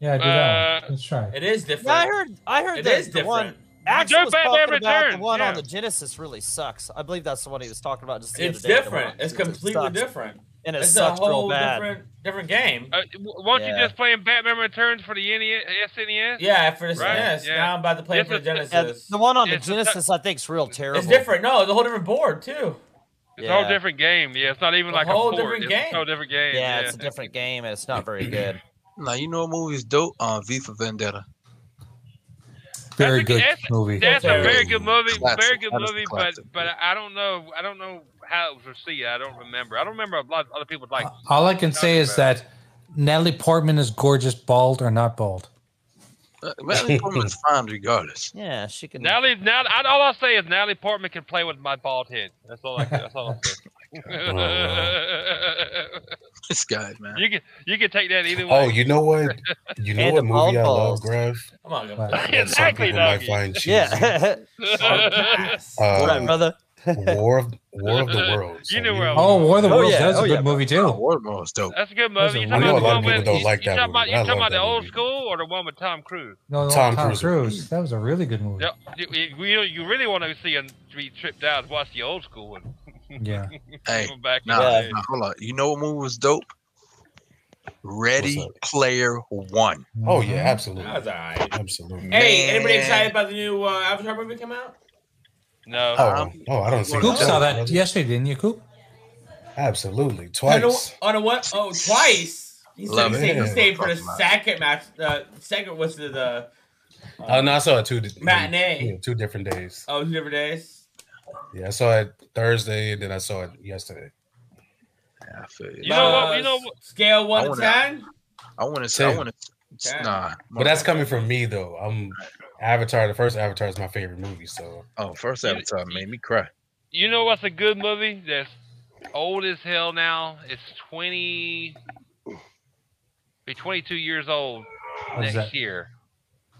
D: Yeah, do that. Let's try. it.
A: It is different.
B: Yeah, I heard. I heard
A: It
B: that
A: is
B: the one.
A: different.
B: Axe
A: Do
B: was
A: Batman
B: talking about the
A: Returns,
B: one on
A: yeah.
B: the Genesis really sucks. I believe that's the one he was talking about. Just the
A: It's
B: other day.
A: different. It's
B: It
A: completely
B: sucks.
A: different.
B: And it
A: it's
B: sucks
A: a
B: real
A: whole
B: bad.
A: different different game.
I: Uh, w- weren't you
A: Yeah.
I: just playing Batman Returns for the E NES, SNES?
A: Yeah, for the SNES.
I: Yeah.
A: Now I'm about to play it
I: It's
A: for the
I: a-
A: Genesis.
B: Yeah, the one on the
I: It's a-
B: Genesis, I think, is real terrible.
A: It's different. No, it's a whole different board too.
I: It's a whole different game. Yeah, it's not even
A: A
I: like
A: whole
I: a port.
A: different
I: It's a
A: game.
I: whole different game.
B: Yeah, it's a different game and it's not very good.
G: Now you know a movie's dope on V for Vendetta.
D: Very good
I: that's,
D: movie.
I: That's a
D: Very
I: very
D: good
I: good movie.
G: Classic.
I: Very good
G: That is a
I: movie, but
G: classic.
I: but I don't know. I don't know how it was received. I don't remember. I don't remember a lot of other people like.
D: All I can say is that Natalie Portman is gorgeous, bald or not bald.
G: Uh, Natalie Portman's fine regardless.
B: Yeah, she can.
I: Natalie, Nat, I, all I say is Natalie Portman can play with my bald head. That's all. I, that's all I'm
G: This guy, man.
I: you can you can take that either way.
F: Oh, you know what? You know
I: And
F: what
I: the
F: movie I
I: balls.
F: love, Griff?
A: Come on,
F: Wow.
I: guys.
F: That some
I: Exactly,
F: people might
I: doggy.
F: find cheesy.
B: Yeah.
F: Uh,
B: What up, brother?
F: War of War of the Worlds.
I: You know where I'm
D: Oh, War of the
G: Oh,
D: Worlds.
G: yeah.
D: That's a
G: Oh,
D: good
G: yeah.
D: movie too.
G: War of the Worlds dope.
I: That's a good movie. You
F: I
I: talking
F: know a
I: about the
F: lot
I: one
F: of people
I: with
F: don't like
I: you
F: that
I: talking about,
F: movie.
I: you
F: I
I: talking about
F: love
I: the
F: that
I: old
F: movie.
I: school or the one with Tom Cruise?
D: No, no, Tom,
F: Tom
D: Cruise.
F: Cruise.
D: That was a really good movie.
I: Yep. You, you- you, you really want to see and be tripped out? is Watch the old school one.
D: Yeah.
G: Hey,
I: Go back in
G: nah,
I: the day.
G: nah, hold on. You know what movie was dope? Ready Player One.
F: Oh yeah, absolutely.
A: That's all right.
F: Absolutely.
A: Hey,
G: Man.
A: anybody excited about the new uh, Avatar movie coming out?
I: No.
F: Oh, oh, I don't see.
D: Coop
F: that.
D: saw that yesterday, didn't you, Coop?
F: Absolutely,
A: On a,
F: twice.
A: on a what? Oh, twice. He
F: Love
A: stayed,
F: it.
A: he stayed- he stayed for the
F: Talking about
A: second match. The second was the, the
F: Oh no, I saw it two di-
A: Matinee.
F: yeah, two different days.
A: oh two different days.
F: Yeah, I saw it Thursday, and then I saw it yesterday.
G: I feel
A: You know what- you know what- Scale
G: I
A: one to
G: wanna-
A: ten.
G: I want to say. I
F: Ten.
G: want to.
A: Ten.
G: Nah,
F: But that's coming from me though. I'm Avatar. The first Avatar is my favorite movie. So
G: Oh, first Avatar made me cry.
I: You know what's a good movie that's old as hell now? It's twenty, be twenty-two years old
F: What is
I: next
F: that?
I: year.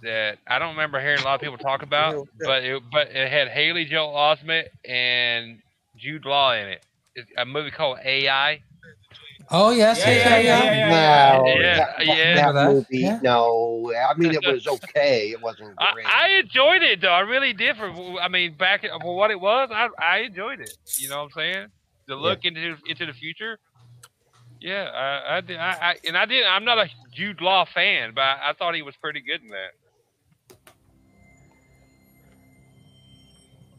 I: That I don't remember hearing a lot of people talk about, but it but it had Haley Joel Osment and Jude Law in it. It's a movie called AI.
D: Oh yes,
A: Yeah, yeah, yeah, yeah,
M: No,
I: Yeah,
M: that, that-
I: yeah.
M: that
D: Yeah.
M: movie.
D: Yeah.
M: No, I mean it was okay. It wasn't
I: I,
M: great.
I: I enjoyed it though. I really did. For I mean, back it- for what it was, I I enjoyed it. You know what I'm saying? The look into into the future. Yeah, I, I did. I, I and I did. I'm not a Jude Law fan, but I, I thought he was pretty good in that.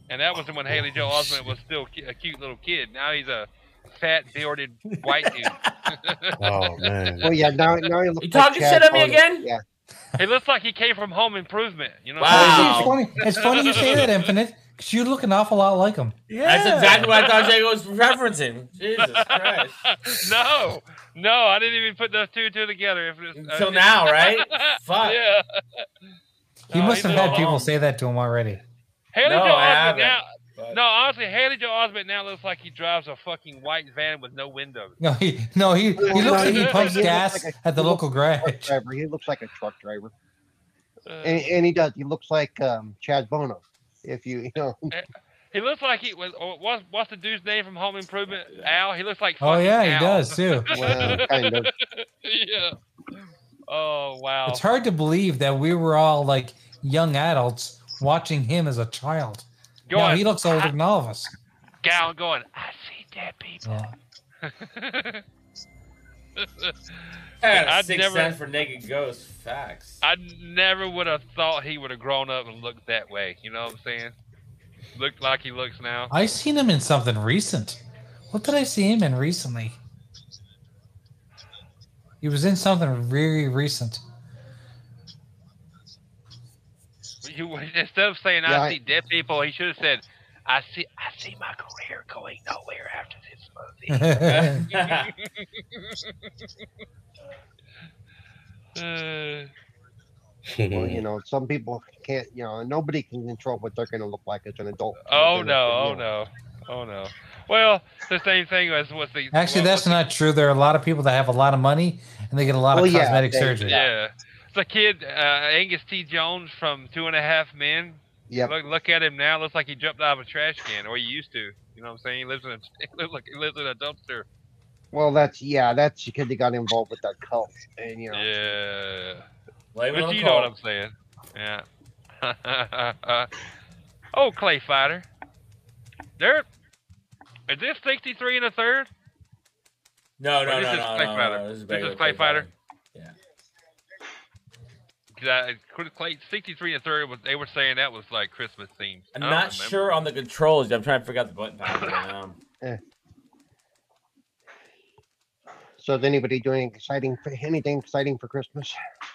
I: And that was when Haley Joel Osment was still ki- a cute little kid. Now he's a fat bearded white dude.
F: Oh man.
M: Well, yeah. Now, now you look.
A: You
M: like
A: talking
M: Chad
A: shit on me
M: Barney.
A: again?
M: Yeah.
I: he looks like he came from Home Improvement. You know?
D: It's
A: Wow.
D: funny. It's funny you say that, Infinite, because you look an awful lot like him.
A: That's exactly what I thought Jago was referencing. Jesus Christ.
I: no, no, I didn't even put those two and two together. If it's, uh,
A: Until now, right? Fuck.
I: Yeah.
D: He
I: No,
D: must
I: he's
D: have
I: all
D: had people
A: alone.
D: say that to him already.
I: Haley
A: No,
I: Joel
A: I
I: Osment
A: haven't,
I: now.
A: but-
I: No, honestly, Haley Joel Osment now looks like he drives a fucking white van with no windows.
D: No, he no he he
M: No,
D: looks
M: no,
D: like he
M: looks
D: pumps
M: looks
D: gas
M: like a-
D: at the
M: he looks
D: local
M: like a
D: garage.
M: truck driver. He looks like a truck driver,
I: Uh,
M: and, and he does. He looks like um, Chad Bono. If you, you know,
I: He looks like he was. or What's, what's the dude's name from Home Improvement? Al. He looks like.
D: Oh
I: fucking
D: yeah,
I: Al.
D: he does too.
M: well, kind of.
I: yeah. Oh wow.
D: It's hard to believe that we were all like young adults watching him as a child.
I: Go
D: Now
I: on.
D: he looks older than all of us.
I: Gal going. I see dead people.
D: Yeah.
A: I got a
I: I'd
A: sixth
I: never-
A: sense for naked ghosts. Facts.
I: I never would have thought he would have grown up and looked that way. You know what I'm saying? Looked like he looks now.
D: I seen him in something recent. What did I see him in recently? He was in something very recent.
I: You, instead of saying
M: Yeah,
I: I,
M: I-
I: see dead people, he should have said I see I see my career going nowhere after this Oh, movie. uh,
M: Well, you know, some people can't. You know, nobody can control what they're going to look like as an adult.
I: oh
M: They're
I: no!
M: gonna-
I: Oh no! Oh no! Well, the same thing as what the
D: Actually, that's not true. There are a lot of people that have a lot of money and they get a lot of cosmetic surgery.
I: Yeah, it's a kid, uh, Angus T. Jones from Two and a Half Men.
D: Yep.
I: Look, look at him now. Looks like he jumped out of a trash can, or he used to. You know what I'm saying? He lives in a look, he lives in a dumpster.
M: Well, that's yeah, that's because they got involved with that cult, and you know.
I: Yeah.
M: Blame it
I: but
M: on
I: you
M: the
I: know what I'm saying? Yeah. oh, Clay Fighter. There. Is this 63 and a third?
A: No,
I: Or
A: no,
I: this
A: no,
I: is
A: no,
I: Clay
A: no,
I: Fighter.
A: no, this is
I: this
A: regular
I: is Clay
A: Clay Fighter.
I: Fighter. Yeah. Clay, 63 and a third. Was, they were saying that was like Christmas themed. I
A: I'm
I: don't
A: not
I: remember.
A: sure on the controls. I'm trying to figure out the button pattern. right now.
M: Eh. So is anybody doing exciting for anything exciting for Christmas?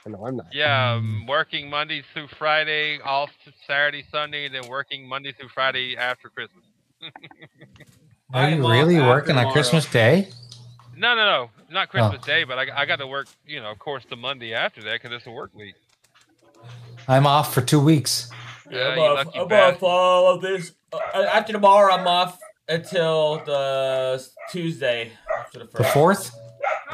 M: I know I'm not.
I: Yeah, um, working Monday through Friday, off to Saturday, Sunday, and then working Monday through Friday after Christmas.
D: Are you really working on Christmas Day?
I: No, no, no, not
D: Oh.
I: Christmas Day, but I, I got to work, you know, of course, the Monday after that because it's a work week.
D: I'm off for two weeks.
I: Yeah,
A: I'm
I: you
A: off,
I: lucky
A: I'm
I: bastard.
A: off all of this. Uh, after tomorrow, I'm off until the s- Tuesday. After the, first.
D: fourth?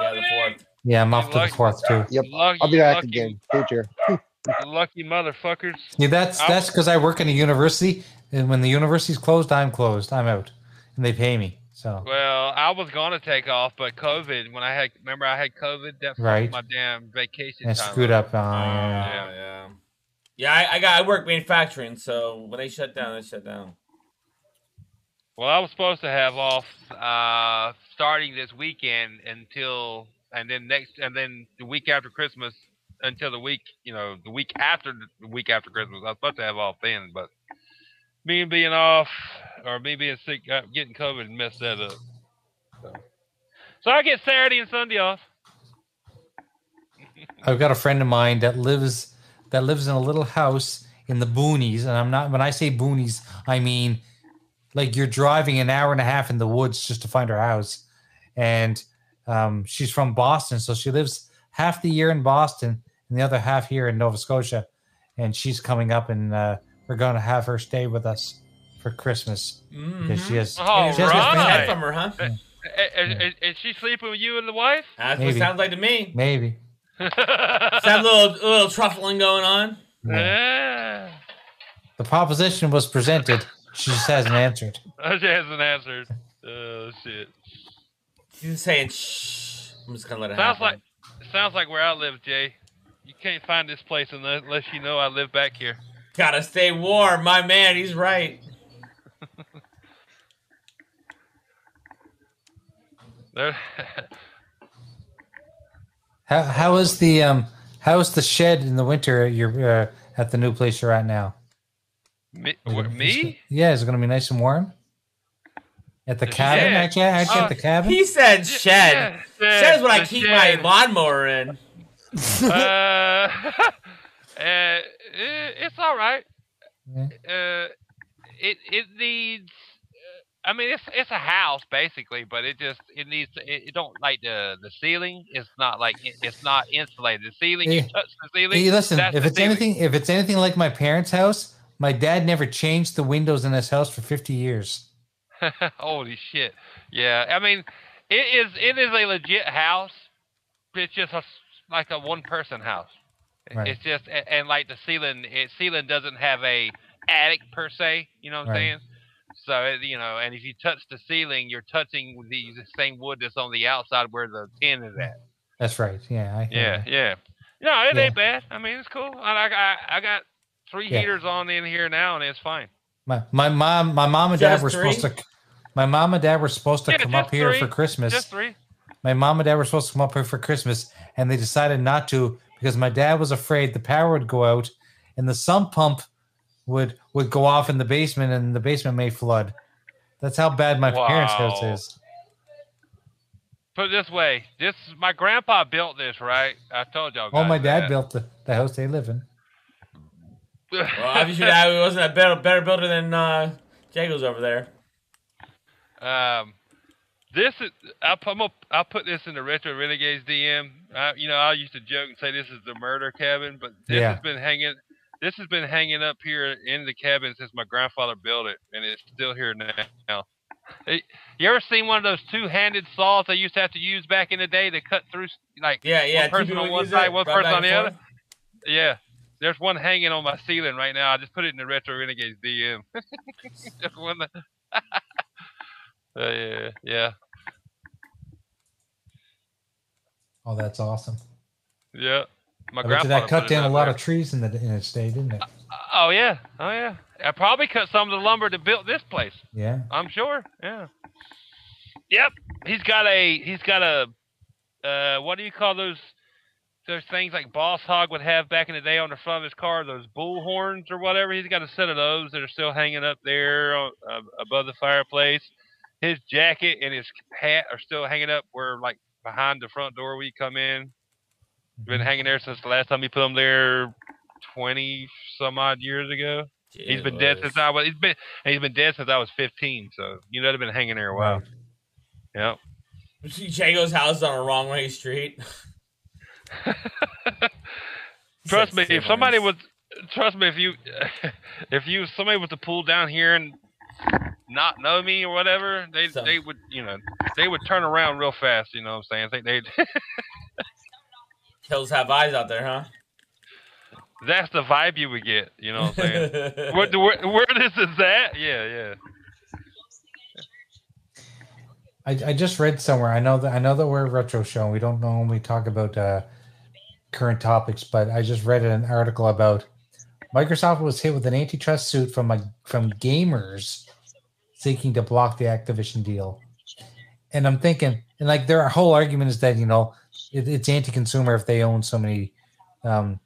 A: Yeah, the fourth.
D: Yeah, I'm off to the fourth too.
M: Yep.
I: Lucky,
M: I'll be back
I: lucky.
M: again. Future.
I: Lucky motherfuckers.
D: Yeah, that's
I: I'll-
D: that's because I work in a university, and when the university's closed, I'm closed. I'm out, and they pay me. So
I: Well, I was gonna take off, but COVID. When I had, remember, I had COVID. That fucked
D: Right.
I: my damn vacation.
D: and I
I: time
D: screwed up. Uh, yeah.
A: Yeah, yeah. Yeah, I, I got. I work manufacturing, so when they shut down, they shut down.
I: Well, I was supposed to have off uh, starting this weekend until, and then next, and then the week after Christmas until the week, you know, the week after the week after Christmas. I was supposed to have off then, but me being off or me being sick, uh, getting COVID, messed that up. So, so I get Saturday and Sunday off.
D: I've got a friend of mine that lives that lives in a little house in the boonies, and I'm not when I say boonies, I mean like you're driving an hour and a half in the woods just to find her house. And um, she's from Boston, so she lives half the year in Boston and the other half here in Nova Scotia. And she's coming up, and uh, we're going to have her stay with us for Christmas because she has.
I: All
D: she has no
I: right.
D: family.
I: Uh, uh, uh, Is, is she sleeping with you and the wife?
A: That's what it sounds like to me.
D: Maybe.
A: Sounds a little, a little truffling going on.
I: Yeah.
D: The proposition was presented. She just hasn't answered.
I: She hasn't answered. Oh shit.
A: She's just saying shh. I'm just gonna let it
I: Sounds
A: happen.
I: like sounds like where I live, Jay. You can't find this place unless, unless you know I live back here.
A: Gotta stay warm, my man. He's right.
I: There,
D: How how is the um how is the shed in the winter at your uh, at the new place you're at now?
I: me, what, me?
D: Yeah, is it going to be nice and warm? At the cabin,
A: shed.
D: I can't. I
A: Uh,
D: can't. the cabin.
A: He said shed.
I: shed,
A: shed is what I
I: the
A: keep
I: shed.
A: my lawnmower in.
I: uh, uh, eh, it's all right.
D: Mm-hmm.
I: Uh, it it needs. uh, I mean, it's it's a house basically, but it just it needs to, it, it don't like the the ceiling. It's not like it, it's not insulated. The ceiling, you
D: Yeah.
I: touch the ceiling.
D: Hey, listen,
I: that's
D: if
I: the
D: it's
I: ceiling.
D: anything, if it's anything like my parents' house, my dad never changed the windows in his house for fifty years.
I: Holy shit! Yeah, I mean, it is it is a legit house. It's just a s like a one person house.
D: Right.
I: It's just and, and like the ceiling, it ceiling doesn't have a attic per se. You know what I'm
D: Right.
I: saying? So it, you know, and if you touch the ceiling, you're touching the the same wood that's on the outside where the tin is at.
D: That's right. Yeah. I hear
I: Yeah,
D: that.
I: yeah. No, it
D: Yeah.
I: ain't bad. I mean, it's cool. I I, I got three
D: Yeah.
I: heaters on in here now, and it's fine.
D: My my mom, my mom and dad
I: Just
D: were supposed
I: three?
D: to. My mom and dad were supposed to
I: Yeah,
D: come
I: just
D: up here
I: three.
D: for Christmas.
I: Just three.
D: My mom and dad were supposed to come up here for Christmas, and they decided not to because my dad was afraid the power would go out, and the sump pump would would go off in the basement, and the basement may flood. That's how bad my parents' house
I: Wow.
D: is.
I: Put it this way, this my grandpa built this, right? I told y'all.
D: Oh, my
I: guys
D: dad
I: that.
D: built the, the house they live in.
A: Well, obviously, that wasn't a better, better builder than uh, Jago's over there.
I: Um, this is I, I'm gonna I'll put this in the retro renegades DM. I, you know, I used to joke and say this is the murder cabin, but this
N: Yeah.
I: has been hanging. This has been hanging up here in the cabin since my grandfather built it, and it's still here now. You ever seen one of those two-handed saws they used to have to use back in the day to cut through, s- like
Q: Yeah, yeah, two
I: one person
Q: people
I: on one
Q: use
I: side,
Q: it,
I: one
Q: right
I: person
Q: back
I: on the
Q: and
I: other? Yeah, there's one hanging on my ceiling right now. I just put it in the Retro Renegades DM. Just one that- Uh, yeah, yeah,
D: Oh, that's awesome.
I: yeah. My
D: I bet you
I: grandfather
D: that
I: put
D: cut
I: it
D: down a
I: up
D: lot
I: there.
D: of trees in the in its day, didn't it?
I: Oh yeah, oh yeah. I probably cut some of the lumber to build this place.
D: Yeah.
I: I'm sure. Yeah. Yep. He's got a. He's got a. Uh, what do you call those? Those things like Boss Hog would have back in the day on the front of his car, those bull horns or whatever. He's got a set of those that are still hanging up there on, uh, above the fireplace. His jacket and his hat are still hanging up where, like, behind the front door we come in. Been hanging there since the last time he put them there, twenty some odd years ago. He's been dead since I was. He's been and he's been dead since I was 15. So you know they've been hanging there a while. Yep.
Q: Jago's house is on a wrong way street.
I: Trust me, if somebody was, trust me, if you, if you, somebody was to pull down here and not know me or whatever, they they would, you know, they would turn around real fast. You know what I'm saying? They they.
Q: Hills have eyes out there, huh?
I: That's the vibe you would get. You know what I'm saying? where, where, where this is at? Yeah, yeah.
D: I, I just read somewhere. I know that I know that we're a retro show. And we don't normally talk about uh, current topics, but I just read an article about Microsoft was hit with an antitrust suit from a, from gamers seeking to block the Activision deal. And I'm thinking, and like their whole argument is that you know it, it's anti-consumer if they own so many um,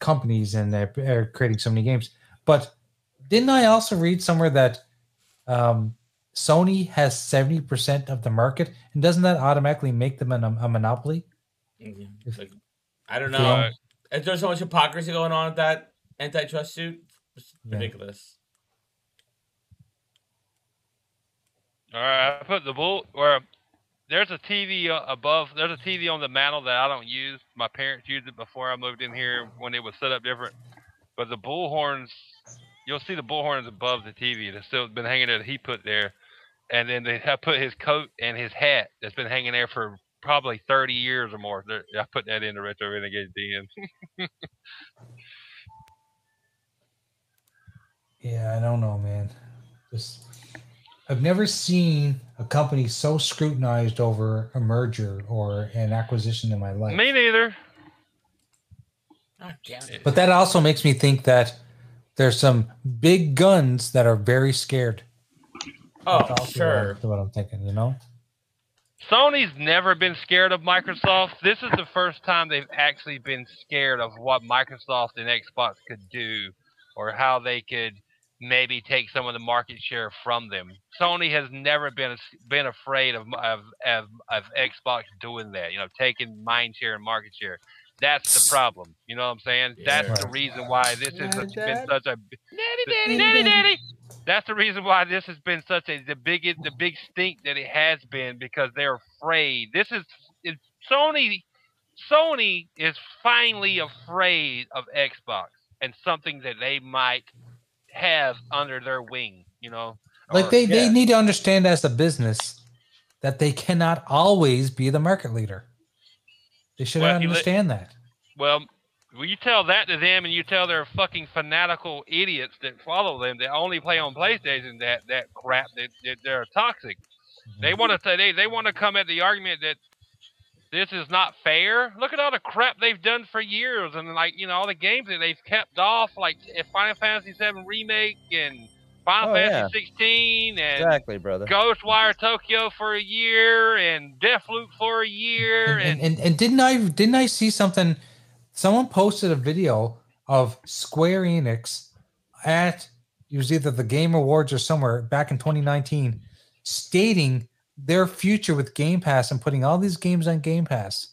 D: companies and they're, are creating so many games. But didn't I also read somewhere that um, Sony has 70% of the market, and doesn't that automatically make them an, a monopoly?
Q: Like, I don't
D: Yeah.
Q: know. Is there so much hypocrisy going on with that antitrust suit? It's
D: Yeah.
Q: ridiculous.
I: All right, I put the bull. Or there's a TV a- above. There's a TV on the mantle that I don't use. My parents used it before I moved in here when it was set up different. But the bullhorns, you'll see the bullhorns above the TV that's still been hanging there that he put there, and then they have put his coat and his hat that's been hanging there for probably 30 years or more. There, I put that in the retro renegade DM.
D: Yeah, I don't know, man. Just, I've never seen a company so scrutinized over a merger or an acquisition in my life.
I: Me neither.
Q: Oh,
D: But that also makes me think that there's some big guns that are very scared.
Q: Oh,
D: That's also
Q: sure.
D: What I'm, what I'm thinking, you know?
I: Sony's never been scared of Microsoft. This is the first time they've actually been scared of what Microsoft and Xbox could do or how they could maybe take some of the market share from them. Sony has never been as- been afraid of of of, of Xbox doing that, you know, taking mind share and market share. That's the problem. You know what I'm saying? That's the reason why this has
N: Daddy,
I: been such a
N: daddy,
I: Daddy,
N: daddy.
I: daddy. That's the reason why this has been such a the big the big stink that it has been because they're afraid. This is it's Sony. Sony is finally afraid of Xbox and something that they might have under their wing. You know,
D: Like
I: Or-
D: they, they need to understand as a business that they cannot always be the market leader. They should
I: Well, you let-
D: understand that.
I: Well, well, you tell that to them, and you tell their fucking fanatical idiots that follow them that only play on PlayStation that that crap that, that they're toxic.
B: Mm-hmm.
I: They want to say they they want to come at the argument that this is not fair. Look at all the crap they've done for years, and like you know all the games that they've kept off, like Final Fantasy VII remake and Final
B: Oh,
I: Fantasy 16 and
B: Exactly, brother.
I: Ghostwire Tokyo for a year and Deathloop for a year
D: and,
I: and
D: and and didn't I didn't I see something? Someone posted a video of Square Enix at it was either the Game Awards or somewhere back in 2019, stating their future with Game Pass and putting all these games on Game Pass.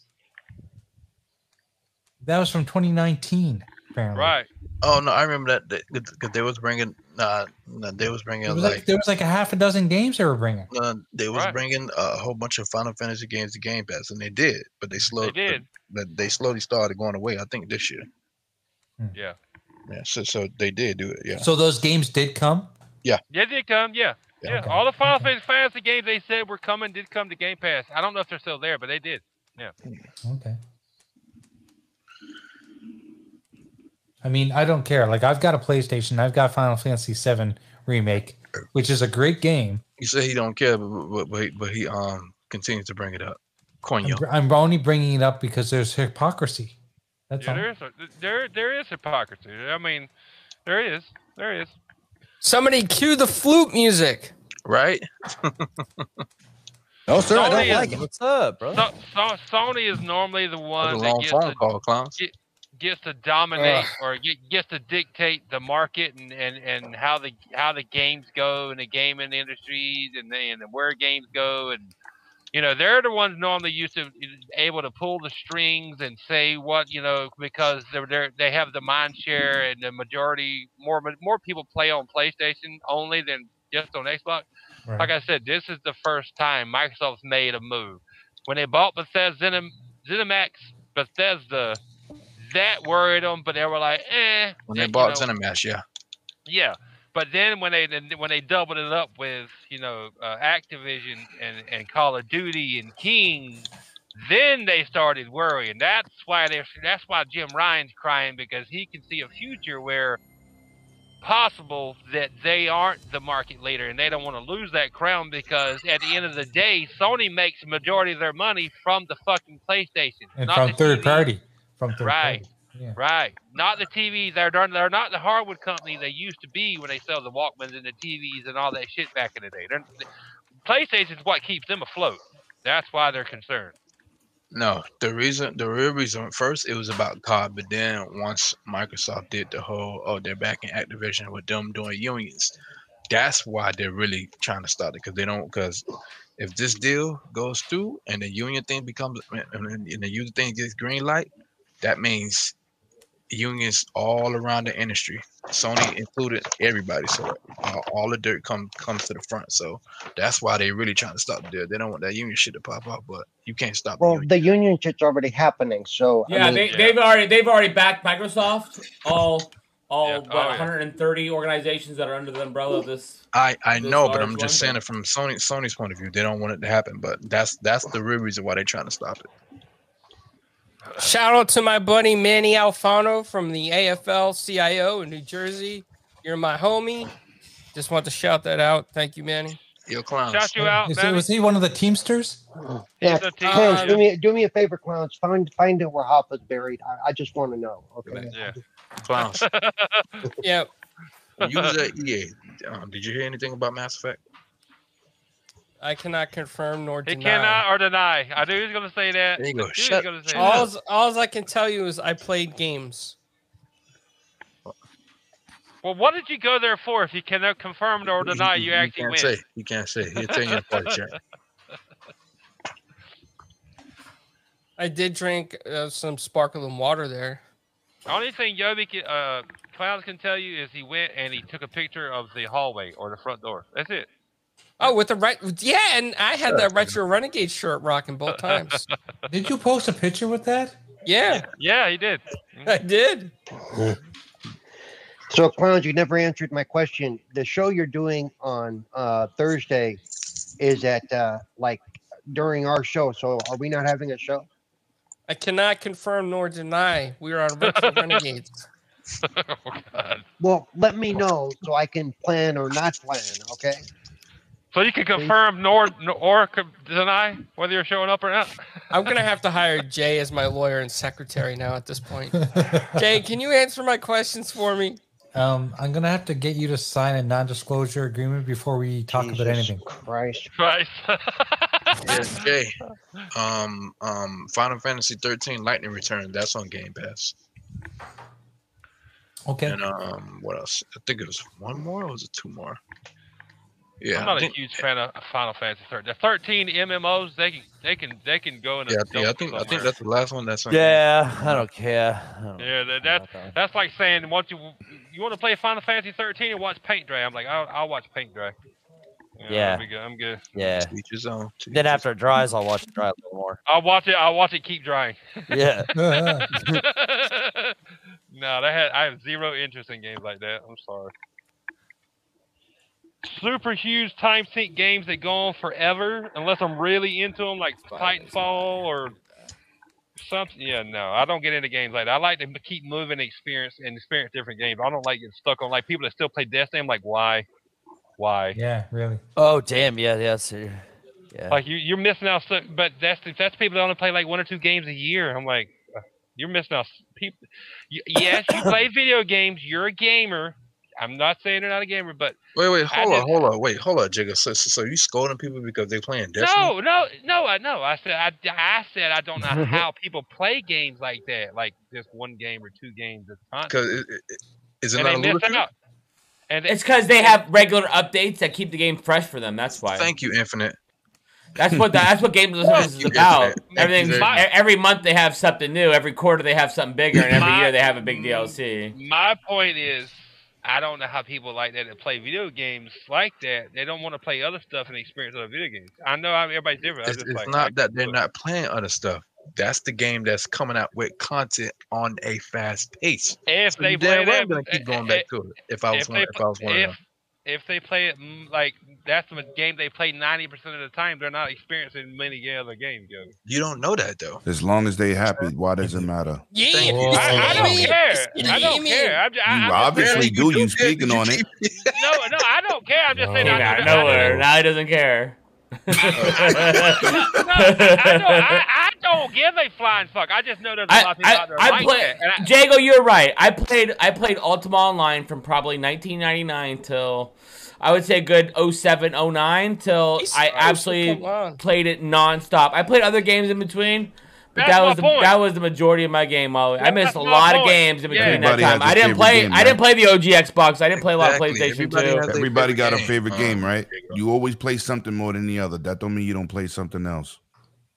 D: That was from 2019, apparently.
I: Right.
G: Oh no, I remember that because they was bringing. Nah, nah, they was bringing
D: There was
G: like,
D: like there was like a half a dozen games they were bringing.
G: uh, they was bringing a whole bunch of Final Fantasy games to Game Pass, and they did, but they slowed.
I: They did.
G: But they slowly started going away. I think this year.
I: yeah.
G: Yeah. So so they did do it. Yeah.
D: So those games did come.
I: Yeah, they did come. Yeah, Yeah, all the Final Fantasy Fantasy games they said were coming did come to Game Pass. I don't know if they're still there, but they did. Yeah.
D: Okay. I mean, I don't care. Like, I've got a PlayStation. I've got Final Fantasy VII remake, which is a great game.
G: He said he don't care, but but but he, but he um continues to bring it up.
D: I'm,
G: Coño.
D: I'm only bringing it up because there's hypocrisy. That's
I: Yeah,
D: all.
I: there is a- there there is hypocrisy. I mean, there is there is.
E: Somebody cue the flute music.
G: Right?
E: no,
I: Oh, sir, I don't Sony is- like it.
B: What's up, bro?
I: So, so, Sony is normally the one
G: That's a
I: that
G: long
I: gets
G: phone
I: to,
G: call, clowns.
I: get- gets to dominate
G: Ugh.
I: or get, gets to dictate the market and, and, and how the how the games go and the gaming industries and the, and where games go and you know they're the ones normally used to able to pull the strings and say what you know because they're, they're they have the mind share and the majority more more people play on PlayStation only than just on Xbox.
N: Right.
I: Like I said, this is the first time Microsoft's made a move when they bought Bethesda Zenim, ZeniMax Bethesda. That worried them, but they were like, eh.
G: When
I: that,
G: they
I: you
G: bought
I: know,
G: Zenimax, yeah.
I: yeah, but then when they then when they doubled it up with you know uh, Activision and and Call of Duty and King, then they started worrying. That's why they that's why Jim Ryan's crying because he can see a future where possible that they aren't the market leader and they don't want to lose that crown because at the end of the day Sony makes majority of their money from the fucking PlayStation
D: And
I: not
D: from
I: the
D: third
I: TV.
D: party. From third
I: Right.
D: party. Yeah.
I: Right. Not the TV. They're darn, they're not the hardwood company they used to be when they sell the Walkmans and the TVs and all that shit back in the day. They're, PlayStation's what keeps them afloat. That's why they're concerned.
G: No, the reason, the real reason, first it was about COD, but then once Microsoft did the whole, oh, they're back in Activision with them doing unions, that's why they're really trying to stop it because they don't, because if this deal goes through and the union thing becomes, and, and- and the union thing gets green light, that means unions all around the industry, Sony included, everybody. So uh, all the dirt come comes to the front. So that's why they really trying to stop the deal. They don't want that union shit to pop up, but you can't stop
M: Well, the union shit's already happening, so
Q: Yeah,
M: I mean,
Q: they, they've already they've already backed Microsoft. All all what,
G: Oh, yeah.
Q: 130 organizations that are under the umbrella of this.
G: I I
Q: this
G: know, but
Q: large
G: I'm just
Q: one,
G: saying it from Sony Sony's point of view. They don't want it to happen, but that's that's the real reason why they're trying to stop it.
E: Shout out to my buddy Manny Alfano from the AFL CIO in New Jersey. You're my homie. Just want to shout that out. Thank you, Manny.
G: Yo, clowns.
E: Shout you out,
D: Is he,
E: Manny.
D: was he one of the Teamsters?
M: yeah.
E: the team.
M: Clowns,
E: Uh,
M: do me do me a favor, clowns. Find find out where Hoffa's buried. I, I just want to know. Okay.
G: Yeah. Clowns.
E: yeah.
G: You was at EA. Um, did you hear anything about Mass Effect?
E: I cannot confirm nor
I: He
E: deny.
I: cannot or deny. I knew he was going to say that.
G: There
I: I
G: you go.
I: knew he was
G: Shut
I: gonna say that.
E: Alls, alls I can tell you is I played games.
I: Well, what did you go there for if you cannot confirm or deny you actually
G: can't
I: win?
G: say. You can't say. He'll tell you in the party chat.
E: I did drink uh, some sparkling water there.
I: Only thing Yobi can, uh, Clowns can tell you is he went and he took a picture of the hallway or the front door. That's it.
E: Oh, with the right, yeah, and I had that retro renegade shirt rocking both times.
D: Did you post a picture with that?
E: Yeah,
I: yeah, he did. Mm-hmm.
E: I did.
M: So, clowns, you never answered my question. The show you're doing on uh, Thursday is at uh, like during our show. So, are we not having a show?
E: I cannot confirm nor deny we are on retro renegades.
I: Oh,
M: Well, let me know so I can plan or not plan. Okay.
I: So you can confirm nor, nor or co- deny whether you're showing up or not.
E: I'm gonna have to hire Jay as my lawyer and secretary now at this point. Jay, can you answer my questions for me?
D: Um, I'm gonna have to get you to sign a non-disclosure agreement before we talk about anything.
M: Christ.
I: Christ.
G: Yes, Jay. E Um, um, Final Fantasy 13 Lightning Return. That's on Game Pass.
D: Okay.
G: And um, what else? I think it was one more or was it two more? Yeah.
I: I'm
G: I
I: not a
G: think-
I: huge fan of Final Fantasy 13. The 13 MMOs, they can they can they can go in a
G: yeah, I think, I think I think that's the last one that's on
B: Yeah, I don't care. I don't
I: yeah, that,
E: Oh,
I: that's that's like saying once you you want to play Final Fantasy 13 and watch paint dry. I'm like, I'll, I'll watch paint dry. You know, I'll
B: Yeah.
I: be good. I'm good.
B: Yeah.
G: Then
B: after it dries, I'll watch it dry a little more.
I: I'll watch it. I'll watch it keep drying.
B: Yeah.
I: no, that had I have zero interest in games like that. I'm sorry. super huge time sink games that go on forever unless I'm really into them, like Titanfall or something. Yeah, no, I don't get into games like that. I like to keep moving, experience and experience different games. I don't like getting stuck on like people that still play Destiny. I'm like, why, why?
D: Yeah, really.
B: Oh damn! Yeah, yeah. So, yeah.
I: Like you, you're missing out. So, but that's that's people that only play like one or two games a year. I'm like, uh, you're missing out. People, y- yes, you play video games. You're a gamer. I'm not saying you're not a gamer, but
G: Wait, wait,
I: I
G: hold on,
I: did-
G: hold on, wait, hold on, Jigga. So, so, so you scolding people because they playing Destiny?
I: No, no, no, I know. I said I, I said I don't know how people play games like that, like just one game or two games at a time.
G: Because it, it, it- is it
I: and
G: not
I: they
G: a
I: miss
G: ludicrous?
I: out. And
A: It's because they have regular updates that keep the game fresh for them. That's why.
G: Thank you, Infinite.
A: That's what that's what Game of the Service is about.
G: Infinite. Thank
A: Everything. e,
G: you very
A: Every month they have something new. Every quarter they have something bigger, and every
I: My-
A: year they have a big DLC.
I: My point is, I don't know how people like that that play video games like that. They don't want to play other stuff and experience other video games. I know I'm, everybody's different. I
G: It's,
I: just
G: it's
I: like,
G: not that they're not playing other stuff. That's the game that's coming out with content on a fast pace.
I: If
G: So
I: they
G: you
I: play
G: damn well
I: that- eh,
G: I'm gonna keep going back to it. If I was
I: if
G: one,
I: they,
G: if I was one of them.
I: if, if they play it mm, like that's the game they play 90% of the time, they're not experiencing many other games. Yo.
G: You don't know that though.
R: As long as they happy, why does it matter?
I: I, I don't care. I don't care. I'm, ju- I,
R: You
I: I'm
R: obviously
I: just
R: do. You speaking on it.
I: saying, no, no, I don't care. I'm just saying.
A: Came
I: I,
A: out
I: I,
A: of nowhere. Now he doesn't care.
I: I, don't, I, I don't give a flying fuck. I just know there's a lot of people out there
A: I
I: like
A: play,
I: that. And I,
A: Jago, you're right. I played I played Ultima Online from probably 1999 till I would say a good 07, 09 till I absolutely played it nonstop. I played other games in between, but
I: That's
A: that
I: my
A: was the,
I: point.
A: that was the majority of my game. I, I missed a
I: my
A: lot of
I: point.
A: games in between
R: Everybody has
A: that time.
R: their
A: I didn't
R: favorite
A: play
R: game,
A: I didn't play
R: right?
A: the OG Xbox. I didn't play a lot of PlayStation 2.
R: Everybody got a favorite game, right? You always play something more than the other. That don't mean you don't play something else.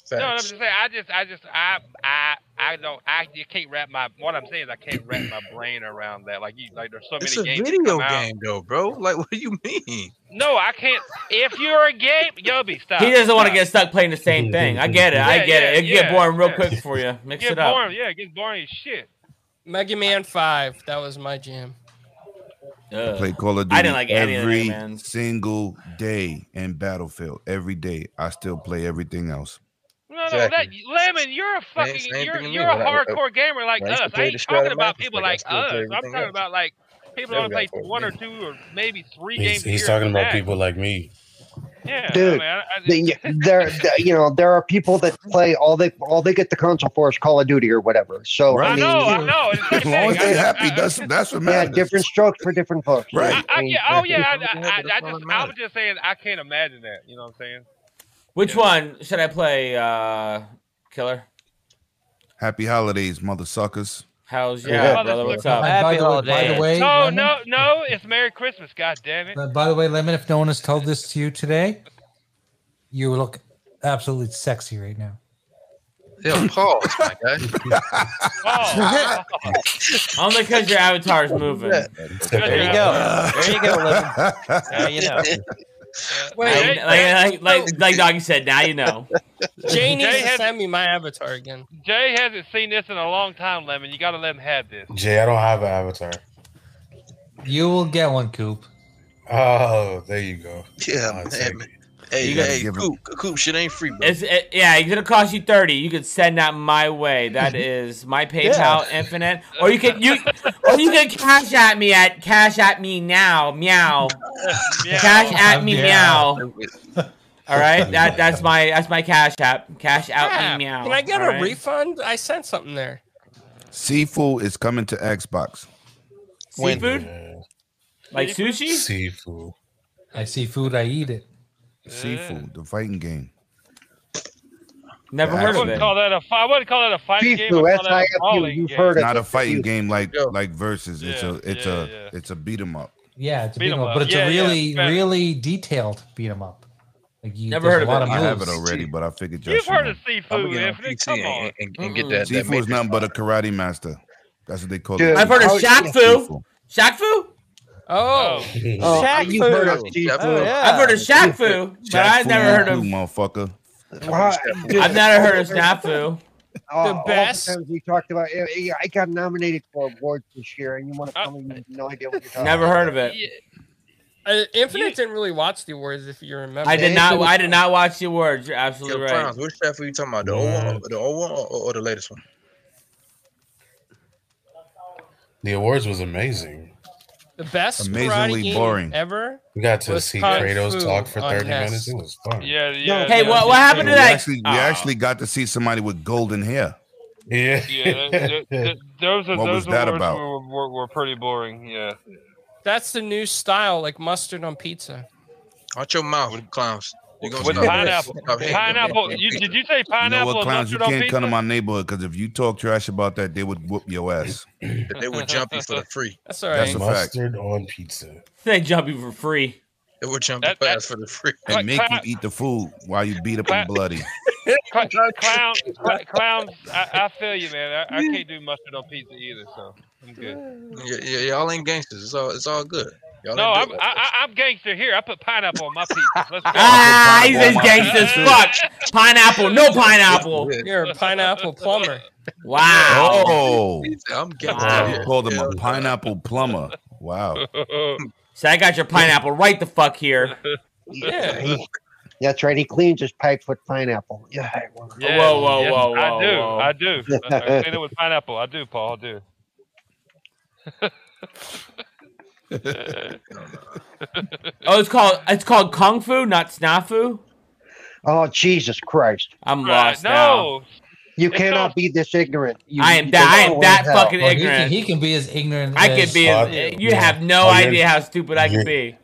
I: No, I'm just saying. I just, I just, I, I, I don't. I you can't wrap my. What I'm saying is, I can't wrap my brain around that. Like you, like there's so
G: It's a
I: many games. that
G: video
I: come out.
G: game though, bro. Like, what do you mean?
I: No, I can't. If you're a game, Yobi, stop.
A: He doesn't want to
I: stop.
A: get stuck playing the same thing. I get it. I
I: Yeah,
A: get it.
I: yeah,
A: It can
I: yeah,
A: get boring real
I: yeah.
A: quick for you. Mix
I: Get
A: it up.
I: boring, yeah, it gets boring as shit.
E: Mega Man Five. That was my jam.
R: I play Call of Duty
E: I didn't like any of them,
R: every
E: man.
R: single day and Battlefield every day. I still play everything else.
I: No, no, that, Lemon, you're a fucking,
R: same
I: you're,
R: thing with me.
I: you're a
R: When I- uh,
I: hardcore gamer like
R: when I used to
I: us. I
R: play
I: ain't
R: the shit out
I: talking
R: of
I: about
R: Minecraft,
I: people
R: like, I
I: like
R: still
I: us.
R: play
I: I'm
R: everything
I: talking about like people
R: Never
I: only
R: got
I: play
R: bored of
I: one or two or maybe three
F: He's,
I: games. a
F: he's
I: year
F: talking
I: after
F: about
I: that.
F: people like me.
I: Yeah,
M: Dude, the- there, there- you know, there are people that play all they all they get the console for is Call of Duty or whatever. So
R: Right.
M: I mean,
I: know.
R: As long as they happy, that's that's what
M: yeah,
R: matters.
M: different strokes for different folks.
R: Right.
I: I, yeah, oh yeah, I, I, I, I just, I was just saying, I can't imagine that. You know what I'm saying?
A: Which one should I play, uh, Killer?
R: Happy holidays, mother suckers.
A: How's
R: Yeah.
A: yeah,
R: Yeah.
A: brother? What's up?
D: By the way- by the way,
I: no,
D: Lemon-
I: no, no, it's Merry Christmas. God damn it.
D: Uh, By the way, Lemon, if no one has told this to you today, you look absolutely sexy right now.
G: Yo, pause, my guy.
A: Oh. Only because your avatar's moving.
G: There
A: you go. There you go, Lemon. Now you know. Wait, like, like, like, like Doggy said, now you know.
E: Jay needs
I: Jay
E: to
I: had-
E: send me my avatar again.
I: Jay hasn't seen this in a long time, Lemon. You got to let him have this.
F: Jay, I don't have an avatar.
D: You will get one, Coop.
F: Oh, there you go.
G: Yeah, man. Hey,
A: You gotta
G: hey,
A: give it-
G: Coop, Coop, shit ain't free, bro.
A: It's, it, yeah, it's gonna cost you thirty. You could send that my way. That is my PayPal Infinite, or you could you, or you could cash at me at cash at me now meow, cash at me
E: Meow.
A: meow. All right, that that's my that's my cash app. Cash out me meow.
E: Can I get
A: all
E: a
A: right?
E: refund? I sent something there.
R: Seafood is coming to Xbox.
E: When? Seafood?
A: Like sushi?
R: Seafood.
D: I see food, I eat it.
R: Seafood, the fighting game.
A: Never
R: heard
I: I
R: of
I: wouldn't
R: it.
I: call that a fight. I wouldn't call that a fight game. I call that a brawling game.
R: Not a fighting game like like versus. It's a it's a it's a beat 'em up.
D: Yeah, it's a
R: Beat
D: beat
R: 'em
D: 'em up,
R: up.
D: but it's
R: Yeah,
D: a
R: yeah,
D: really,
R: better.
D: really detailed beat 'em up. Like you,
A: Never
D: there's
A: heard
D: a lot
A: of it.
R: I
D: moves.
R: have it already, but I figured y'all
I: You've
R: should
I: heard
R: know.
I: of seafood, Infinite. Come on.
G: get that- that
R: Seafood
G: Matrix
R: is nothing but a karate master. That's what they call
G: Dude,
R: it.
G: I've heard of Shaq
A: Fu. Shaq Fu? Oh.
R: Oh,
A: Shaq
R: you've heard of
A: Fu.
R: Shaq Fu.
A: Oh, I've heard of Shaq Fu, but I've never heard of.
R: motherfucker.
A: I've never heard of Snafu.
M: the best. Oh, we talked about. yeah, yeah, I got
I: Uh,
M: nominated for awards this year, and you want to tell me you have no idea what you're talking
A: Never
M: about.
A: heard of it.
E: Uh, Infinite didn't really watch the awards, if you remember.
A: I did not. I did not watch the awards. You're absolutely
G: Yo,
A: right.
G: Clowns, which chef are you talking about? The old one, the old one, or, or the latest one?
F: The awards was amazing.
E: The best
F: Amazingly
E: karate game
F: boring.
E: ever.
F: We got to
E: was
F: see
E: Kung
F: Kratos
E: Fu
F: talk for
E: on
F: 30
E: NES.
F: minutes. It was fun.
I: Yeah,
E: yeah,
A: Hey,
E: yeah.
A: what what happened to
R: We
A: that? Ah.
R: actually, we actually got to see somebody with golden hair.
F: Yeah.
I: Yeah, th- th- th- those are
R: What
I: those
R: was that
I: awards
R: about?
I: Were, were, were pretty boring. Yeah.
E: That's the new style, like mustard on pizza.
G: Out your mouth, clowns. You're gonna
I: With
G: stop.
I: pineapple.
G: Stop hating.
I: Pineapple. You, did you say
R: You
I: pineapple
R: know what,
I: and
R: clowns? You
I: mustard on
R: can't
I: pizza?
R: come to my neighborhood because if you talk trash about that, they would whoop your ass.
G: They would jump you for the free.
E: That's
R: all That's right. a fact.
F: Mustard on pizza.
A: They jump you for free.
G: It would jump you fast for the free.
R: And make you eat the food while you beat up and bloody.
I: Cl- clown, cl- clowns. I, I feel you, man. I, I can't do mustard on pizza either, so I'm good.
G: Yeah, yeah, y'all ain't gangsters. It's all, it's all good. Y'all
I: No,
G: ain't
I: I'm,
G: do
I: I,
G: it.
I: I, I'm gangster here. I put pineapple on my pizza. Let's go.
A: Ah, he's as gangster as fuck. Pineapple, no pineapple.
E: You're a pineapple plumber.
A: Wow.
R: Oh,
G: I'm
R: wow. called him a pineapple plumber. Wow.
A: So I got your pineapple right the fuck here.
E: Yeah.
M: That's right. He cleans his pipes with pineapple. Yeah. I will.
I: Yeah,
A: Whoa, whoa,
I: yes,
A: whoa,
I: I
A: whoa,
I: do.
A: whoa.
I: I do. I, I clean it with pineapple. I do, Paul. I do.
A: Oh, it's called it's called kung fu, not snafu.
M: Oh Jesus Christ!
A: I'm
I: Right,
A: lost now.
I: no.
M: You
I: It's
M: cannot
I: all-
M: be this ignorant. You,
A: I am
M: you
A: that. I
M: don't
A: am
M: know
A: that
M: hell.
A: fucking
D: Well, he can-
A: ignorant.
D: He can be as ignorant.
A: I could be.
F: Fuck.
A: As, you have no
F: Oh, you're-
A: idea how stupid I could be.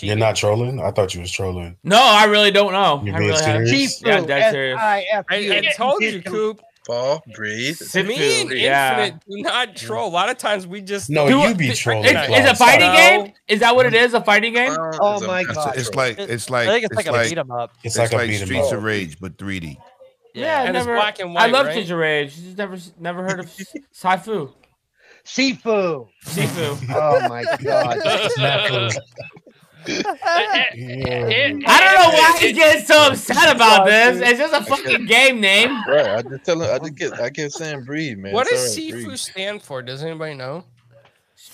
F: You're not trolling? I thought you was trolling.
A: No, I really don't know.
F: You're
A: I
F: being
A: really have.
F: serious?
A: Yeah, I'm dead serious.
E: I, I told you, Coop.
G: Paul, Oh, breathe.
E: To me, and
A: Yeah.
E: Infinite do not troll. A lot of times we just
F: No,
E: do
F: you be
E: th-
F: trolling.
A: It's, it's a
F: Clowns.
A: fighting
E: No.
A: game. Is that what it is? A fighting game?
M: Oh my
R: It's,
M: God!
R: it's like it's like
B: I think it's
R: it's
B: like a
R: like
B: beat 'em up.
R: It's
F: It's like
R: like,
F: a beat 'em
R: Streets
F: up.
R: of Rage, but 3D.
A: Yeah, I
E: and
A: never.
E: it's black and
A: I
E: white.
A: love
E: right?
A: Ginger Rage. Just never, never heard of Saifu.
M: Sifu.
A: Sifu.
M: Oh my God!
A: I don't know why he's getting so upset about this. It's just a fucking game name.
G: Right, I just tell him. I just get. I kept saying breathe, man.
E: What
G: It's
E: does
G: all right, breathe.
E: Sifu stand for? Does anybody know?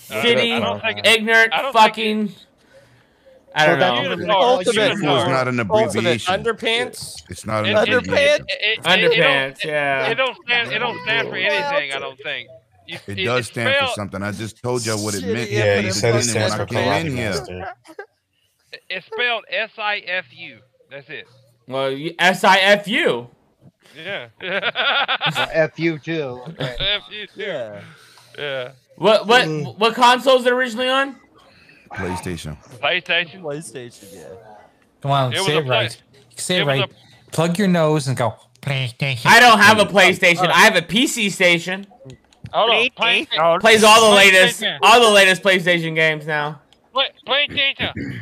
A: Shitty,
G: I don't think-
A: ignorant,
I: I don't think
A: fucking. I don't
M: Well,
A: know.
M: that's-
R: Sifu is not an abbreviation.
E: Underpants.
R: It's not an
I: It- it-
R: abbreviation.
I: it- it- it- it don't-
A: Underpants. Yeah.
I: It don't stand. It don't stand for anything. I don't think. You-
R: It does stand
I: spelled-
R: for something. I just told you what it
S: Shitty
R: meant.
F: Yeah,
R: at
F: you
R: the
F: said it
R: beginning
F: stands
R: when
F: for
R: I came
F: karate
R: in here.
F: master.
I: It's spelled S I F U. That's it.
A: Well, S I F U.
I: Yeah.
M: Uh, F you too. Okay.
I: F U too. Yeah. Yeah.
A: What what
R: Mm.
A: what console is it originally on?
R: PlayStation.
I: PlayStation.
B: PlayStation, yeah.
D: Come on,
I: It was
D: say
I: a
D: it right. Say
I: it
D: it
I: was
D: right. Plug your nose and go. PlayStation.
A: I don't have a PlayStation. I have a PC station.
I: Hold on. PlayStation.
A: Plays all the latest,
I: Oh, PlayStation.
A: all the latest PlayStation games now.
I: Play- PlayStation.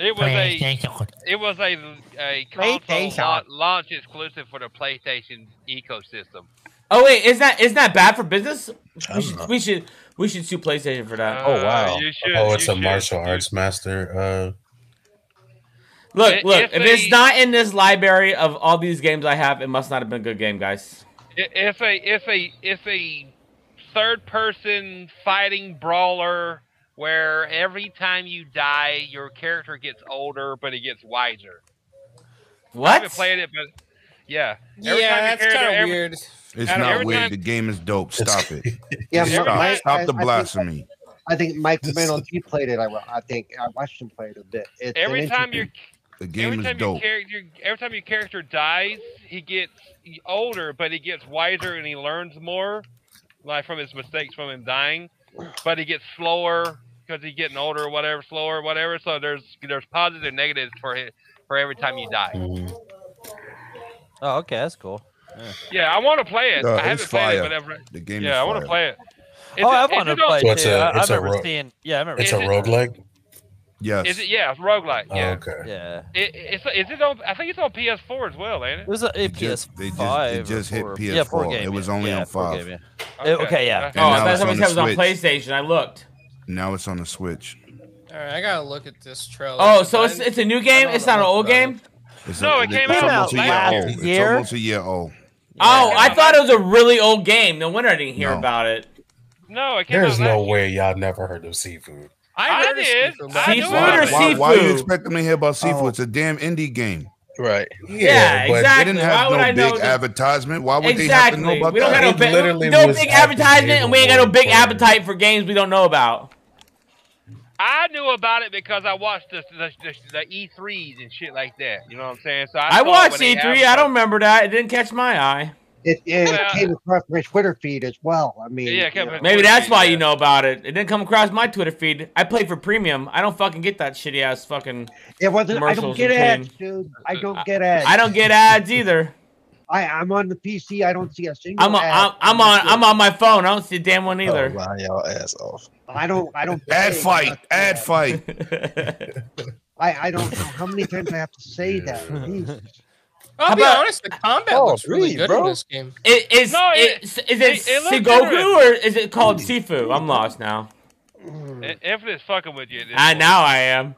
I: It was a it was a a console
D: PlayStation.
I: la- launch exclusive for the PlayStation ecosystem.
A: Oh wait, is that is that bad for business?
G: I'm
A: We should
G: not-
A: we should we should sue PlayStation for that.
R: Oh,
I: Uh,
G: wow.
I: You should,
F: Oh, it's
I: you
F: a
I: should.
F: martial arts master. Uh,
A: Look,
I: If-
A: look,
I: if
A: if it's
I: they-
A: not in this library of all these games I have, it must not have been a good game, guys.
I: I- If a if a if a third person fighting brawler where every time you die your character gets older but he gets wiser. I
A: What?
I: haven't played it, but yeah. Every time
E: Yeah,
I: your
E: that's
I: character-
E: kind of
I: every-
E: weird.
R: It's
I: Adam,
R: not
I: every
R: weird.
I: time-
R: The game is dope. Stop it.
M: Yeah,
R: Stop.
M: my- I-
R: Stop the
M: I think-
R: blasphemy.
M: I think Mike Manon he played it. I, I think I watched him play it a bit. It's an
I: Every
M: interesting-
I: time your
R: The game
I: every
R: is
I: time your
R: dope.
I: character every time your character dies, he gets older, but he gets wiser and he learns more, like from his mistakes from him dying. But he gets slower because he's getting older or whatever, slower or whatever. So there's there's positive and negatives for his, for every time you die.
B: Oh, okay, that's cool.
I: Yeah, I want to play it.
R: Uh,
I: I
R: it's
I: haven't played
R: fire.
I: it, but I've re-
R: The game
I: yeah, I
R: is
I: want to
R: fire.
I: play it. Is
B: oh,
I: it-
B: I
I: is
B: want to
I: it on-
B: play
F: So
B: too.
F: it's a-
B: I- I
F: it's a
B: remember
F: ro-
B: seeing. Yeah, I remember.
F: it's a
I: Is it-
F: roguelike.
I: Is
R: Yes.
I: it yeah, it's roguelike.
F: Oh,
I: Yeah.
F: okay.
B: Yeah,
I: It, it's is it on? I think it's on PS4 as well, ain't
B: it
I: it?
B: was a, a
R: It just-
B: PS5.
R: they just-
B: or
R: it just hit
B: four- Yeah,
R: PS4.
B: four game,
R: It was
B: yeah.
R: only
B: Yeah,
R: on
B: four
R: five.
B: game, yeah. Uh, Okay, yeah.
R: And
A: oh,
R: now
A: I thought
R: it's on
A: somebody
R: the
A: said it was on
R: Switch.
A: PlayStation. I looked.
R: Now it's on the Switch.
E: All right, I gotta look at this trailer.
A: Oh, so it's
E: I-
A: it's a new
E: I
A: game.
E: don't
A: It's not
E: know
A: an old
E: about
A: game.
R: It's
I: No,
R: a-
I: it came
R: it's
I: out
R: almost a year
I: last
R: old.
B: year.
R: It's almost a year old.
A: Oh,
I: Yeah.
A: I thought it was a really old game. No wonder I didn't hear
R: No.
A: about it.
I: No, it came
F: There's
I: out
F: no
I: last year.
F: way y'all never heard of seafood.
I: I, did. I knew
R: Why-
I: it.
R: Why, why you expect them to hear about seafood? It's a damn indie game.
G: Right.
A: Oh. Yeah, exactly.
R: They didn't
A: Why
R: have
A: would I
R: no
A: know
R: big
A: that-
R: advertisement. Why would
A: exactly.
R: they have to know about
A: we don't
R: that?
A: got no, big, no big advertisement, and we ain't got no big appetite for games we don't know about.
I: I knew about it because I watched the the, the, the E3s and shit like that. You know what I'm saying? So I,
A: I,
I: saw it
A: watched
I: when they
A: E3. I
I: advertised
A: don't remember that. It didn't catch my eye.
M: It, it
A: Well-
M: came across my Twitter feed as well. I mean,
I: Yeah, it came across
A: Maybe that's why you know about it. It didn't come across my Twitter feed. I play for premium. I don't fucking get that shitty ass fucking.
M: It wasn't. I don't
A: commercials
M: get
A: and
M: ads,
A: shit.
M: dude. I don't get ads.
A: I don't get ads either.
M: I, I'm on the PC. I don't see a single.
A: I'm on.
M: ad.
A: I'm, I'm on. I'm on my phone. I don't see a damn one either.
G: Wow, y'all ass off.
M: I don't. I don't.
R: Ad
M: play.
R: fight. Ad fight.
M: I, I don't know how many times I have to say that. Jesus.
E: I'll
A: How
E: be
A: about-
E: honest, the combat looks really good in this game.
A: It is.
E: No,
A: it,
E: it-
A: is it,
E: it- it looked
A: Sigoku or
E: interesting.
A: is it called Sifu? I'm lost now.
I: it. I, Infinite's fucking with you. at this
A: I
I: point.
A: now I am.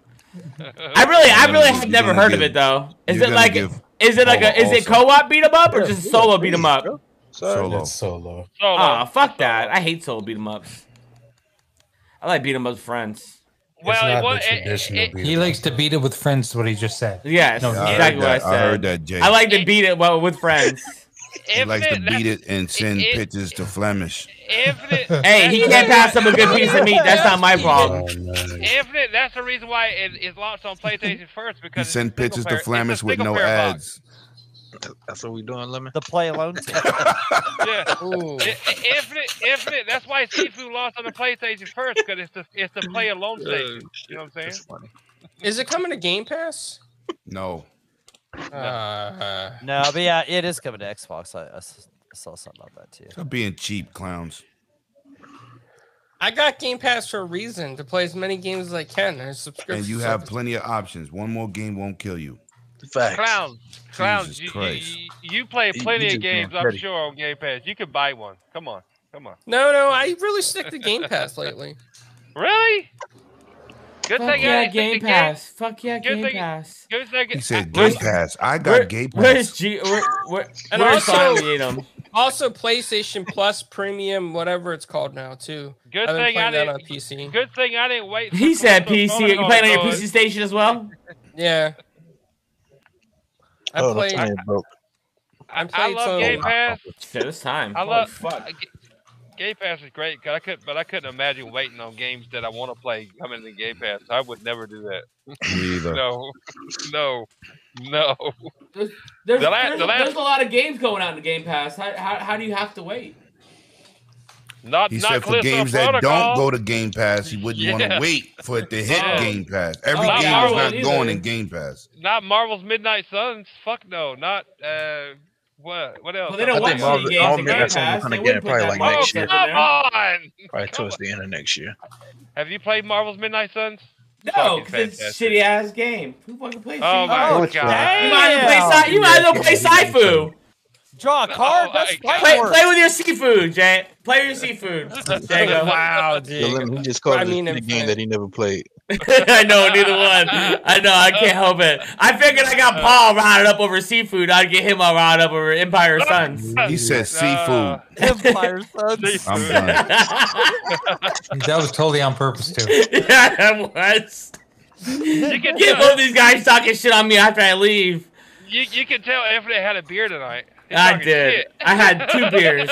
A: I really, I really have never
R: gonna
A: heard of
R: give-
A: it though. Is
R: you're
A: it
R: gonna
A: like?
R: give
A: Is it like a?
R: Paula
A: Is it
R: also-
A: co-op beat 'em up or just solo beat 'em up?
R: Solo.
F: solo.
A: Oh, fuck that! I hate solo beat 'em ups. I like beat 'em ups with friends.
I: Well,
F: not
I: well,
F: the traditional beat 'em
D: He likes to beat it with friends. What he just said.
A: Yes,
D: No,
R: I
A: exactly
R: heard
A: what I
R: that.
A: said.
R: I heard that, Jay.
A: I like to beat it well with friends.
R: He likes to
I: Infinite-
R: beat it and send
I: it-
R: pictures to Flemish.
I: Infinite.
A: hey, he can't pass up a good piece of meat. That's not my
R: Oh,
A: problem.
I: Infinite. That's the reason why it is launched on PlayStation first
R: He
I: because it's
R: sent
I: single
R: pictures to
I: player- it's a
R: Flemish with
I: single
R: no
I: player box.
R: ads.
G: That's what we doing, Lemon.
B: The play alone team.
I: Yeah. I- I- Infinite, infinite. That's why Sifu lost on the PlayStation first because it's the it's the play alone station. You know what I'm saying?
E: Is it coming to Game Pass?
R: No.
E: Uh,
B: no, but yeah, it is coming to Xbox. I, I s- I saw something about that too.
R: Stop being cheap, clowns.
E: I got Game Pass for a reason to play as many games as I can. There's subscription.
R: And you have plenty of options. One more game won't kill you.
I: Clowns, clowns.
R: Jesus
I: You, you,
R: Christ.
I: you- you play
R: You-
I: plenty
R: you
I: of
R: just
I: games,
R: don't
I: I'm
R: get it.
I: sure, on Game Pass. You could buy one. Come on, come on.
E: No, no, I really stick to Game Pass lately.
I: Really? Good
A: Fuck
I: thing I
A: yeah,
I: didn't think
A: Game
I: the
A: Pass. Fuck yeah,
I: Good
A: Game
I: thing-
A: Pass.
I: Good thing.
R: He said
I: I-
R: Game Pass. I
A: Where-
R: got Game Pass.
A: Where's G? Where, where,
E: And
A: where's
E: also-
A: Simon Needham?
E: Also, PlayStation Plus Premium, whatever it's called now, too.
I: Good
E: I've been
I: thing I
E: playing that on
I: didn't-
E: PC.
I: Good thing I didn't wait.
A: He
I: for
A: said
I: Crystal
A: PC.
I: Phone
A: You playing on your
I: Call.
A: PC station as well?
E: Yeah. I
G: Oh, the
E: played.
G: plane broke.
E: I'm
I: I
E: playing
I: love
E: some.
I: Game Pass.
A: Shit, it's time.
I: I
A: Holy
I: love
A: fuck.
I: I get- Game Pass is great, 'cause I could, but I couldn't imagine waiting on games that I want to play coming in Game Pass. I would never do that.
R: Me either.
I: No, no, no.
A: There's,
I: The la-
A: there's,
I: the last-
A: there's a lot of games going out in Game Pass. How, how, how do you have to wait?
I: Not
R: He
I: not
R: said for
I: Callisto
R: games that don't
I: Protocol.
R: go to Game Pass, he wouldn't want to
I: Yeah.
R: wait for it to hit
I: Oh.
R: Game Pass. Every game
I: Oh,
R: is
I: Marvel
R: not
I: either.
R: going in Game Pass.
I: Not Marvel's Midnight Suns. Fuck no. Not uh, what? What else?
A: Well, they don't
G: I
A: want
G: think all
A: Marvel-
G: the
A: games
G: all
A: in
G: the
A: Game
G: next time
A: Pass.
G: we're gonna
A: They
G: get
A: wouldn't
G: it
A: put
G: probably
A: that
G: like
A: Marvel
G: next
I: Oh
G: year,
A: stuff
I: come on!
G: probably towards the end of next year.
I: Have you played Marvel's Midnight Suns?
A: No,
I: Fucking
A: because it's a
I: fantastic.
A: shitty ass game. Who fucking plays?
I: Oh
A: FIFA?
I: my
A: you
I: god!
A: might as well play, si- you might as well play Sifu.
B: Draw a card.
I: Oh,
B: that's
I: I-
B: fight
A: Play,
B: work.
A: play with your seafood, Jay. Play with your seafood. There you go.
E: Wow,
G: The
E: dude.
G: Lemon, he just
E: I
G: called it
E: mean,
G: a
E: in
G: game that he never played.
A: I know, neither one. I know, I can't help it. I figured I got Paul riled up over seafood. I'd get him all riled up over Empire Suns.
R: He said seafood.
B: Empire Suns.
R: I'm done.
D: That was totally on purpose too.
A: yeah, that was.
I: You can
A: Get both
I: tell,
A: these guys talking shit on me after I leave.
I: you, you can tell Infinite had a beer tonight. He's
A: I
I: talking
A: did.
I: shit.
A: I had two beers.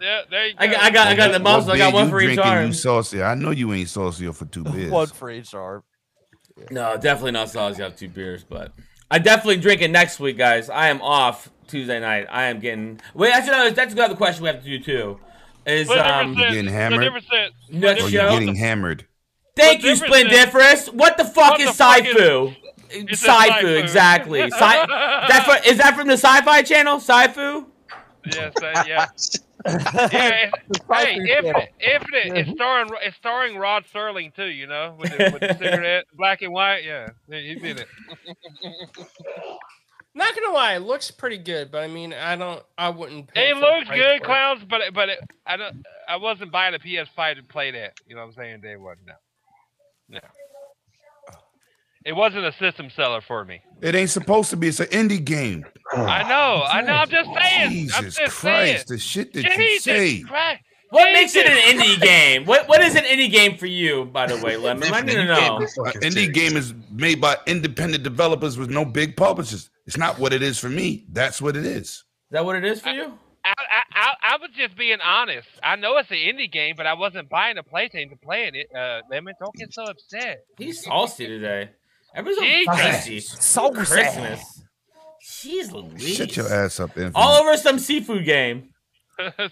I: yeah, there you go.
A: I got, I got, I got the
R: What
A: monster. I got
R: beer
A: one
R: you
A: for each
R: drinking, you
A: arm.
R: saucy. I know you ain't saucy for two beers.
B: One for each arm.
A: No, definitely not sausage. I have two beers, but I definitely drink it next week, guys. I am off Tuesday night. I am getting. Wait, that's another. That's another question we have to do too. Is
I: Split
A: um.
I: difference,
R: Getting
I: split
R: hammered?
I: difference.
A: Next
R: Or you're
A: show.
R: getting hammered.
A: Thank
I: The
A: you,
I: difference is-
A: Splendiferous. What the fuck
I: What
A: is
I: the fuck is-
A: Saifu?
I: It's a
A: Saifu,
I: Saifu.
A: exactly. Sci- that fro- is that from the Sci-Fi Channel? Saifu?
I: Yes, uh, yeah. yeah it's, hey, Infinite, Infinite
A: Mm-hmm.
I: is starring it's starring Rod Serling too. You know, with the, with the cigarette, black and white. Yeah, he- he's in it.
E: Not gonna lie, it looks pretty good, but I mean, I don't, I wouldn't. pay
I: It
E: for the
I: looks
E: price
I: good,
E: for it.
I: clowns, but it, but it, I don't. I wasn't buying a PS5 to play that. You know what I'm saying? Day one, no, no. It wasn't a system seller for me.
R: It ain't supposed to be. It's an indie game.
I: I know, I know. I'm just saying. I'm
R: Oh, Jesus
I: just
R: Christ,
I: saying.
R: the shit that you
I: Jesus
R: say.
I: Christ.
A: What makes it an indie game? What what is an indie game for you, by the way, Lemon? I need to know.
R: An indie game is made by independent developers with no big publishers. It's not what it is for me. That's what it is.
A: Is that what it is for you?
I: I, I, I, I was just being honest. I know it's an indie game, but I wasn't buying a PlayStation to playing it. Uh, Lemon, don't get so upset.
A: He's saucy today. Everybody's so
I: Jesus. So
A: saucy. Christmas. Jeez Louise.
R: Shut your ass up, infant.
A: All over some seafood game.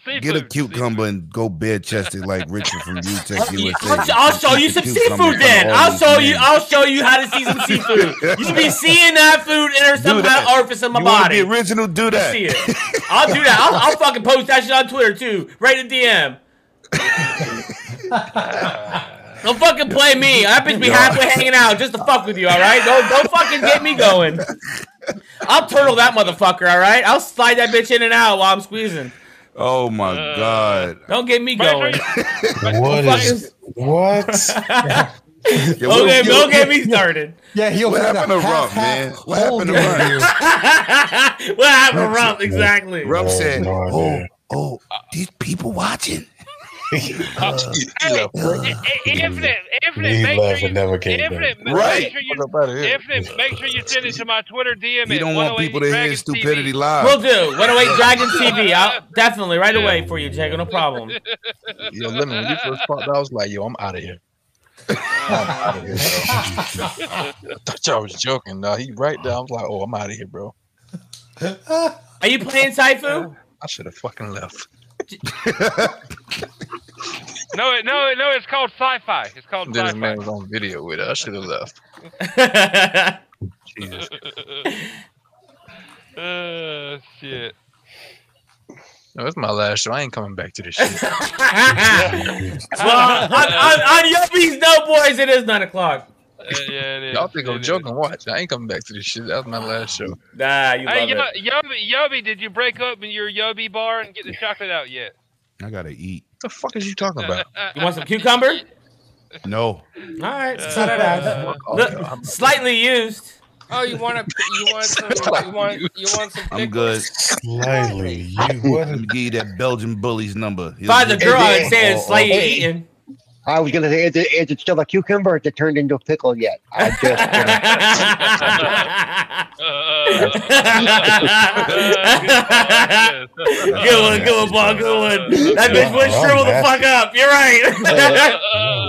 R: Get a cucumber and go bare chested like Richard from UTech USA.
A: I'll show you some seafood then. I'll show you. I'll show you how to see some seafood. You be seeing that food enter some kind of orifice in my
R: You wanna
A: body.
R: be original? Do
A: You
R: that.
A: See it. I'll do that. I'll, I'll fucking post that shit on Twitter too. Right in DM. Don't fucking play me. I bitch be halfway hanging out just to fuck with you. All right. Don't don't fucking get me going. I'll turtle that motherfucker. All right. I'll slide that bitch in and out while I'm squeezing.
R: Oh my
I: Uh,
R: god!
A: Don't get me going.
R: What
A: is-
R: what?
A: Don't get, don't get me started.
R: Yeah, he'll what happened to Rump, man? What happened to Rump?
A: what happened, Rump? Exactly.
R: Rump said, "Oh, oh, these people watching."
I: Hey, Infinite,
F: He
I: infinite, make
F: left
I: sure
F: and
I: you,
F: never came back.
I: infinite,
R: Right.
I: Make sure you, infinite, make sure you send it to my Twitter DM.
R: You
I: at
R: don't want
I: 108
R: people to hear his stupidity live.
A: We'll do. 108 Dragon TV. I'll, definitely right away for you, Jago. No problem.
G: Yo, Lemon, when you first popped, out, I was like, yo, I'm out of here. I'm out of here, bro. I thought y'all was joking. Nah, he right there. I was like, oh, I'm out of here, bro.
A: Are you playing Saifu?
G: I should have fucking left.
I: No, it- no, it- no. It's called sci-fi. It's called
G: Then this
I: sci-fi.
G: man was on video with it. I should have left. Jesus.
I: Uh, shit.
G: No, it's my last show. I ain't coming back to this shit.
A: well, on, on, on Yuppies, no boys, it is 9 o'clock.
I: yeah, it is.
G: Y'all think I'm joking? Watch. I ain't coming back to this shit. That was my last show.
A: Nah, you
I: Hey, Yo- Yobi, Yobi, did you break up in your Yobi bar and get the chocolate out yet?
R: I gotta eat.
G: The fuck is you talking about?
A: You want some cucumber? All
R: No.
A: right.
G: Uh,
A: so-
G: Fuck off,
A: Look,
G: yo. I'm-
A: slightly used.
E: Oh, you want to? You want some? You want? You want some?
R: I'm good.
F: Slightly. You
R: what? Let me give you that Belgian bully's number. He'll
A: By the
R: get-
A: girl, I'd say it's slightly
M: Hey.
A: eating.
M: I was gonna say, is it, is it still a cucumber? Or is it turned into a pickle yet? I
A: good one, good one, Paul, good one. That bitch would shrivel the fuck up. You're right.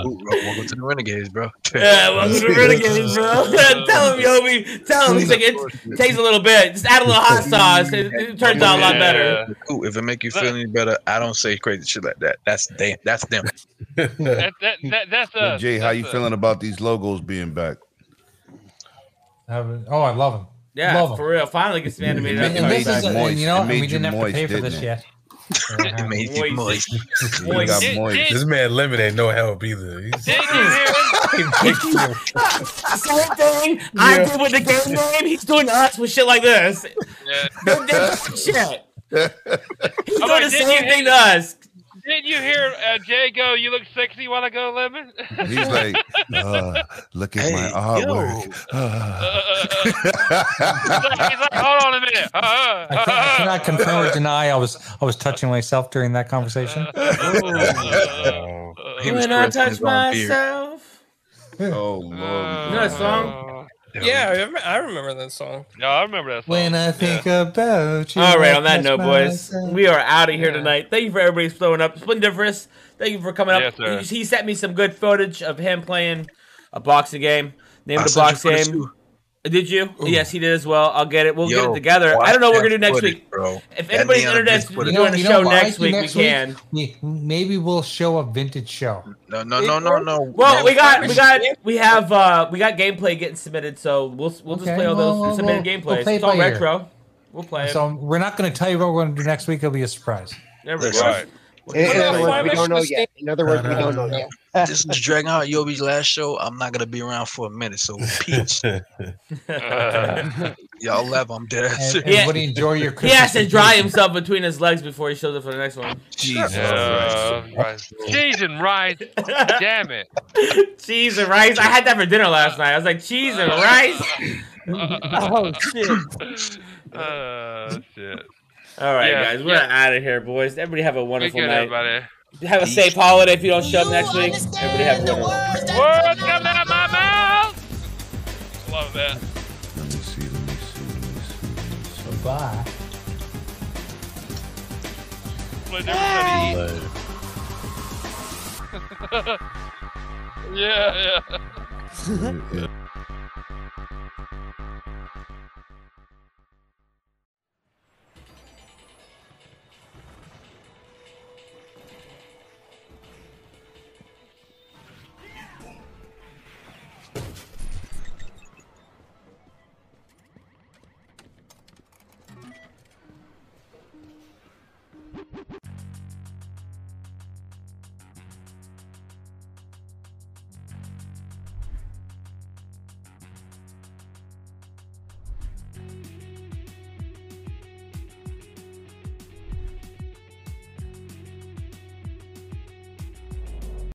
G: Welcome to the Renegades, bro.
A: uh, yeah, welcome to Renegades, bro. tell him, Yobi. Tell him. He's like, it takes a little bit. Just add a little hot sauce. It, it turns out a lot better.
G: Ooh, if it make you feel any better, I don't say crazy shit like that. That's damn. That's them.
I: That, that, that, that's
R: Yo,
I: us.
R: Jay, how you
I: That's us.
R: feeling about these logos being back?
D: Have- Oh, I love him.
A: Yeah,
D: love him.
A: for real. Finally get some animated.
R: And
D: And
A: episodes.
R: made
D: this is,
R: you
D: and
R: moist.
D: you know,
R: It
D: and
R: made
D: we
R: you
D: didn't have
R: moist,
D: to pay for
R: didn't
D: this
R: it?
D: yet.
G: It made you moist.
R: You got
I: Did-
R: moist.
I: did-
F: This man Lemon ain't no help either. He's
I: Did you hear
A: Same thing I did with the game name. He's doing us with shit like this. They're- they're shit. He's
I: All right,
A: doing the
I: did
A: same
I: you-
A: thing to us.
I: Didn't you hear uh, Jay go, you look sexy while I go, Lemon?
R: He's like, uh, look at my artwork. Uh,
I: he's, like, he's like, hold on a minute. Uh, uh,
D: I, can't, I cannot confirm or deny. I was I was touching myself during that conversation.
G: He was caressing his own beard.
R: oh lord.
E: You know that
A: song?
E: uh, Yeah, I remember- I remember that song.
I: No, I remember that.
D: When I think about you.
A: All right, on
D: I
A: that note,
D: catch
A: boys,
D: myself.
A: we are out of here tonight. Thank you for everybody throwing up. Splendiferous, thank you for coming up.
I: Yes, sir.
A: He, he sent me some good footage of him playing a boxing game. Name
G: I
A: of the
G: sent you
A: box
G: footage
A: game.
G: too.
A: Did you? Yes, he did as well. I'll get it. We'll get
G: Yo,
A: it together. I
G: watch
A: don't know what we're
G: that
A: gonna do next
G: footage,
A: week.
G: bro.
A: If
G: That
A: anybody's
G: Leon Bridge
A: interested in
G: footage.
A: doing a show
D: why?
A: next week, we can.
D: Yeah, Maybe we'll show a vintage show.
G: No, no, no, no, no.
A: Well,
G: No.
A: we got we got we have uh we got gameplay getting submitted, so we'll we'll just
D: Okay,
A: play all those
D: well, well,
A: submitted
D: we'll-
A: gameplays.
D: we'll play it
A: it's all
D: by ear.
A: retro. We'll play it.
D: So we're not going to tell you what we're going to do next week. It'll be a surprise.
A: there we
G: Listen.
A: go.
M: In, in other words, we
E: Flymash
M: don't know
E: was
M: yet. In other words, we don't know yet.
G: This is dragging out Yobi's last show. I'm not gonna be around for a minute, so peace. Y'all laugh. I'm dead.
D: And,
G: serious.
D: and
A: Yeah.
D: everybody enjoy your
A: He
D: Christmas.
A: has to dry himself between his legs before he shows up for the next one.
R: Jesus.
I: Uh, cheese and rice. Damn it.
A: cheese and rice. I had that for dinner last night. I was like, cheese
I: Uh,
A: and rice.
I: oh, shit. Uh, shit.
A: All right,
I: Yeah,
A: guys, we're
I: yeah.
A: out of here, boys. Everybody have a
I: Be
A: wonderful
I: good,
A: night.
I: everybody.
A: Have a safe holiday if you don't show up next week. Everybody have a good one.
I: uh,
F: Words come out of my mouth. Love that.
R: Bye.
F: Let everybody eat. yeah, yeah.